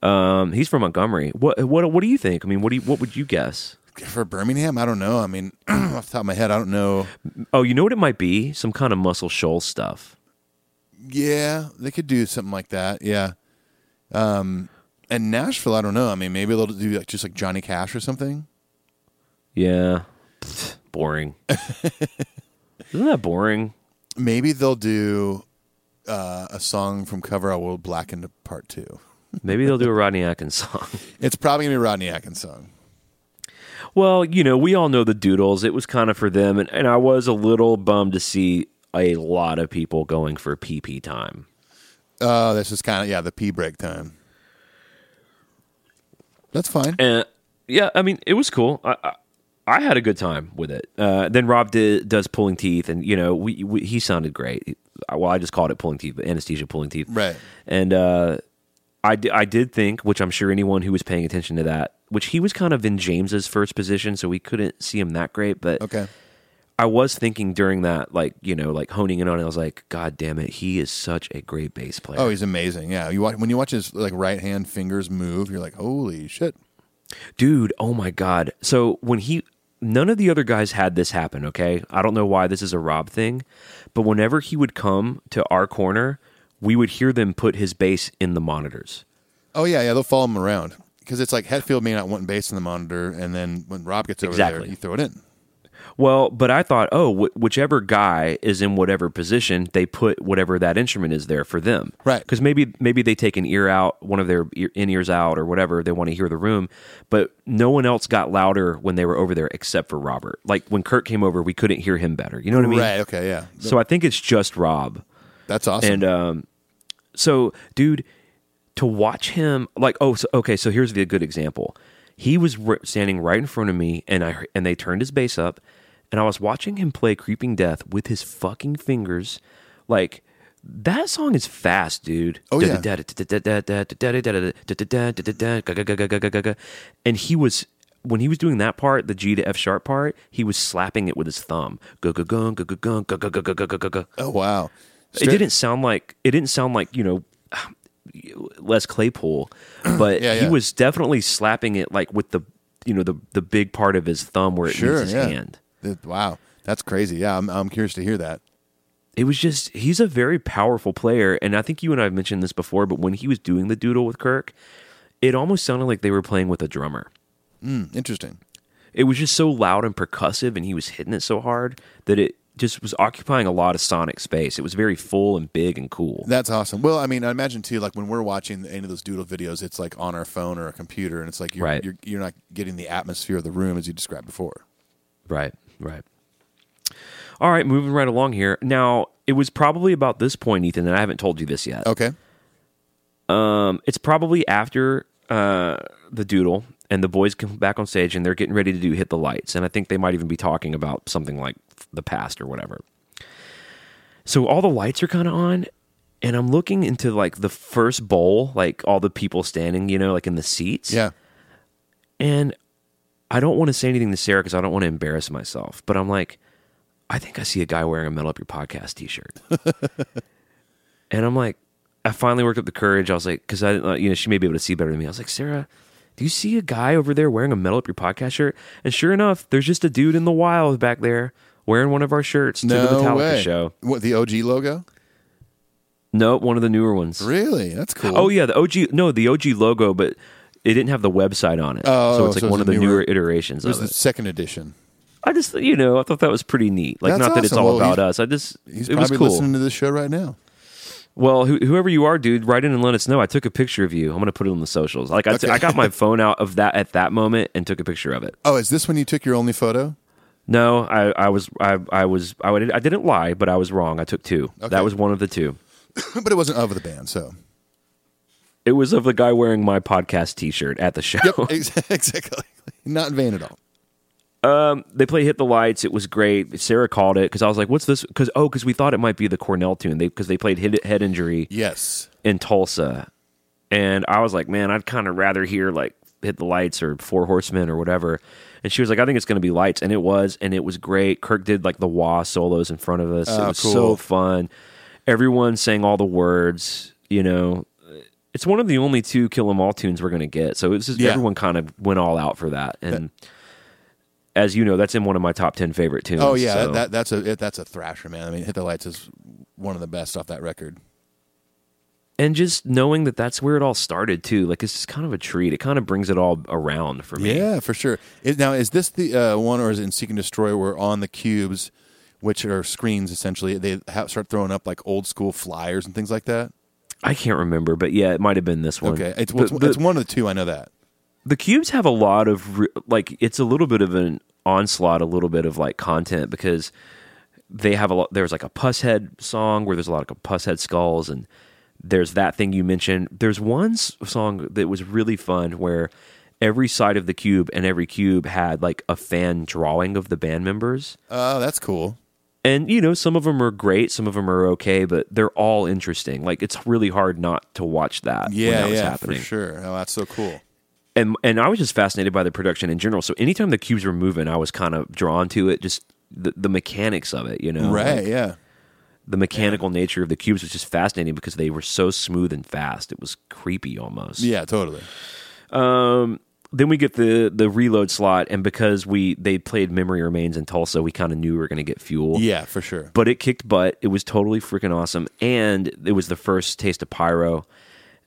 Speaker 3: Um, he's from Montgomery. What what what do you think? I mean, what do you, what would you guess?
Speaker 2: For Birmingham, I don't know. I mean, off the top of my head, I don't know.
Speaker 3: Oh, you know what it might be? Some kind of Muscle Shoals stuff.
Speaker 2: Yeah, they could do something like that. Yeah. Um, and Nashville, I don't know. I mean, maybe they'll do like just like Johnny Cash or something.
Speaker 3: Yeah. Pfft, boring. Isn't that boring?
Speaker 2: Maybe they'll do uh, a song from Cover I Will Blacken to Part Two.
Speaker 3: Maybe they'll do a Rodney Atkins song.
Speaker 2: It's probably gonna be a Rodney Atkins song.
Speaker 3: Well, you know, we all know the Doodles. It was kind of for them, and, and I was a little bummed to see a lot of people going for PP time.
Speaker 2: Oh, this is kind of yeah, the pee break time. That's fine.
Speaker 3: And yeah, I mean, it was cool. I, I, I had a good time with it. Uh, then Rob did, does pulling teeth, and you know, we, we he sounded great. Well, I just called it pulling teeth, but anesthesia pulling teeth,
Speaker 2: Right.
Speaker 3: And uh, I di- I did think, which I'm sure anyone who was paying attention to that, which he was kind of in James's first position, so we couldn't see him that great, but
Speaker 2: Okay.
Speaker 3: I was thinking during that, like you know, like honing in on it. I was like, God damn it, he is such a great bass player.
Speaker 2: Oh, he's amazing. Yeah, you watch when you watch his like right hand fingers move, you're like, holy shit.
Speaker 3: dude, oh my God! So when he none of the other guys had this happen, okay? I don't know why this is a Rob thing, but whenever he would come to our corner, we would hear them put his bass in the monitors.
Speaker 2: Oh yeah, yeah, they'll follow him around because it's like Hetfield may not want bass in the monitor, and then when Rob gets over
Speaker 3: Exactly.
Speaker 2: there, you throw it in.
Speaker 3: Well, but I thought, oh, wh- whichever guy is in whatever position, they put whatever that instrument is there for them,
Speaker 2: Right.
Speaker 3: Because maybe maybe they take an ear out, one of their ear, in ears out, or whatever they want to hear the room. But no one else got louder when they were over there except for Robert. Like when Kurt came over, we couldn't hear him better. You know what I mean?
Speaker 2: right? Okay, yeah,
Speaker 3: So I think it's just Rob.
Speaker 2: that's awesome.
Speaker 3: And um, so, dude, to watch him, like, oh, so, okay, so here's the good example. He was r standing right in front of me, and I and they turned his bass up, and I was watching him play "Creeping Death" with his fucking fingers. Like that song is fast, dude.
Speaker 2: Oh, yeah.
Speaker 3: And he was when he was doing that part, the G to F sharp part, he was slapping it with his thumb. Go go go go go go go go go go go go go
Speaker 2: oh wow,
Speaker 3: it didn't sound like it didn't sound like you know Les Claypool, but
Speaker 2: Yeah,
Speaker 3: he
Speaker 2: yeah.
Speaker 3: was definitely slapping it like with the you know the the big part of his thumb where it
Speaker 2: sure,
Speaker 3: meets his
Speaker 2: yeah.
Speaker 3: hand.
Speaker 2: Th- Wow, that's crazy. Yeah, I'm, I'm curious to hear that.
Speaker 3: It was just he's a very powerful player, and I think you and I have mentioned this before. But when he was doing the doodle with Kirk, it almost sounded like they were playing with a drummer.
Speaker 2: Hmm, Interesting.
Speaker 3: It was just so loud and percussive, and he was hitting it so hard that it just was occupying a lot of sonic space. It was very full and big and cool.
Speaker 2: That's awesome. Well, I mean, I imagine too, like when we're watching any of those doodle videos, it's like on our phone or a computer, and it's like you're
Speaker 3: Right.
Speaker 2: you're, you're not getting the atmosphere of the room as you described before.
Speaker 3: Right, right. All right, moving right along here. Now, it was probably about this point, Ethan, and I haven't told you this yet.
Speaker 2: Okay.
Speaker 3: Um, it's probably after uh, the doodle, and the boys come back on stage, and they're getting ready to do hit the lights, and I think they might even be talking about something like the past or whatever. So all the lights are kind of on, and I'm looking into like the first bowl, like all the people standing, you know, like in the seats.
Speaker 2: Yeah.
Speaker 3: And I don't want to say anything to Sarah because I don't want to embarrass myself. But I'm like, I think I see a guy wearing a Metal Up Your Podcast T-shirt. and I'm like, I finally worked up the courage. I was like, because I, didn't like- you know, she may be able to see better than me. I was like, Sarah, do you see a guy over there wearing a Metal Up Your Podcast shirt? And sure enough, there's just a dude in the wild back there wearing one of our shirts to the
Speaker 2: No
Speaker 3: Metallica
Speaker 2: way.
Speaker 3: show.
Speaker 2: What the OG logo?
Speaker 3: Nope, one of the newer ones.
Speaker 2: Really? That's cool.
Speaker 3: Oh yeah, the OG. No, the OG logo, but it didn't have the website on it.
Speaker 2: Oh,
Speaker 3: so it's like
Speaker 2: so it's
Speaker 3: one
Speaker 2: a
Speaker 3: of the
Speaker 2: newer-
Speaker 3: newer, iterations
Speaker 2: It was
Speaker 3: of it.
Speaker 2: the second edition.
Speaker 3: I just, you know, I thought that was pretty neat. Like,
Speaker 2: That's
Speaker 3: not that it's
Speaker 2: awesome.
Speaker 3: all
Speaker 2: Well,
Speaker 3: about
Speaker 2: he's-
Speaker 3: us. I just,
Speaker 2: He's
Speaker 3: it was
Speaker 2: probably
Speaker 3: cool.
Speaker 2: listening to this show right now.
Speaker 3: Well, who whoever you are, dude, write in and let us know. I took a picture of you. I'm gonna put it on the socials. Like, I t-
Speaker 2: Okay.
Speaker 3: I got my phone out of that at that moment and took a picture of it.
Speaker 2: Oh, is this when you took your only photo?
Speaker 3: No, I, I was, I, I was, I, would, I didn't lie, but I was wrong. I took two. That was one of the two.
Speaker 2: but it wasn't of the band, so.
Speaker 3: It was of the guy wearing my podcast T-shirt at the show.
Speaker 2: Yep, ex- exactly. Not in vain at all.
Speaker 3: they play "Hit the Lights." It was great. Sarah called it because I was like, "What's this?" Because oh, because we thought it might be the Cornell tune. They because they played "Hit Head Injury."
Speaker 2: Yes.
Speaker 3: in Tulsa, and I was like, man, I'd kind of rather hear like hit the lights or Four Horsemen or whatever. And she was like, I think it's going to be lights, and it was, and it was great. Kirk did like the wah solos in front of us. it
Speaker 2: Oh,
Speaker 3: was so
Speaker 2: cool.
Speaker 3: fun. Everyone sang all the words. You know, it's one of the only two Kill 'Em All tunes we're going to get. So it's just
Speaker 2: Yeah.
Speaker 3: everyone kind of went all out for that, and. As you know, that's in one of my top ten favorite tunes.
Speaker 2: Oh yeah,
Speaker 3: so-
Speaker 2: that, that, that's a it, that's a thrasher, man. I mean, Hit the Lights is one of the best off that record.
Speaker 3: and just knowing that that's where it all started too. Like it's just kind of a treat. It kind of brings it all around for me.
Speaker 2: Yeah, for sure. Is, now, is this the uh, one, or is it in Seek and Destroy where on the cubes, which are screens essentially, they ha- start throwing up like old school flyers and things like that?
Speaker 3: I can't remember, but yeah, it might have been this one.
Speaker 2: Okay, it's
Speaker 3: the,
Speaker 2: it's,
Speaker 3: the-
Speaker 2: it's one of the two. I know that.
Speaker 3: the cubes have a lot of re- like it's a little bit of an onslaught, a little bit of like content because they have a lot. There's like a puss head song where there's a lot of puss head skulls, and there's that thing you mentioned. There's one s- song that was really fun where every side of the cube and every cube had like a fan drawing of the band members.
Speaker 2: Oh, that's cool.
Speaker 3: and you know some of them are great some of them are okay but they're all interesting like it's really hard not to watch that when
Speaker 2: Yeah,
Speaker 3: that was
Speaker 2: yeah, for
Speaker 3: happening
Speaker 2: sure. Oh, that's so cool.
Speaker 3: and and i was just fascinated by the production in general so anytime the cubes were moving i was kind of drawn to it just the, the mechanics of it you know
Speaker 2: Right?
Speaker 3: Like,
Speaker 2: yeah.
Speaker 3: the mechanical nature of the cubes was just fascinating because they were so smooth and fast it was creepy almost
Speaker 2: Yeah. Totally.
Speaker 3: then we get the the reload slot, and because we they played Memory Remains in Tulsa, we kind of knew we were going to get fuel.
Speaker 2: Yeah, for sure.
Speaker 3: but it kicked butt. It was totally freaking awesome, and it was the first taste of pyro.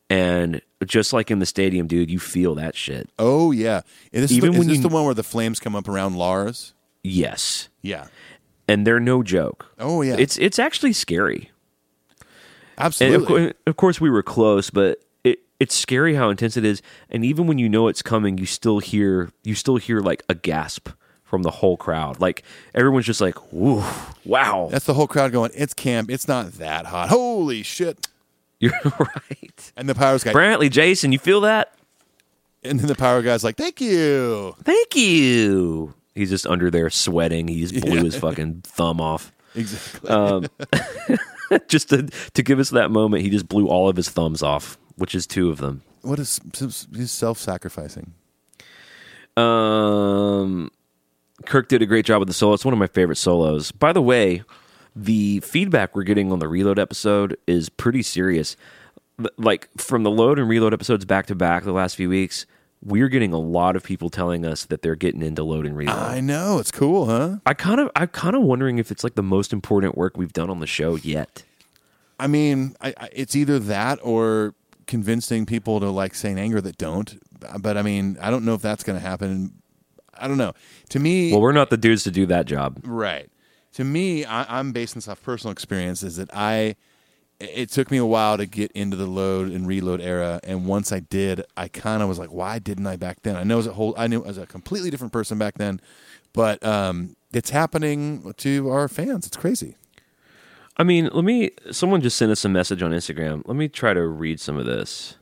Speaker 3: And just like in the stadium, dude, you feel that shit.
Speaker 2: Oh yeah. And this
Speaker 3: Even
Speaker 2: is, the, is
Speaker 3: when
Speaker 2: this
Speaker 3: you-
Speaker 2: the one where the flames come up around Lars?
Speaker 3: Yes,
Speaker 2: Yeah.
Speaker 3: and they're no joke.
Speaker 2: Oh, yeah.
Speaker 3: it's it's actually scary. And
Speaker 2: Absolutely.
Speaker 3: of, cour- of course, we were close, but it it's scary how intense it is. And even when you know it's coming, you still hear you still hear like a gasp from the whole crowd. Like everyone's just like, "Woo, wow!"
Speaker 2: That's the whole crowd going, It's camp, it's not that hot. Holy shit.
Speaker 3: You're right,
Speaker 2: And the powers guy
Speaker 3: Brantley, Jason. You feel that?
Speaker 2: and then the power guy's like, Thank you.
Speaker 3: Thank you. He's just under there sweating. He just blew his fucking thumb off.
Speaker 2: Exactly.
Speaker 3: just to to give us that moment, he just blew all of his thumbs off, which is two of them.
Speaker 2: what is he's self sacrificing.
Speaker 3: Um, Kirk did a great job with the solo. It's one of my favorite solos. By the way, the feedback we're getting on the reload episode is pretty serious. Th- Like from the load and reload episodes back to back the last few weeks, we're getting a lot of people telling us that they're getting into load and reload.
Speaker 2: I know, it's cool, huh?
Speaker 3: I kind of, I'm kind of wondering if it's like the most important work we've done on the show yet.
Speaker 2: I mean, I, I, it's either that or convincing people to like say in anger that don't. But I mean, I don't know if that's going to happen. I don't know. To me,
Speaker 3: Well, we're not the dudes to do that job.
Speaker 2: right. To me, I, I'm based this off personal experience. Is that I, it took me a while to get into the load and reload era, and once I did, I kind of was like, why didn't I back then? I know as a whole, I knew I was a completely different person back then, but um, it's happening to our fans. It's crazy.
Speaker 3: I mean, let me. Someone just sent us a message on Instagram. Let me try to read some of this.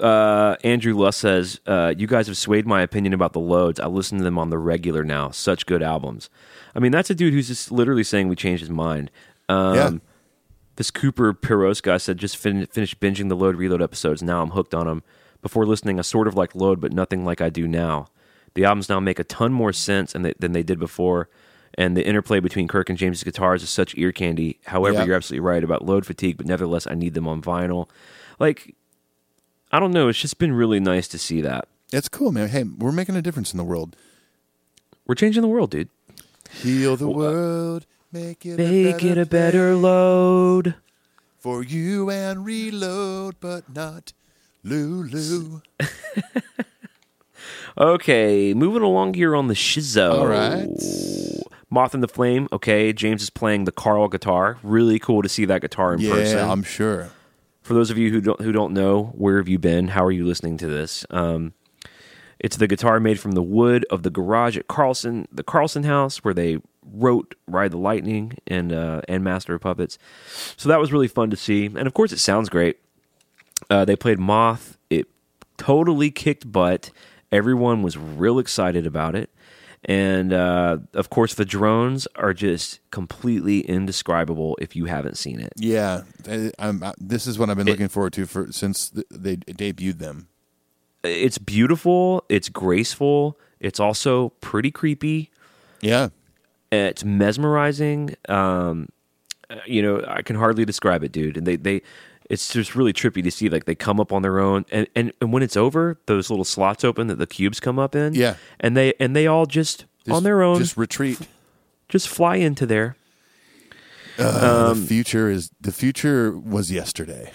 Speaker 3: Uh, Andrew Luss says, uh, "You guys have swayed my opinion about the loads. I listen to them on the regular now. Such good albums. I mean, that's a dude who's just literally saying we changed his mind. Um,
Speaker 2: yeah.
Speaker 3: This Cooper Piros guy said, just fin- finished binging the Load Reload episodes. Now I'm hooked on them. Before listening, I sort of like Load, but nothing like I do now. The albums now make a ton more sense and they, than they did before. And the interplay between Kirk and James' guitars is such ear candy. However,
Speaker 2: Yeah.
Speaker 3: you're absolutely right about load fatigue, but nevertheless, I need them on vinyl. Like, I don't know. It's just been really nice to see that.
Speaker 2: It's cool, man. Hey, we're making a difference in the world.
Speaker 3: We're changing the world, dude.
Speaker 2: Heal the world, make it
Speaker 3: Make
Speaker 2: a
Speaker 3: it
Speaker 2: better
Speaker 3: a better load.
Speaker 2: for you and reload, but not Lulu.
Speaker 3: Okay, moving along here on the shizzo.
Speaker 2: All right.
Speaker 3: Moth in the Flame. Okay, James is playing the Carl guitar. Really cool to see that guitar in person.
Speaker 2: Yeah, I'm sure.
Speaker 3: For those of you who don't who don't know, where have you been? How are you listening to this? Um, it's the guitar made from the wood of the garage at Carlson, the Carlson house, where they wrote "Ride the Lightning" and uh, and "Master of Puppets." So that was really fun to see, and of course, it sounds great. Uh, they played Moth. It totally kicked butt. Everyone was real excited about it. And uh, of course, the drones are just completely indescribable if you haven't seen it.
Speaker 2: Yeah, I, I'm, I, this is what I've been looking forward to for since th- they debuted them.
Speaker 3: It's beautiful, it's graceful, it's also pretty creepy.
Speaker 2: Yeah,
Speaker 3: It's mesmerizing. Um, uh, you know, I can hardly describe it, dude. And they, they, it's just really trippy to see. Like they come up on their own, and, and and when it's over, those little slots open that the cubes come up in.
Speaker 2: Yeah.
Speaker 3: and they and they all just,
Speaker 2: Just-
Speaker 3: on their own
Speaker 2: Just retreat.
Speaker 3: just fly into there.
Speaker 2: Uh,
Speaker 3: Um,
Speaker 2: the future is the future was yesterday.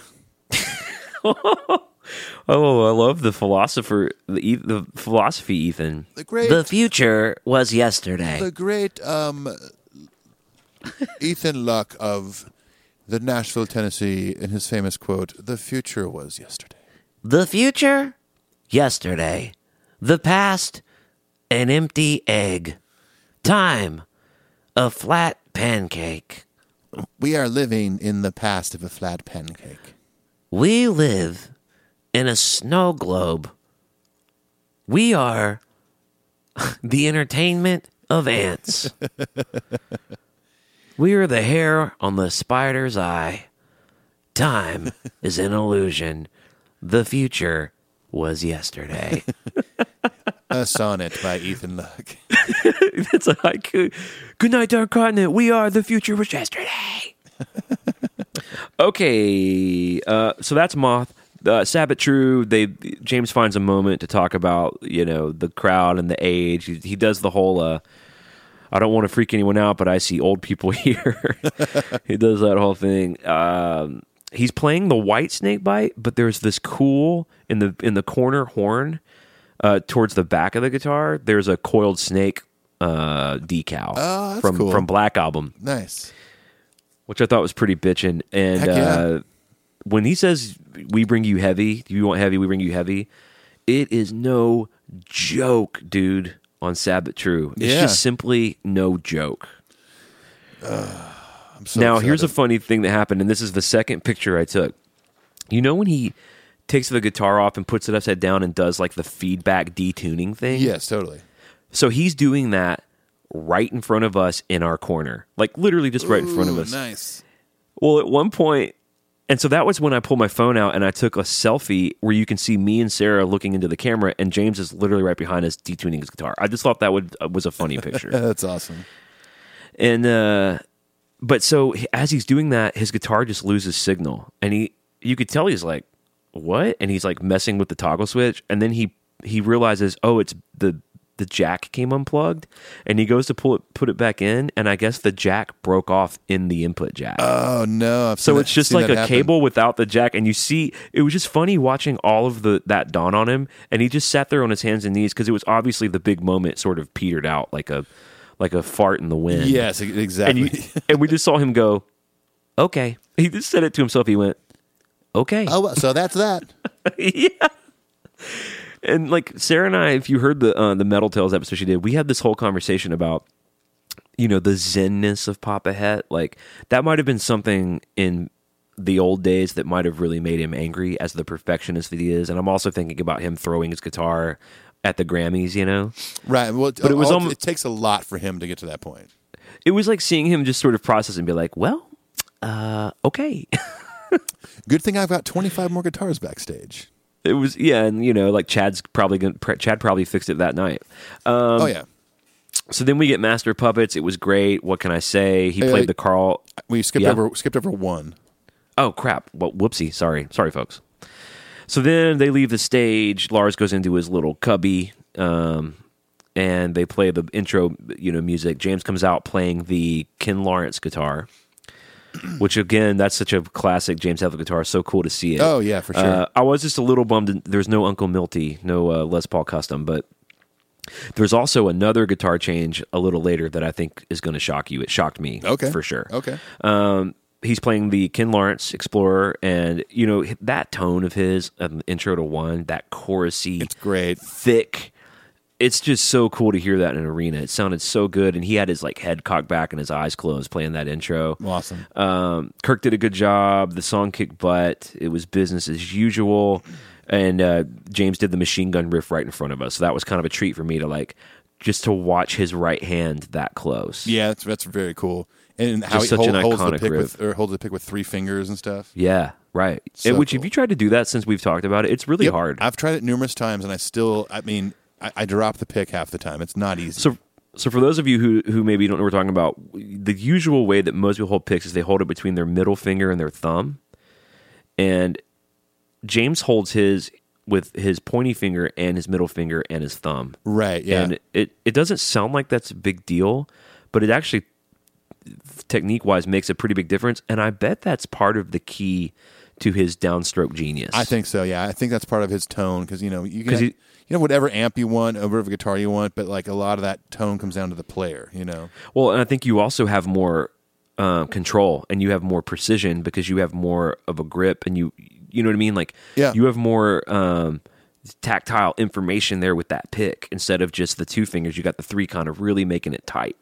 Speaker 3: Oh, I love the philosopher, the E- the philosophy, Ethan.
Speaker 2: The great,
Speaker 3: future was yesterday.
Speaker 2: the great um, Ethan Luck of the Nashville, Tennessee, in his famous quote, "The future was yesterday."
Speaker 4: The future? Yesterday. The past? An empty egg. Time? A flat pancake.
Speaker 2: We are living in the past of a flat pancake.
Speaker 4: We live in a snow globe. We are the entertainment of ants. we are the hair on the spider's eye. Time is an illusion. The future was yesterday.
Speaker 2: A sonnet by Ethan Luck.
Speaker 3: That's a haiku. Good night, dark continent. We are the future was yesterday. okay, uh, so that's Moth. uh, Sabbath True, they James finds a moment to talk about you know the crowd and the age. He, he does the whole. Uh, I don't want to freak anyone out, but I see old people here. he does that whole thing. Um, he's playing the white snake bite, but there's this cool in the in the corner horn uh, towards the back of the guitar. There's a coiled snake uh, decal
Speaker 2: Oh, that's
Speaker 3: from
Speaker 2: cool.
Speaker 3: from Black Album
Speaker 2: Nice.
Speaker 3: which I thought was pretty bitchin'. And
Speaker 2: Heck yeah.
Speaker 3: uh, when he says, "We bring you heavy," you want heavy, we bring you heavy. It is no joke, dude. On Sabbath True, it's
Speaker 2: Yeah.
Speaker 3: just simply no joke.
Speaker 2: I'm so
Speaker 3: now, here's a
Speaker 2: excited.
Speaker 3: funny thing that happened, and this is the second picture I took. You know when he takes the guitar off and puts it upside down and does like the feedback detuning thing?
Speaker 2: yes, totally.
Speaker 3: So he's doing that right in front of us in our corner, like literally just right in front of
Speaker 2: Ooh,
Speaker 3: us.
Speaker 2: Nice.
Speaker 3: Well, at one point, and so that was when I pulled my phone out and I took a selfie where you can see me and Sarah looking into the camera, and James is literally right behind us detuning his guitar. I just thought that would uh, was a funny picture.
Speaker 2: That's awesome.
Speaker 3: and uh, but so h- as he's doing that, his guitar just loses signal, and he you could tell he's like, "What?" And he's like messing with the toggle switch, and then he he realizes, "Oh, it's the." The jack came unplugged, and he goes to pull it, put it back in, and I guess the jack broke off in the input jack.
Speaker 2: Oh no. I've
Speaker 3: So
Speaker 2: seen
Speaker 3: it's
Speaker 2: that-
Speaker 3: just
Speaker 2: seen
Speaker 3: like
Speaker 2: that
Speaker 3: a
Speaker 2: happen.
Speaker 3: cable without the jack, and you see it was just funny watching all of the that dawn on him, and he just sat there on his hands and knees because it was obviously the big moment sort of petered out like a like a fart in the wind.
Speaker 2: Yes, e-
Speaker 3: and
Speaker 2: exactly.
Speaker 3: you, and we just saw him go, okay. He just said it to himself. He went, okay,
Speaker 2: oh, well, so that's that.
Speaker 3: yeah. And like Sarah and I, if you heard the uh, the Metal Tales episode she did, we had this whole conversation about you know the zenness of Papa Het. Like that might have been something in the old days that might have really made him angry as the perfectionist that he is. And I'm also thinking about him throwing his guitar at the Grammys. You know,
Speaker 2: Right. Well,
Speaker 3: it was
Speaker 2: all-
Speaker 3: almo-
Speaker 2: it takes a lot for him to get to that point.
Speaker 3: it was like seeing him just sort of process and be like, well, uh, okay.
Speaker 2: Good thing I've got 25 more guitars backstage.
Speaker 3: it was yeah, and you know, like Chad's probably gonna, Chad probably fixed it that night. Um,
Speaker 2: oh yeah.
Speaker 3: So then we get Master of Puppets. It was great. What can I say? He
Speaker 2: Hey,
Speaker 3: played
Speaker 2: like-
Speaker 3: the Carl.
Speaker 2: We skipped
Speaker 3: Yeah.
Speaker 2: over skipped over one.
Speaker 3: Oh crap! Well, whoopsie. Sorry, sorry, folks. So then they leave the stage. Lars goes into his little cubby, um, and they play the intro, you know, music. James comes out playing the Ken Lawrence guitar, which again, that's such a classic James Hetfield guitar. So cool to see it.
Speaker 2: Oh, yeah, for sure.
Speaker 3: Uh, I was just a little bummed. There's no Uncle Milty, no uh, Les Paul custom, but there's also another guitar change a little later that I think is going to shock you. It shocked me,
Speaker 2: Okay. Oh.
Speaker 3: for sure.
Speaker 2: Okay.
Speaker 3: Um, he's playing the Ken Lawrence Explorer, and you know that tone of his, um, intro to one, that chorusy,
Speaker 2: It's great.
Speaker 3: thick. It's just so cool to hear that in an arena. It sounded so good, and he had his like head cocked back and his eyes closed playing that intro.
Speaker 2: Awesome.
Speaker 3: Um, Kirk did a good job. The song kicked butt. It was business as usual. And uh, James did the machine gun riff right in front of us. So that was kind of a treat for me to like just to watch his right hand that close.
Speaker 2: Yeah, that's, that's very cool. And how
Speaker 3: Just
Speaker 2: he
Speaker 3: such
Speaker 2: hold-
Speaker 3: an
Speaker 2: holds the
Speaker 3: iconic
Speaker 2: pick
Speaker 3: riff.
Speaker 2: with or holds the pick with three fingers and stuff.
Speaker 3: Yeah, right.
Speaker 2: So
Speaker 3: And which, if
Speaker 2: cool.
Speaker 3: you tried to do that since we've talked about it, it's really
Speaker 2: Yep.
Speaker 3: hard.
Speaker 2: I've tried it numerous times, and I still. I mean, I, I drop the pick half the time. It's not easy.
Speaker 3: So, so for those of you who who maybe don't know what we're talking about, the usual way that most people hold picks is they hold it between their middle finger and their thumb, and James holds his with his pointy finger and his middle finger and his thumb,
Speaker 2: right. Yeah.
Speaker 3: and it it doesn't sound like that's a big deal, but it actually technique wise makes a pretty big difference, and I bet that's part of the key to his downstroke genius.
Speaker 2: I think so. Yeah, I think that's part of his tone because you know you can
Speaker 3: 'Cause
Speaker 2: have-
Speaker 3: he-
Speaker 2: you know whatever amp you want, whatever guitar you want, but like a lot of that tone comes down to the player. You know.
Speaker 3: Well, and I think you also have more uh, control and you have more precision because you have more of a grip and you you know what I mean. Like
Speaker 2: Yeah.
Speaker 3: you have more um, tactile information there with that pick instead of just the two fingers. You got the three kind of really making it tight.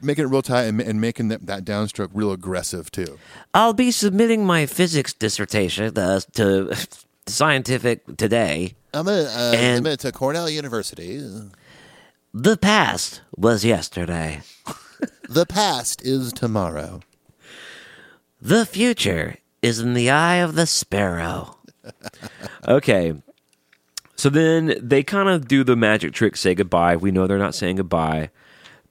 Speaker 2: making it real tight and, and making that, that downstroke real aggressive too.
Speaker 4: I'll be submitting my physics dissertation uh, to scientific today.
Speaker 2: I'm at uh,
Speaker 4: And-
Speaker 2: I'm at uh, Cornell University.
Speaker 4: The past was yesterday.
Speaker 2: The past is tomorrow.
Speaker 4: The future is in the eye of the sparrow.
Speaker 3: Okay. So then they kind of do the magic trick, say goodbye. We know they're not saying goodbye,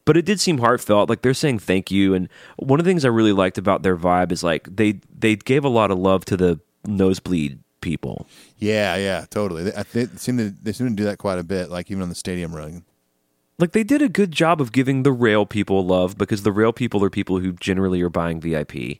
Speaker 3: but it did seem heartfelt. Like they're saying thank you. And one of the things I really liked about their vibe is like they they gave a lot of love to the nosebleed people.
Speaker 2: Yeah, yeah, totally. They, I thi- they seem to they seem to do that quite a bit, like even on the stadium run.
Speaker 3: Like they did a good job of giving the rail people love because the rail people are people who generally are buying VIP.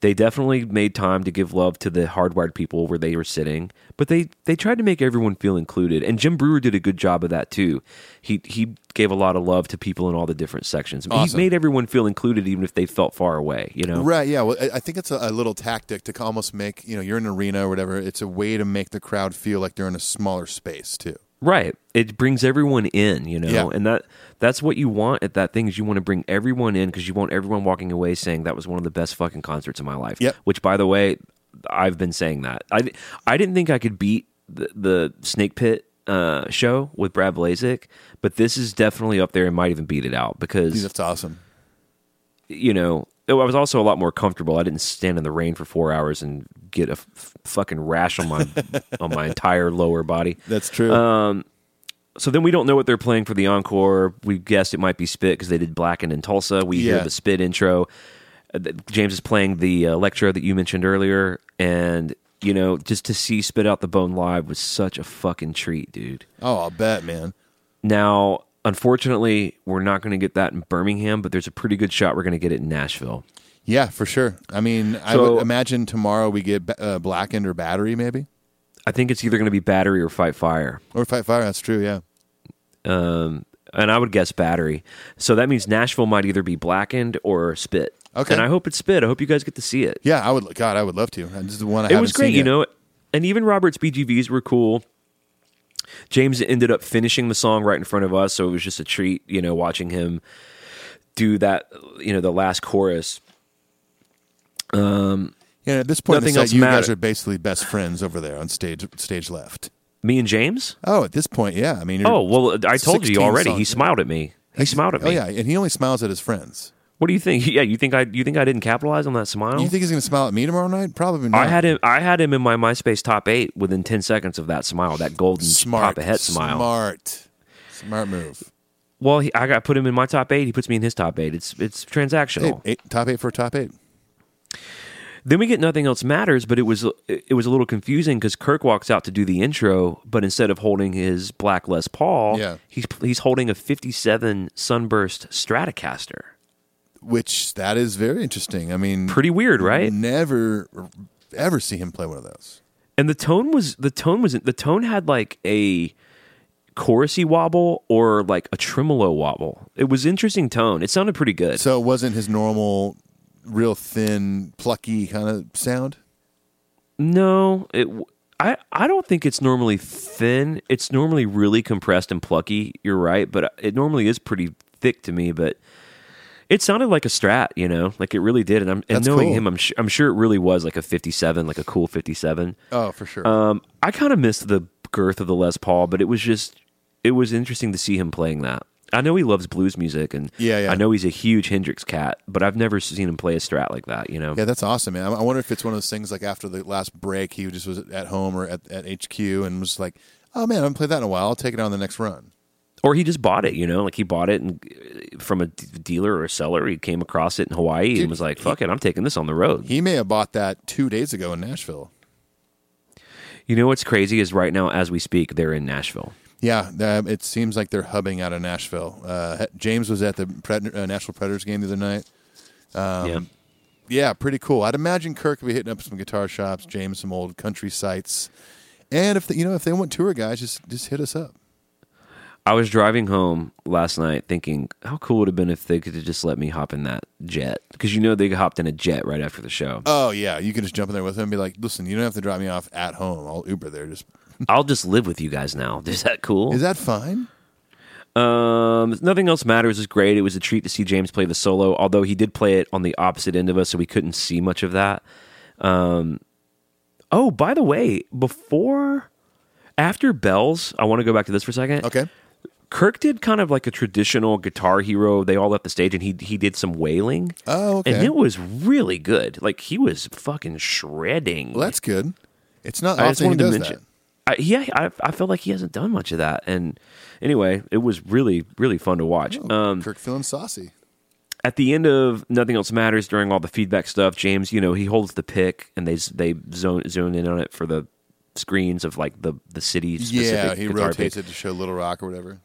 Speaker 3: They definitely made time to give love to the hardwired people where they were sitting, but they they tried to make everyone feel included. And Jim Brewer did a good job of that too. He he gave a lot of love to people in all the different sections.
Speaker 2: Awesome.
Speaker 3: He made everyone feel included even if they felt far away, you know.
Speaker 2: Right? Yeah. Well, I, I think it's a, a little tactic to almost make you know you're in an arena or whatever. It's a way to make the crowd feel like they're in a smaller space too.
Speaker 3: Right. It brings everyone in, you know,
Speaker 2: Yeah.
Speaker 3: and that that's what you want at that thing is you want to bring everyone in because you want everyone walking away saying that was one of the best fucking concerts of my life.
Speaker 2: Yep.
Speaker 3: Which, by the way, I've been saying that. I di- I didn't think I could beat the, the Snake Pit uh, show with Brad Blazik, but this is definitely up there and might even beat it out because
Speaker 2: That's awesome.
Speaker 3: you know, I was also a lot more comfortable. I didn't stand in the rain for four hours and get a f- fucking rash on my on my entire lower body.
Speaker 2: That's true.
Speaker 3: so then we don't know what they're playing for the encore. We guessed it might be Spit because they did Blacken in Tulsa. We
Speaker 2: Yeah.
Speaker 3: hear the Spit intro. Uh, th- James is playing the uh, Electro that you mentioned earlier, and you know, just to see Spit Out the Bone live was such a fucking treat, dude.
Speaker 2: oh, I'll bet, man.
Speaker 3: Now, unfortunately, we're not going to get that in Birmingham, but there's a pretty good shot we're going to get it in Nashville.
Speaker 2: Yeah, for sure. I mean, I
Speaker 3: So-
Speaker 2: would imagine tomorrow we get ba- uh, blackened or battery maybe
Speaker 3: I think it's either going to be Battery or Fight Fire.
Speaker 2: or fight fire. That's true. Yeah.
Speaker 3: um, and I would guess battery. So that means Nashville might either be blackened or spit.
Speaker 2: Okay.
Speaker 3: And I hope it's spit. I hope you guys get to see it.
Speaker 2: Yeah, I would. God, I would love to. Uh, This is the one I
Speaker 3: it
Speaker 2: haven't
Speaker 3: was great,
Speaker 2: seen
Speaker 3: you
Speaker 2: yet.
Speaker 3: know. And even Robert's BGVs were cool. James ended up finishing the song right in front of us, so it was just a treat, you know, watching him do that, you know, the last chorus.
Speaker 2: Yeah, at this point,
Speaker 3: Nothing
Speaker 2: it's like
Speaker 3: else
Speaker 2: you guys
Speaker 3: mattered.
Speaker 2: are basically best friends over there on stage, stage left.
Speaker 3: Me and James?
Speaker 2: Oh, at this point, yeah. I mean, you're-
Speaker 3: Oh, well, I told
Speaker 2: 16
Speaker 3: you already. He
Speaker 2: songs.
Speaker 3: smiled at me. He smiled at me.
Speaker 2: Oh yeah, and he only smiles at his friends.
Speaker 3: What do you think? Yeah, you think I you think I didn't capitalize on that smile?
Speaker 2: You think he's gonna smile at me tomorrow night? Probably not.
Speaker 3: Oh. I had him. I had him in my MySpace top eight within ten seconds of that smile, that golden
Speaker 2: smart,
Speaker 3: pop ahead smile.
Speaker 2: smart, smart move.
Speaker 3: Well, he, I got put him in my top eight. He puts me in his top eight. It's it's
Speaker 2: Hey,
Speaker 3: transactional.
Speaker 2: eight, top eight for a top eight.
Speaker 3: Then we get nothing else matters, but it was it was a little confusing because Kirk walks out to do the intro, but instead of holding his black Les Paul,
Speaker 2: Yeah.
Speaker 3: he's he's holding a '57 Sunburst Stratocaster.
Speaker 2: Which that is very interesting. I mean,
Speaker 3: Pretty weird, right?
Speaker 2: Never, ever see him play one of those.
Speaker 3: and the tone was the tone was the tone had like a chorusy wobble or like a tremolo wobble. It was interesting tone. It sounded pretty good.
Speaker 2: So it wasn't his normal, real thin, plucky kind of sound.
Speaker 3: no, it. w- I I don't think it's normally thin. It's normally really compressed and plucky. You're right, but uh, it normally is pretty thick to me. But it sounded like a strat, you know, like it really did. And I'm and
Speaker 2: That's
Speaker 3: knowing
Speaker 2: cool.
Speaker 3: him, I'm su- I'm sure it really was like a 57, like a cool 57.
Speaker 2: Oh, for sure.
Speaker 3: Um, I kind of missed the girth of the Les Paul, but it was just it was interesting to see him playing that. I know he loves blues music, and
Speaker 2: Yeah, yeah.
Speaker 3: I know he's a huge Hendrix cat, but I've never seen him play a strat like that. You know,
Speaker 2: Yeah, that's awesome, man. I I wonder if it's one of those things like after the last break, he just was at home or at, at HQ and was like, "Oh man, I haven't played that in a while. I'll take it on the next run."
Speaker 3: or he just bought it. You know, like he bought it and uh, from a d- dealer or a seller. He came across it in Hawaii and was like, "Fuck it, I'm taking this on the road."
Speaker 2: He may have bought that two days ago in Nashville.
Speaker 3: you know what's crazy is right now, as we speak, they're in Nashville.
Speaker 2: Yeah, th- it seems like they're hubbing out of Nashville. Uh, he- James was at the Pred- uh, National Predators game the other night.
Speaker 3: yeah,
Speaker 2: Yeah, pretty cool. I'd imagine Kirk would be hitting up some guitar shops, James some old country sites, and if the, you know if they want tour guys, just just hit us up.
Speaker 3: I was driving home last night thinking, how cool would it have been if they could have just let me hop in that jet because you know they hopped in a jet right after the show.
Speaker 2: Oh yeah, you can just jump in there with him and be like, "Listen, you don't have to drop me off at home. I'll Uber there. Just
Speaker 3: I'll just live with you guys now. Is that cool?
Speaker 2: is that fine?"
Speaker 3: um, nothing else matters. Is great. It was a treat to see James play the solo, although he did play it on the opposite end of us, so we couldn't see much of that. Um, oh, by the way, before after bells, I want to go back to this for a second.
Speaker 2: Okay.
Speaker 3: Kirk did kind of like a traditional guitar hero. They all left the stage, and he he did some wailing.
Speaker 2: Oh, okay.
Speaker 3: and it was really good. Like he was fucking shredding.
Speaker 2: Well, that's good. It's not
Speaker 3: I just
Speaker 2: often he
Speaker 3: wanted to
Speaker 2: does
Speaker 3: mention. I, yeah, I, I feel like he hasn't done much of that. And anyway, it was really, really fun to watch.
Speaker 2: that. Oh,
Speaker 3: Um,
Speaker 2: Kirk feeling saucy.
Speaker 3: at the end of Nothing Else Matters, during all the feedback stuff, James, you know, he holds the pick and they they zone zone in on it for the screens of like the the city.
Speaker 2: Yeah,
Speaker 3: Specific
Speaker 2: he
Speaker 3: guitar
Speaker 2: rotates
Speaker 3: picks.
Speaker 2: it to show Little Rock or whatever.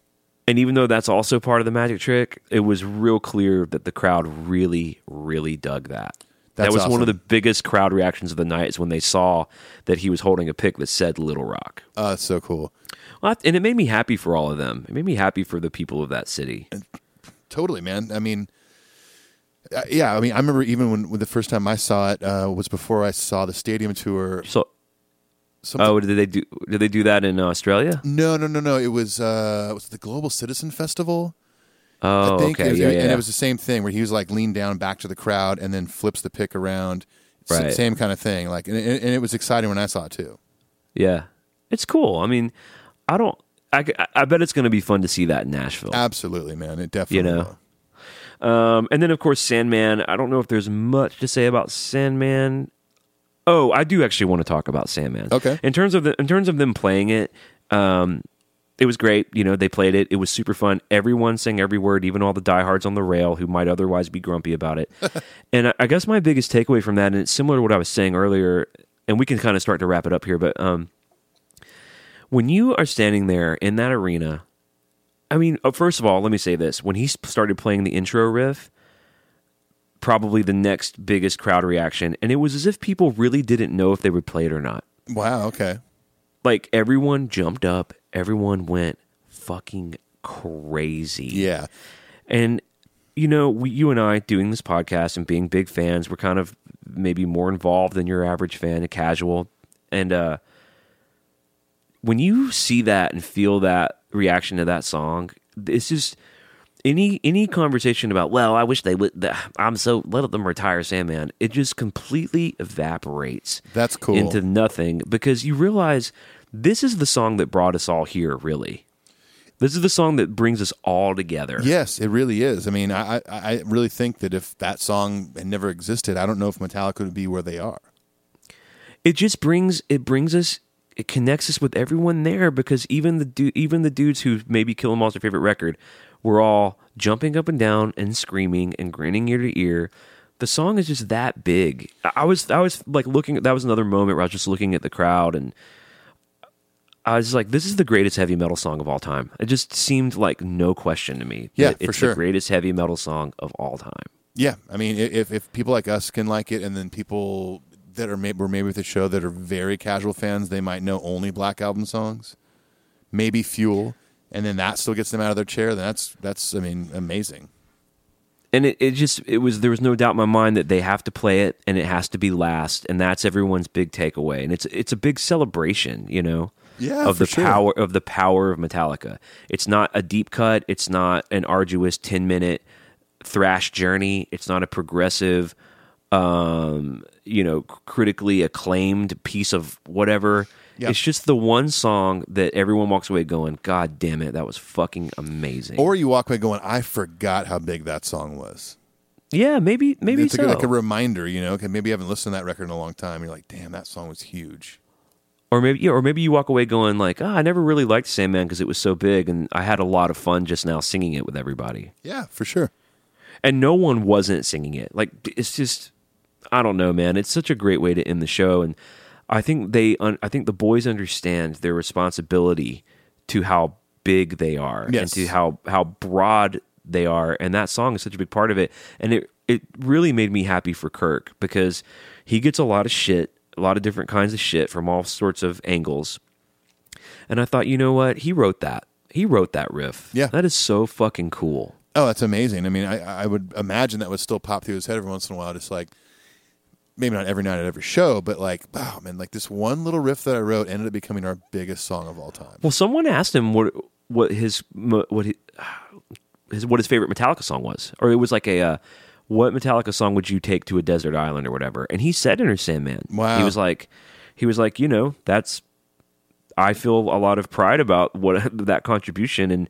Speaker 3: And even though that's also part of the magic trick, it was real clear that the crowd really, really dug that. that
Speaker 2: That's
Speaker 3: was one
Speaker 2: awesome.
Speaker 3: of the biggest crowd reactions of the night is when they saw that he was holding a pick that said Little Rock.
Speaker 2: Oh, that's so cool.
Speaker 3: Well, I- And it made me happy for all of them. It made me happy for the people of that city.
Speaker 2: Totally, man. I mean, uh, yeah. I mean, I remember even when, when the first time I saw it uh, was before I saw the stadium tour.
Speaker 3: So,
Speaker 2: Something-
Speaker 3: oh, did they do? Did they do that in Australia?
Speaker 2: No, no, no, no. It was uh, was it the Global Citizen Festival.
Speaker 3: Oh,
Speaker 2: I think
Speaker 3: okay,
Speaker 2: it was-
Speaker 3: yeah,
Speaker 2: and
Speaker 3: yeah.
Speaker 2: it was the same thing where he was like leaned down back to the crowd and then flips the pick around. S-
Speaker 3: Right.
Speaker 2: same kind of thing. Like, and, and and it was exciting when I saw it too.
Speaker 3: yeah. It's cool. I mean, I don't. I, c- I bet it's going to be fun to see that in Nashville.
Speaker 2: Absolutely, man. It definitely.
Speaker 3: You know.
Speaker 2: will.
Speaker 3: Um, and then of course Sandman. I don't know if there's much to say about Sandman. Oh, I do actually want to talk about Sandman.
Speaker 2: Okay.
Speaker 3: In terms of the in terms of them playing it, um, it was great. You know, they played it. It was super fun. Everyone sang every word, even all the diehards on the rail who might otherwise be grumpy about it. and I- I guess my biggest takeaway from that, and it's similar to what I was saying earlier, and we can kind of start to wrap it up here, but um, when you are standing there in that arena I mean, uh, first of all, let me say this: when he s- started playing the intro riff, probably the next biggest crowd reaction, and it was as if people really didn't know if they would play it or not.
Speaker 2: Wow. Okay.
Speaker 3: Like everyone jumped up, everyone went fucking crazy.
Speaker 2: Yeah.
Speaker 3: And you know, we, you and I doing this podcast and being big fans, we're kind of maybe more involved than your average fan, a casual. And uh when you see that and feel that reaction to that song, it's just any any conversation about well, I wish they would. th- I'm so let them retire, Sandman. It just completely evaporates.
Speaker 2: That's cool.
Speaker 3: into nothing because you realize this is the song that brought us all here. Really, this is the song that brings us all together.
Speaker 2: Yes, it really is. I mean, I, I I really think that if that song had never existed, I don't know if Metallica would be where they are.
Speaker 3: it just brings it brings us it connects us with everyone there because even the du- even the dudes who maybe Kill 'Em All's their favorite record were all jumping up and down and screaming and grinning ear to ear. The song is just that big. I- I was I was like looking. That was another moment where I was just looking at the crowd and I was like, "This is the greatest heavy metal song of all time." It just seemed like no question to me.
Speaker 2: Yeah,
Speaker 3: that
Speaker 2: for
Speaker 3: it's
Speaker 2: sure.
Speaker 3: the greatest heavy metal song of all time.
Speaker 2: Yeah, I mean, i- if if people like us can like it, and then people that are maybe were maybe with the show that are very casual fans, they might know only Black Album songs, maybe Fuel, and then that still gets them out of their chair. Then that's that's I mean amazing.
Speaker 3: and it, it just it was there was no doubt in my mind that they have to play it and it has to be last and that's everyone's big takeaway and it's it's a big celebration you know
Speaker 2: Yeah,
Speaker 3: of
Speaker 2: for
Speaker 3: the
Speaker 2: sure.
Speaker 3: power of the power of metallica it's not a deep cut it's not an arduous 10 minute thrash journey it's not a progressive um you know critically acclaimed piece of whatever
Speaker 2: Yeah.
Speaker 3: it's just the one song that everyone walks away going god damn it that was fucking amazing
Speaker 2: Or you walk away going, I forgot how big that song was.
Speaker 3: yeah maybe maybe
Speaker 2: it's
Speaker 3: so.
Speaker 2: like, like a reminder, you know. Okay, maybe you haven't listened to that record in a long time. You're like, damn, that song was huge.
Speaker 3: or maybe yeah, or maybe you walk away going like, ah, I never really liked Sandman because it was so big, and I had a lot of fun just now singing it with everybody,
Speaker 2: Yeah, for sure.
Speaker 3: and no one wasn't singing it. Like it's just, I don't know, man. It's such a great way to end the show, and I think they, un- I think the boys understand their responsibility to how big they are and
Speaker 2: Yes.
Speaker 3: to how how broad they are, and that song is such a big part of it, and it it really made me happy for Kirk because he gets a lot of shit. A lot of different kinds of shit from all sorts of angles, and I thought, you know what? He wrote that. He wrote that riff.
Speaker 2: Yeah.
Speaker 3: That is so fucking cool.
Speaker 2: Oh, that's amazing. I mean, I, I would imagine that would still pop through his head every once in a while, just like maybe not every night at every show, but like, wow, man, like this one little riff that I wrote ended up becoming our biggest song of all time.
Speaker 3: Well, someone asked him what what his mo- what he- his what his favorite Metallica song was, or it was like a uh, what Metallica song would you take to a desert island or whatever. And he said "Enter Sandman."
Speaker 2: Wow.
Speaker 3: He was like, he was like, you know, that's I feel a lot of pride about what that contribution and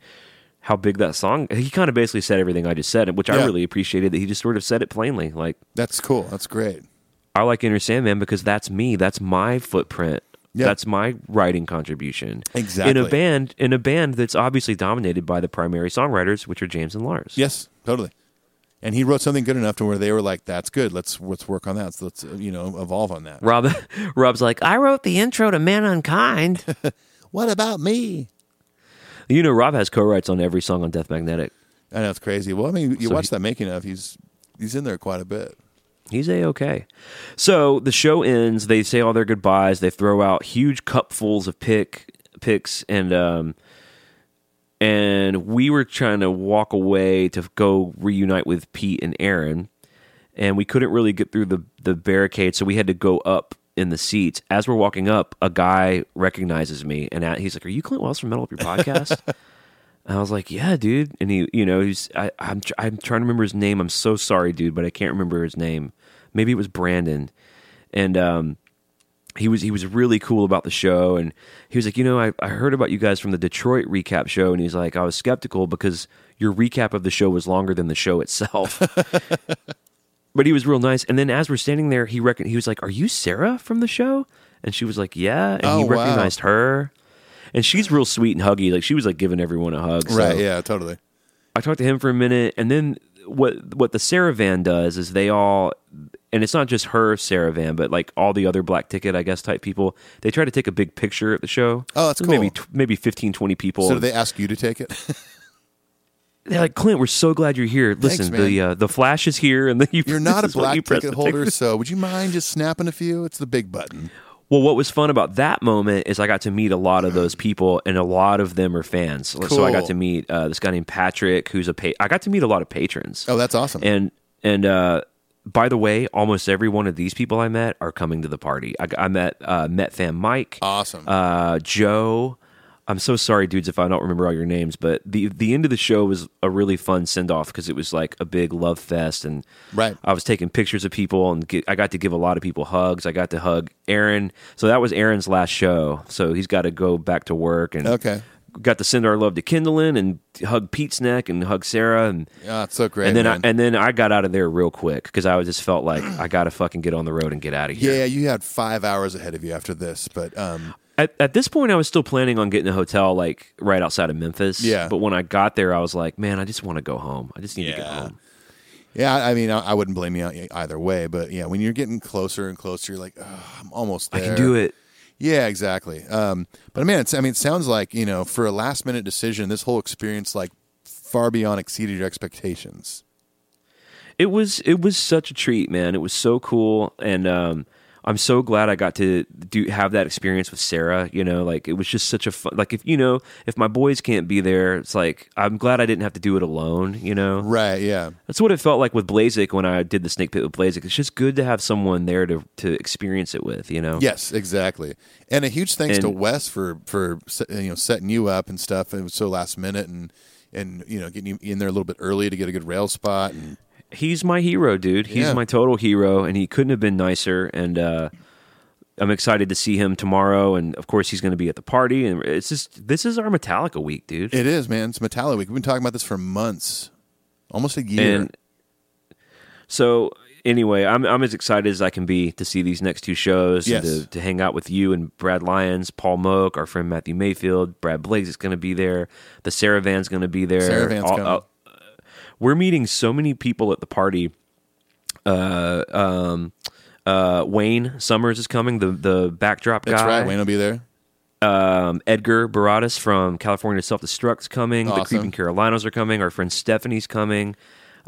Speaker 3: how big that song. He kind of basically said everything I just said, which I
Speaker 2: Yeah.
Speaker 3: really appreciated that he just sort of said it plainly, like.
Speaker 2: That's cool. That's great.
Speaker 3: I like Inner Sandman because that's me. That's my footprint.
Speaker 2: Yeah.
Speaker 3: That's my writing contribution. In a
Speaker 2: Exactly.
Speaker 3: band, in a band that's obviously dominated by the primary songwriters, which are James and Lars.
Speaker 2: Yes, totally. And he wrote something good enough to where they were like, "That's good. Let's let's work on that. So let's uh, you know evolve on that."
Speaker 4: Rob, Rob's like, I wrote the intro to Man Unkind.
Speaker 2: What about me?
Speaker 3: You know, Rob has co-writes on every song on Death Magnetic.
Speaker 2: I know it's crazy. Well, I mean, you
Speaker 3: So
Speaker 2: watch
Speaker 3: he-
Speaker 2: that making of. He's he's in there quite a bit.
Speaker 3: He's a okay. So the show ends. They say all their goodbyes. They throw out huge cupfuls of pick picks, and um, and we were trying to walk away to go reunite with Pete and Aaron, and we couldn't really get through the the barricade, so we had to go up in the seats. As we're walking up, a guy recognizes me, and at, he's like, "Are you Clint Wells from Metal Up Your Podcast?" And I was like, "Yeah, dude." And he, you know, he's I, I'm tr- I'm trying to remember his name. I'm so sorry, dude, but I can't remember his name. Maybe it was Brandon. And um, he was he was really cool about the show, and he was like, "You know, I, I heard about you guys from the Detroit recap show," and he's like, "I was skeptical because your recap of the show was longer than the show itself." but he was real nice. And then as we're standing there, he reckon he was like, "Are you Sarah from the show?" And she was like, "Yeah," and
Speaker 2: Oh,
Speaker 3: he
Speaker 2: wow.
Speaker 3: recognized her. And she's real sweet and huggy. Like she was like giving everyone a hug. so-
Speaker 2: Right? Yeah, totally.
Speaker 3: I talked to him for a minute, and then what what the Saravan does is they all, and it's not just her Saravan, but like all the other Black Ticket, I guess, type people. They try to take a big picture at the show.
Speaker 2: Oh, that's
Speaker 3: So Maybe
Speaker 2: cool.
Speaker 3: tw- maybe 15, 20 people.
Speaker 2: So do they ask you to take it?
Speaker 3: are like, Clint, we're so glad you're here. Listen, the
Speaker 2: man.
Speaker 3: uh, the flash is here, and then you
Speaker 2: You're not a
Speaker 3: this is what you
Speaker 2: black
Speaker 3: press
Speaker 2: ticket
Speaker 3: the tick-
Speaker 2: holder, so would you mind just snapping a few? It's the big button.
Speaker 3: Well, what was fun about that moment is I got to meet a lot of those people, and a lot of them are fans. So I
Speaker 2: Cool.
Speaker 3: got to meet uh, this guy named Patrick, who's a pa- I got to meet a lot of patrons.
Speaker 2: Oh, that's awesome.
Speaker 3: and and uh by the way, almost every one of these people I met are coming to the party. I, I met uh, Met fan Mike,
Speaker 2: awesome.
Speaker 3: uh, Joe. I'm so sorry, dudes, if I don't remember all your names, but the the end of the show was a really fun send off because it was like a big love fest, and
Speaker 2: Right.
Speaker 3: I was taking pictures of people, and get, I got to give a lot of people hugs. I got to hug Aaron, so that was Aaron's last show, so he's got to go back to work, and
Speaker 2: Okay.
Speaker 3: got to send our love to Kendallin and hug Pete's neck and hug Sarah, and
Speaker 2: Yeah, Ah, it's so great.
Speaker 3: and then
Speaker 2: man.
Speaker 3: I, and then I got out of there real quick because I was- just felt like I gotta fucking get on the road and get out of here.
Speaker 2: yeah, you had five hours ahead of you after this, but um,
Speaker 3: At, at this point, I was still planning on getting a hotel like right outside of Memphis.
Speaker 2: Yeah.
Speaker 3: But when I got there, I was like, man, I just want to go home. I just need to get
Speaker 2: Yeah.
Speaker 3: home.
Speaker 2: yeah, I I mean, I, I wouldn't blame you e, either way. But yeah, when you're getting closer and closer, you're like, "Ugh, I'm almost there.
Speaker 3: I can do it.
Speaker 2: Yeah, exactly. Um, but man, it's, I mean, it sounds like you know, for a last minute decision, this whole experience like far beyond exceeded your expectations.
Speaker 3: It was it was such a treat, man. It was so cool, and um, I'm so glad I got to do have that experience with Sarah. You know, like it was just such a fun. Like if you know, if my boys can't be there, it's like I'm glad I didn't have to do it alone. You know,
Speaker 2: Right? Yeah.
Speaker 3: That's what it felt like with Blazik when I did the snake pit with Blazik. It's just good to have someone there to to experience it with, you know.
Speaker 2: Yes, exactly. And a huge thanks to
Speaker 3: And-
Speaker 2: Wes for for se- you know setting you up and stuff. It was so last minute and and you know getting you in there a little bit early to get a good rail spot.
Speaker 3: Mm.
Speaker 2: And
Speaker 3: He's my hero, dude. He's
Speaker 2: Yeah.
Speaker 3: my total hero, and he couldn't have been nicer. And uh, I'm excited to see him tomorrow. And of course, he's going to be at the party. And it's just this is our Metallica week, dude.
Speaker 2: it is, man. It's Metallica Week. We've been talking about this for months, almost a year.
Speaker 3: And so anyway, I'm I'm as excited as I can be to see these next two shows. and
Speaker 2: Yes.
Speaker 3: To, to hang out with you and Brad Lyons, Paul Moak, our friend Matthew Mayfield, Brad Blakes is going to be there. The Saravan's going to be there.
Speaker 2: Saravan's
Speaker 3: All-
Speaker 2: coming.
Speaker 3: uh, we're meeting so many people at the party. Uh, um, uh, Wayne Summers is coming, the the backdrop
Speaker 2: That's
Speaker 3: guy.
Speaker 2: right. Wayne will be there.
Speaker 3: Um, Edgar Baradas from California Self Destruct's coming.
Speaker 2: Awesome.
Speaker 3: The Creeping Carolinos are coming. Our friend Stephanie's coming.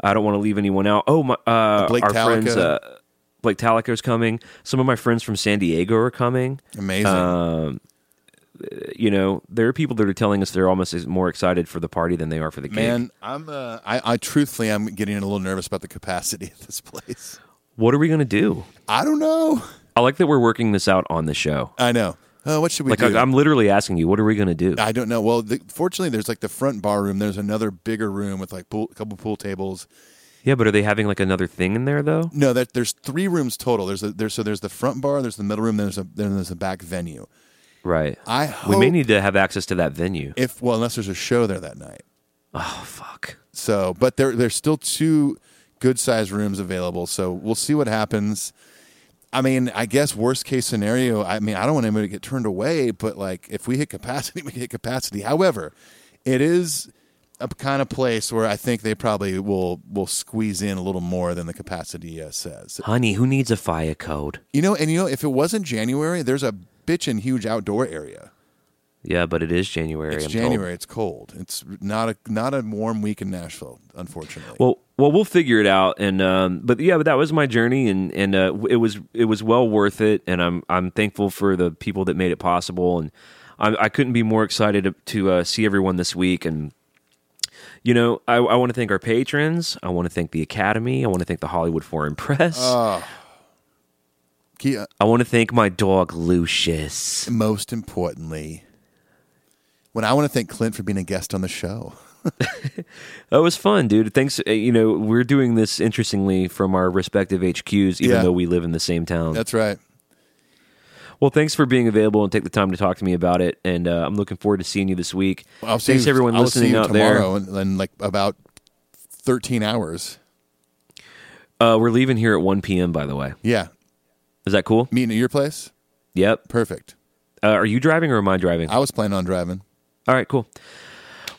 Speaker 3: I don't want to leave anyone out. Oh, my, uh,
Speaker 2: Blake
Speaker 3: our
Speaker 2: Talica.
Speaker 3: friends uh, Blake Talico's coming. Some of my friends from San Diego are coming.
Speaker 2: Amazing.
Speaker 3: Um, You know, there are people that are telling us they're almost as- more excited for the party than they are for the game.
Speaker 2: Man, I'm uh, I, I truthfully I'm getting a little nervous about the capacity of this place.
Speaker 3: What are we gonna do?
Speaker 2: I don't know.
Speaker 3: I like that we're working this out on the show.
Speaker 2: I know. Uh, what should we
Speaker 3: Like
Speaker 2: do?
Speaker 3: I, I'm literally asking you, what are we gonna do?
Speaker 2: I don't know. Well, the, fortunately, there's like the front bar room. There's another bigger room with like pool, a couple pool tables.
Speaker 3: yeah, but are they having like another thing in there though?
Speaker 2: No, that there's three rooms total. There's a, there's so there's the front bar, there's the middle room, there's a then there's a back venue.
Speaker 3: Right.
Speaker 2: I
Speaker 3: we may
Speaker 2: hope-
Speaker 3: need to have access to that venue.
Speaker 2: If well, unless there's a show there that night.
Speaker 3: Oh fuck.
Speaker 2: So, but there there's still two good sized rooms available. So we'll see what happens. I mean, I guess worst case scenario. I mean, I don't want anybody to get turned away, but like if we hit capacity, we hit capacity. However, it is a kind of place where I think they probably will will squeeze in a little more than the capacity uh, says.
Speaker 4: Honey, who needs a fire code?
Speaker 2: You know, and you know, if it wasn't January, there's a bitchin' huge outdoor area.
Speaker 4: Yeah, but it is January.
Speaker 2: It's
Speaker 4: I'm told.
Speaker 2: January. It's cold. It's not a not a warm week in Nashville, unfortunately.
Speaker 3: Well, well, we'll figure it out. And um, but yeah, but that was my journey, and and uh, it was it was well worth it. And I'm I'm thankful for the people that made it possible. And I, I couldn't be more excited to, to uh, see everyone this week. And you know, I, I want to thank our patrons. I want to thank the Academy. I want to thank the Hollywood Foreign Press.
Speaker 2: Ah. Key- uh,
Speaker 4: I want to thank my dog Lucius.
Speaker 2: most importantly, when I want to thank Clint for being a guest on the show.
Speaker 3: That was fun, dude. Thanks. uh, You know, we're doing this interestingly from our respective HQs, even
Speaker 2: Yeah.
Speaker 3: though we live in the same town.
Speaker 2: That's right.
Speaker 3: Well, thanks for being available and take the time to talk to me about it. And uh, I'm looking forward to seeing you this week.
Speaker 2: I'll see
Speaker 3: thanks
Speaker 2: you,
Speaker 3: everyone
Speaker 2: I'll
Speaker 3: listening
Speaker 2: see you
Speaker 3: out
Speaker 2: tomorrow in, in like about thirteen hours.
Speaker 3: there. Uh, we're leaving here at 1 p.m. By the way,
Speaker 2: Yeah,
Speaker 3: is that cool?
Speaker 2: meeting at your place.
Speaker 3: Yep.
Speaker 2: Perfect.
Speaker 3: Uh, are you driving or am I driving?
Speaker 2: I was planning on driving.
Speaker 3: All right, cool.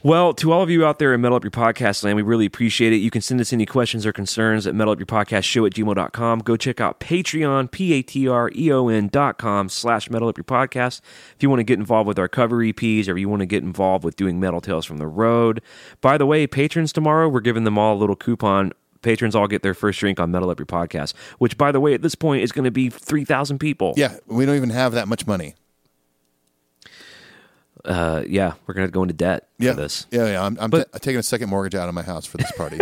Speaker 3: Well, to all of you out there in Metal Up Your Podcast land, we really appreciate it. You can send us any questions or concerns at metal up your podcast show at gmail.com. Go check out Patreon, P A T R E O N dot com slash metal up your podcast. If you want to get involved with our cover EPs or you want to get involved with doing Metal Tales from the Road. By the way, patrons tomorrow, we're giving them all a little coupon. Patrons all get their first drink on Metal Up Your Podcast, which, by the way, at this point is going to be 3,000 people.
Speaker 2: Yeah, we don't even have that much money.
Speaker 3: Uh, yeah, we're going to go into debt
Speaker 2: Yeah,
Speaker 3: for this.
Speaker 2: yeah, yeah. I'm, I'm ta- taking a second mortgage out of my house for this party.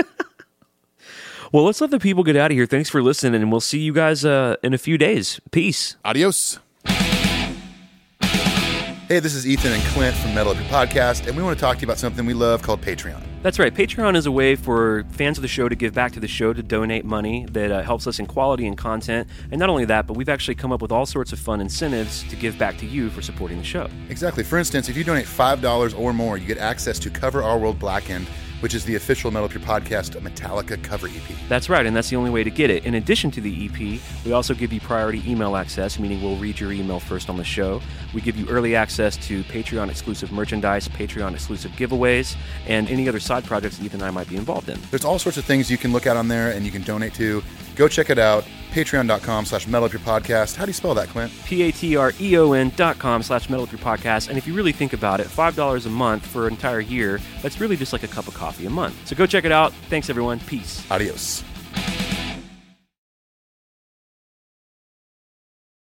Speaker 3: Well, let's let the people get out of here. Thanks for listening, and we'll see you guys uh, in a few days. Peace.
Speaker 2: Adios. Hey, this is Ethan and Clint from Metal Up Your Podcast, and we want to talk to you about something we love called Patreon.
Speaker 3: That's right. Patreon is a way for fans of the show to give back to the show, to donate money that uh, helps us in quality and content. And not only that, but we've actually come up with all sorts of fun incentives to give back to you for supporting the show.
Speaker 2: Exactly. For instance, if you donate $5 or more, you get access to Cover Our World Blackend, which is the official Metal Up Your Podcast Metallica cover E EP.
Speaker 3: That's right, and that's the only way to get it. In addition to the EP, we also give you priority email access, meaning we'll read your email first on the show. We give you early access to Patreon exclusive merchandise, Patreon exclusive giveaways, and any other side projects Ethan and I might be involved in.
Speaker 2: There's all sorts of things you can look at on there and you can donate to. Go check it out. Patreon.com slash Metal Up Your Podcast. How do you spell that, Clint?
Speaker 3: P-A-T-R-E-O-N E dot com slash metal up your podcast. And if you really think about it, $5 a month for an entire year, that's really just like a cup of coffee a month. So go check it out. Thanks, everyone. Peace.
Speaker 2: Adios.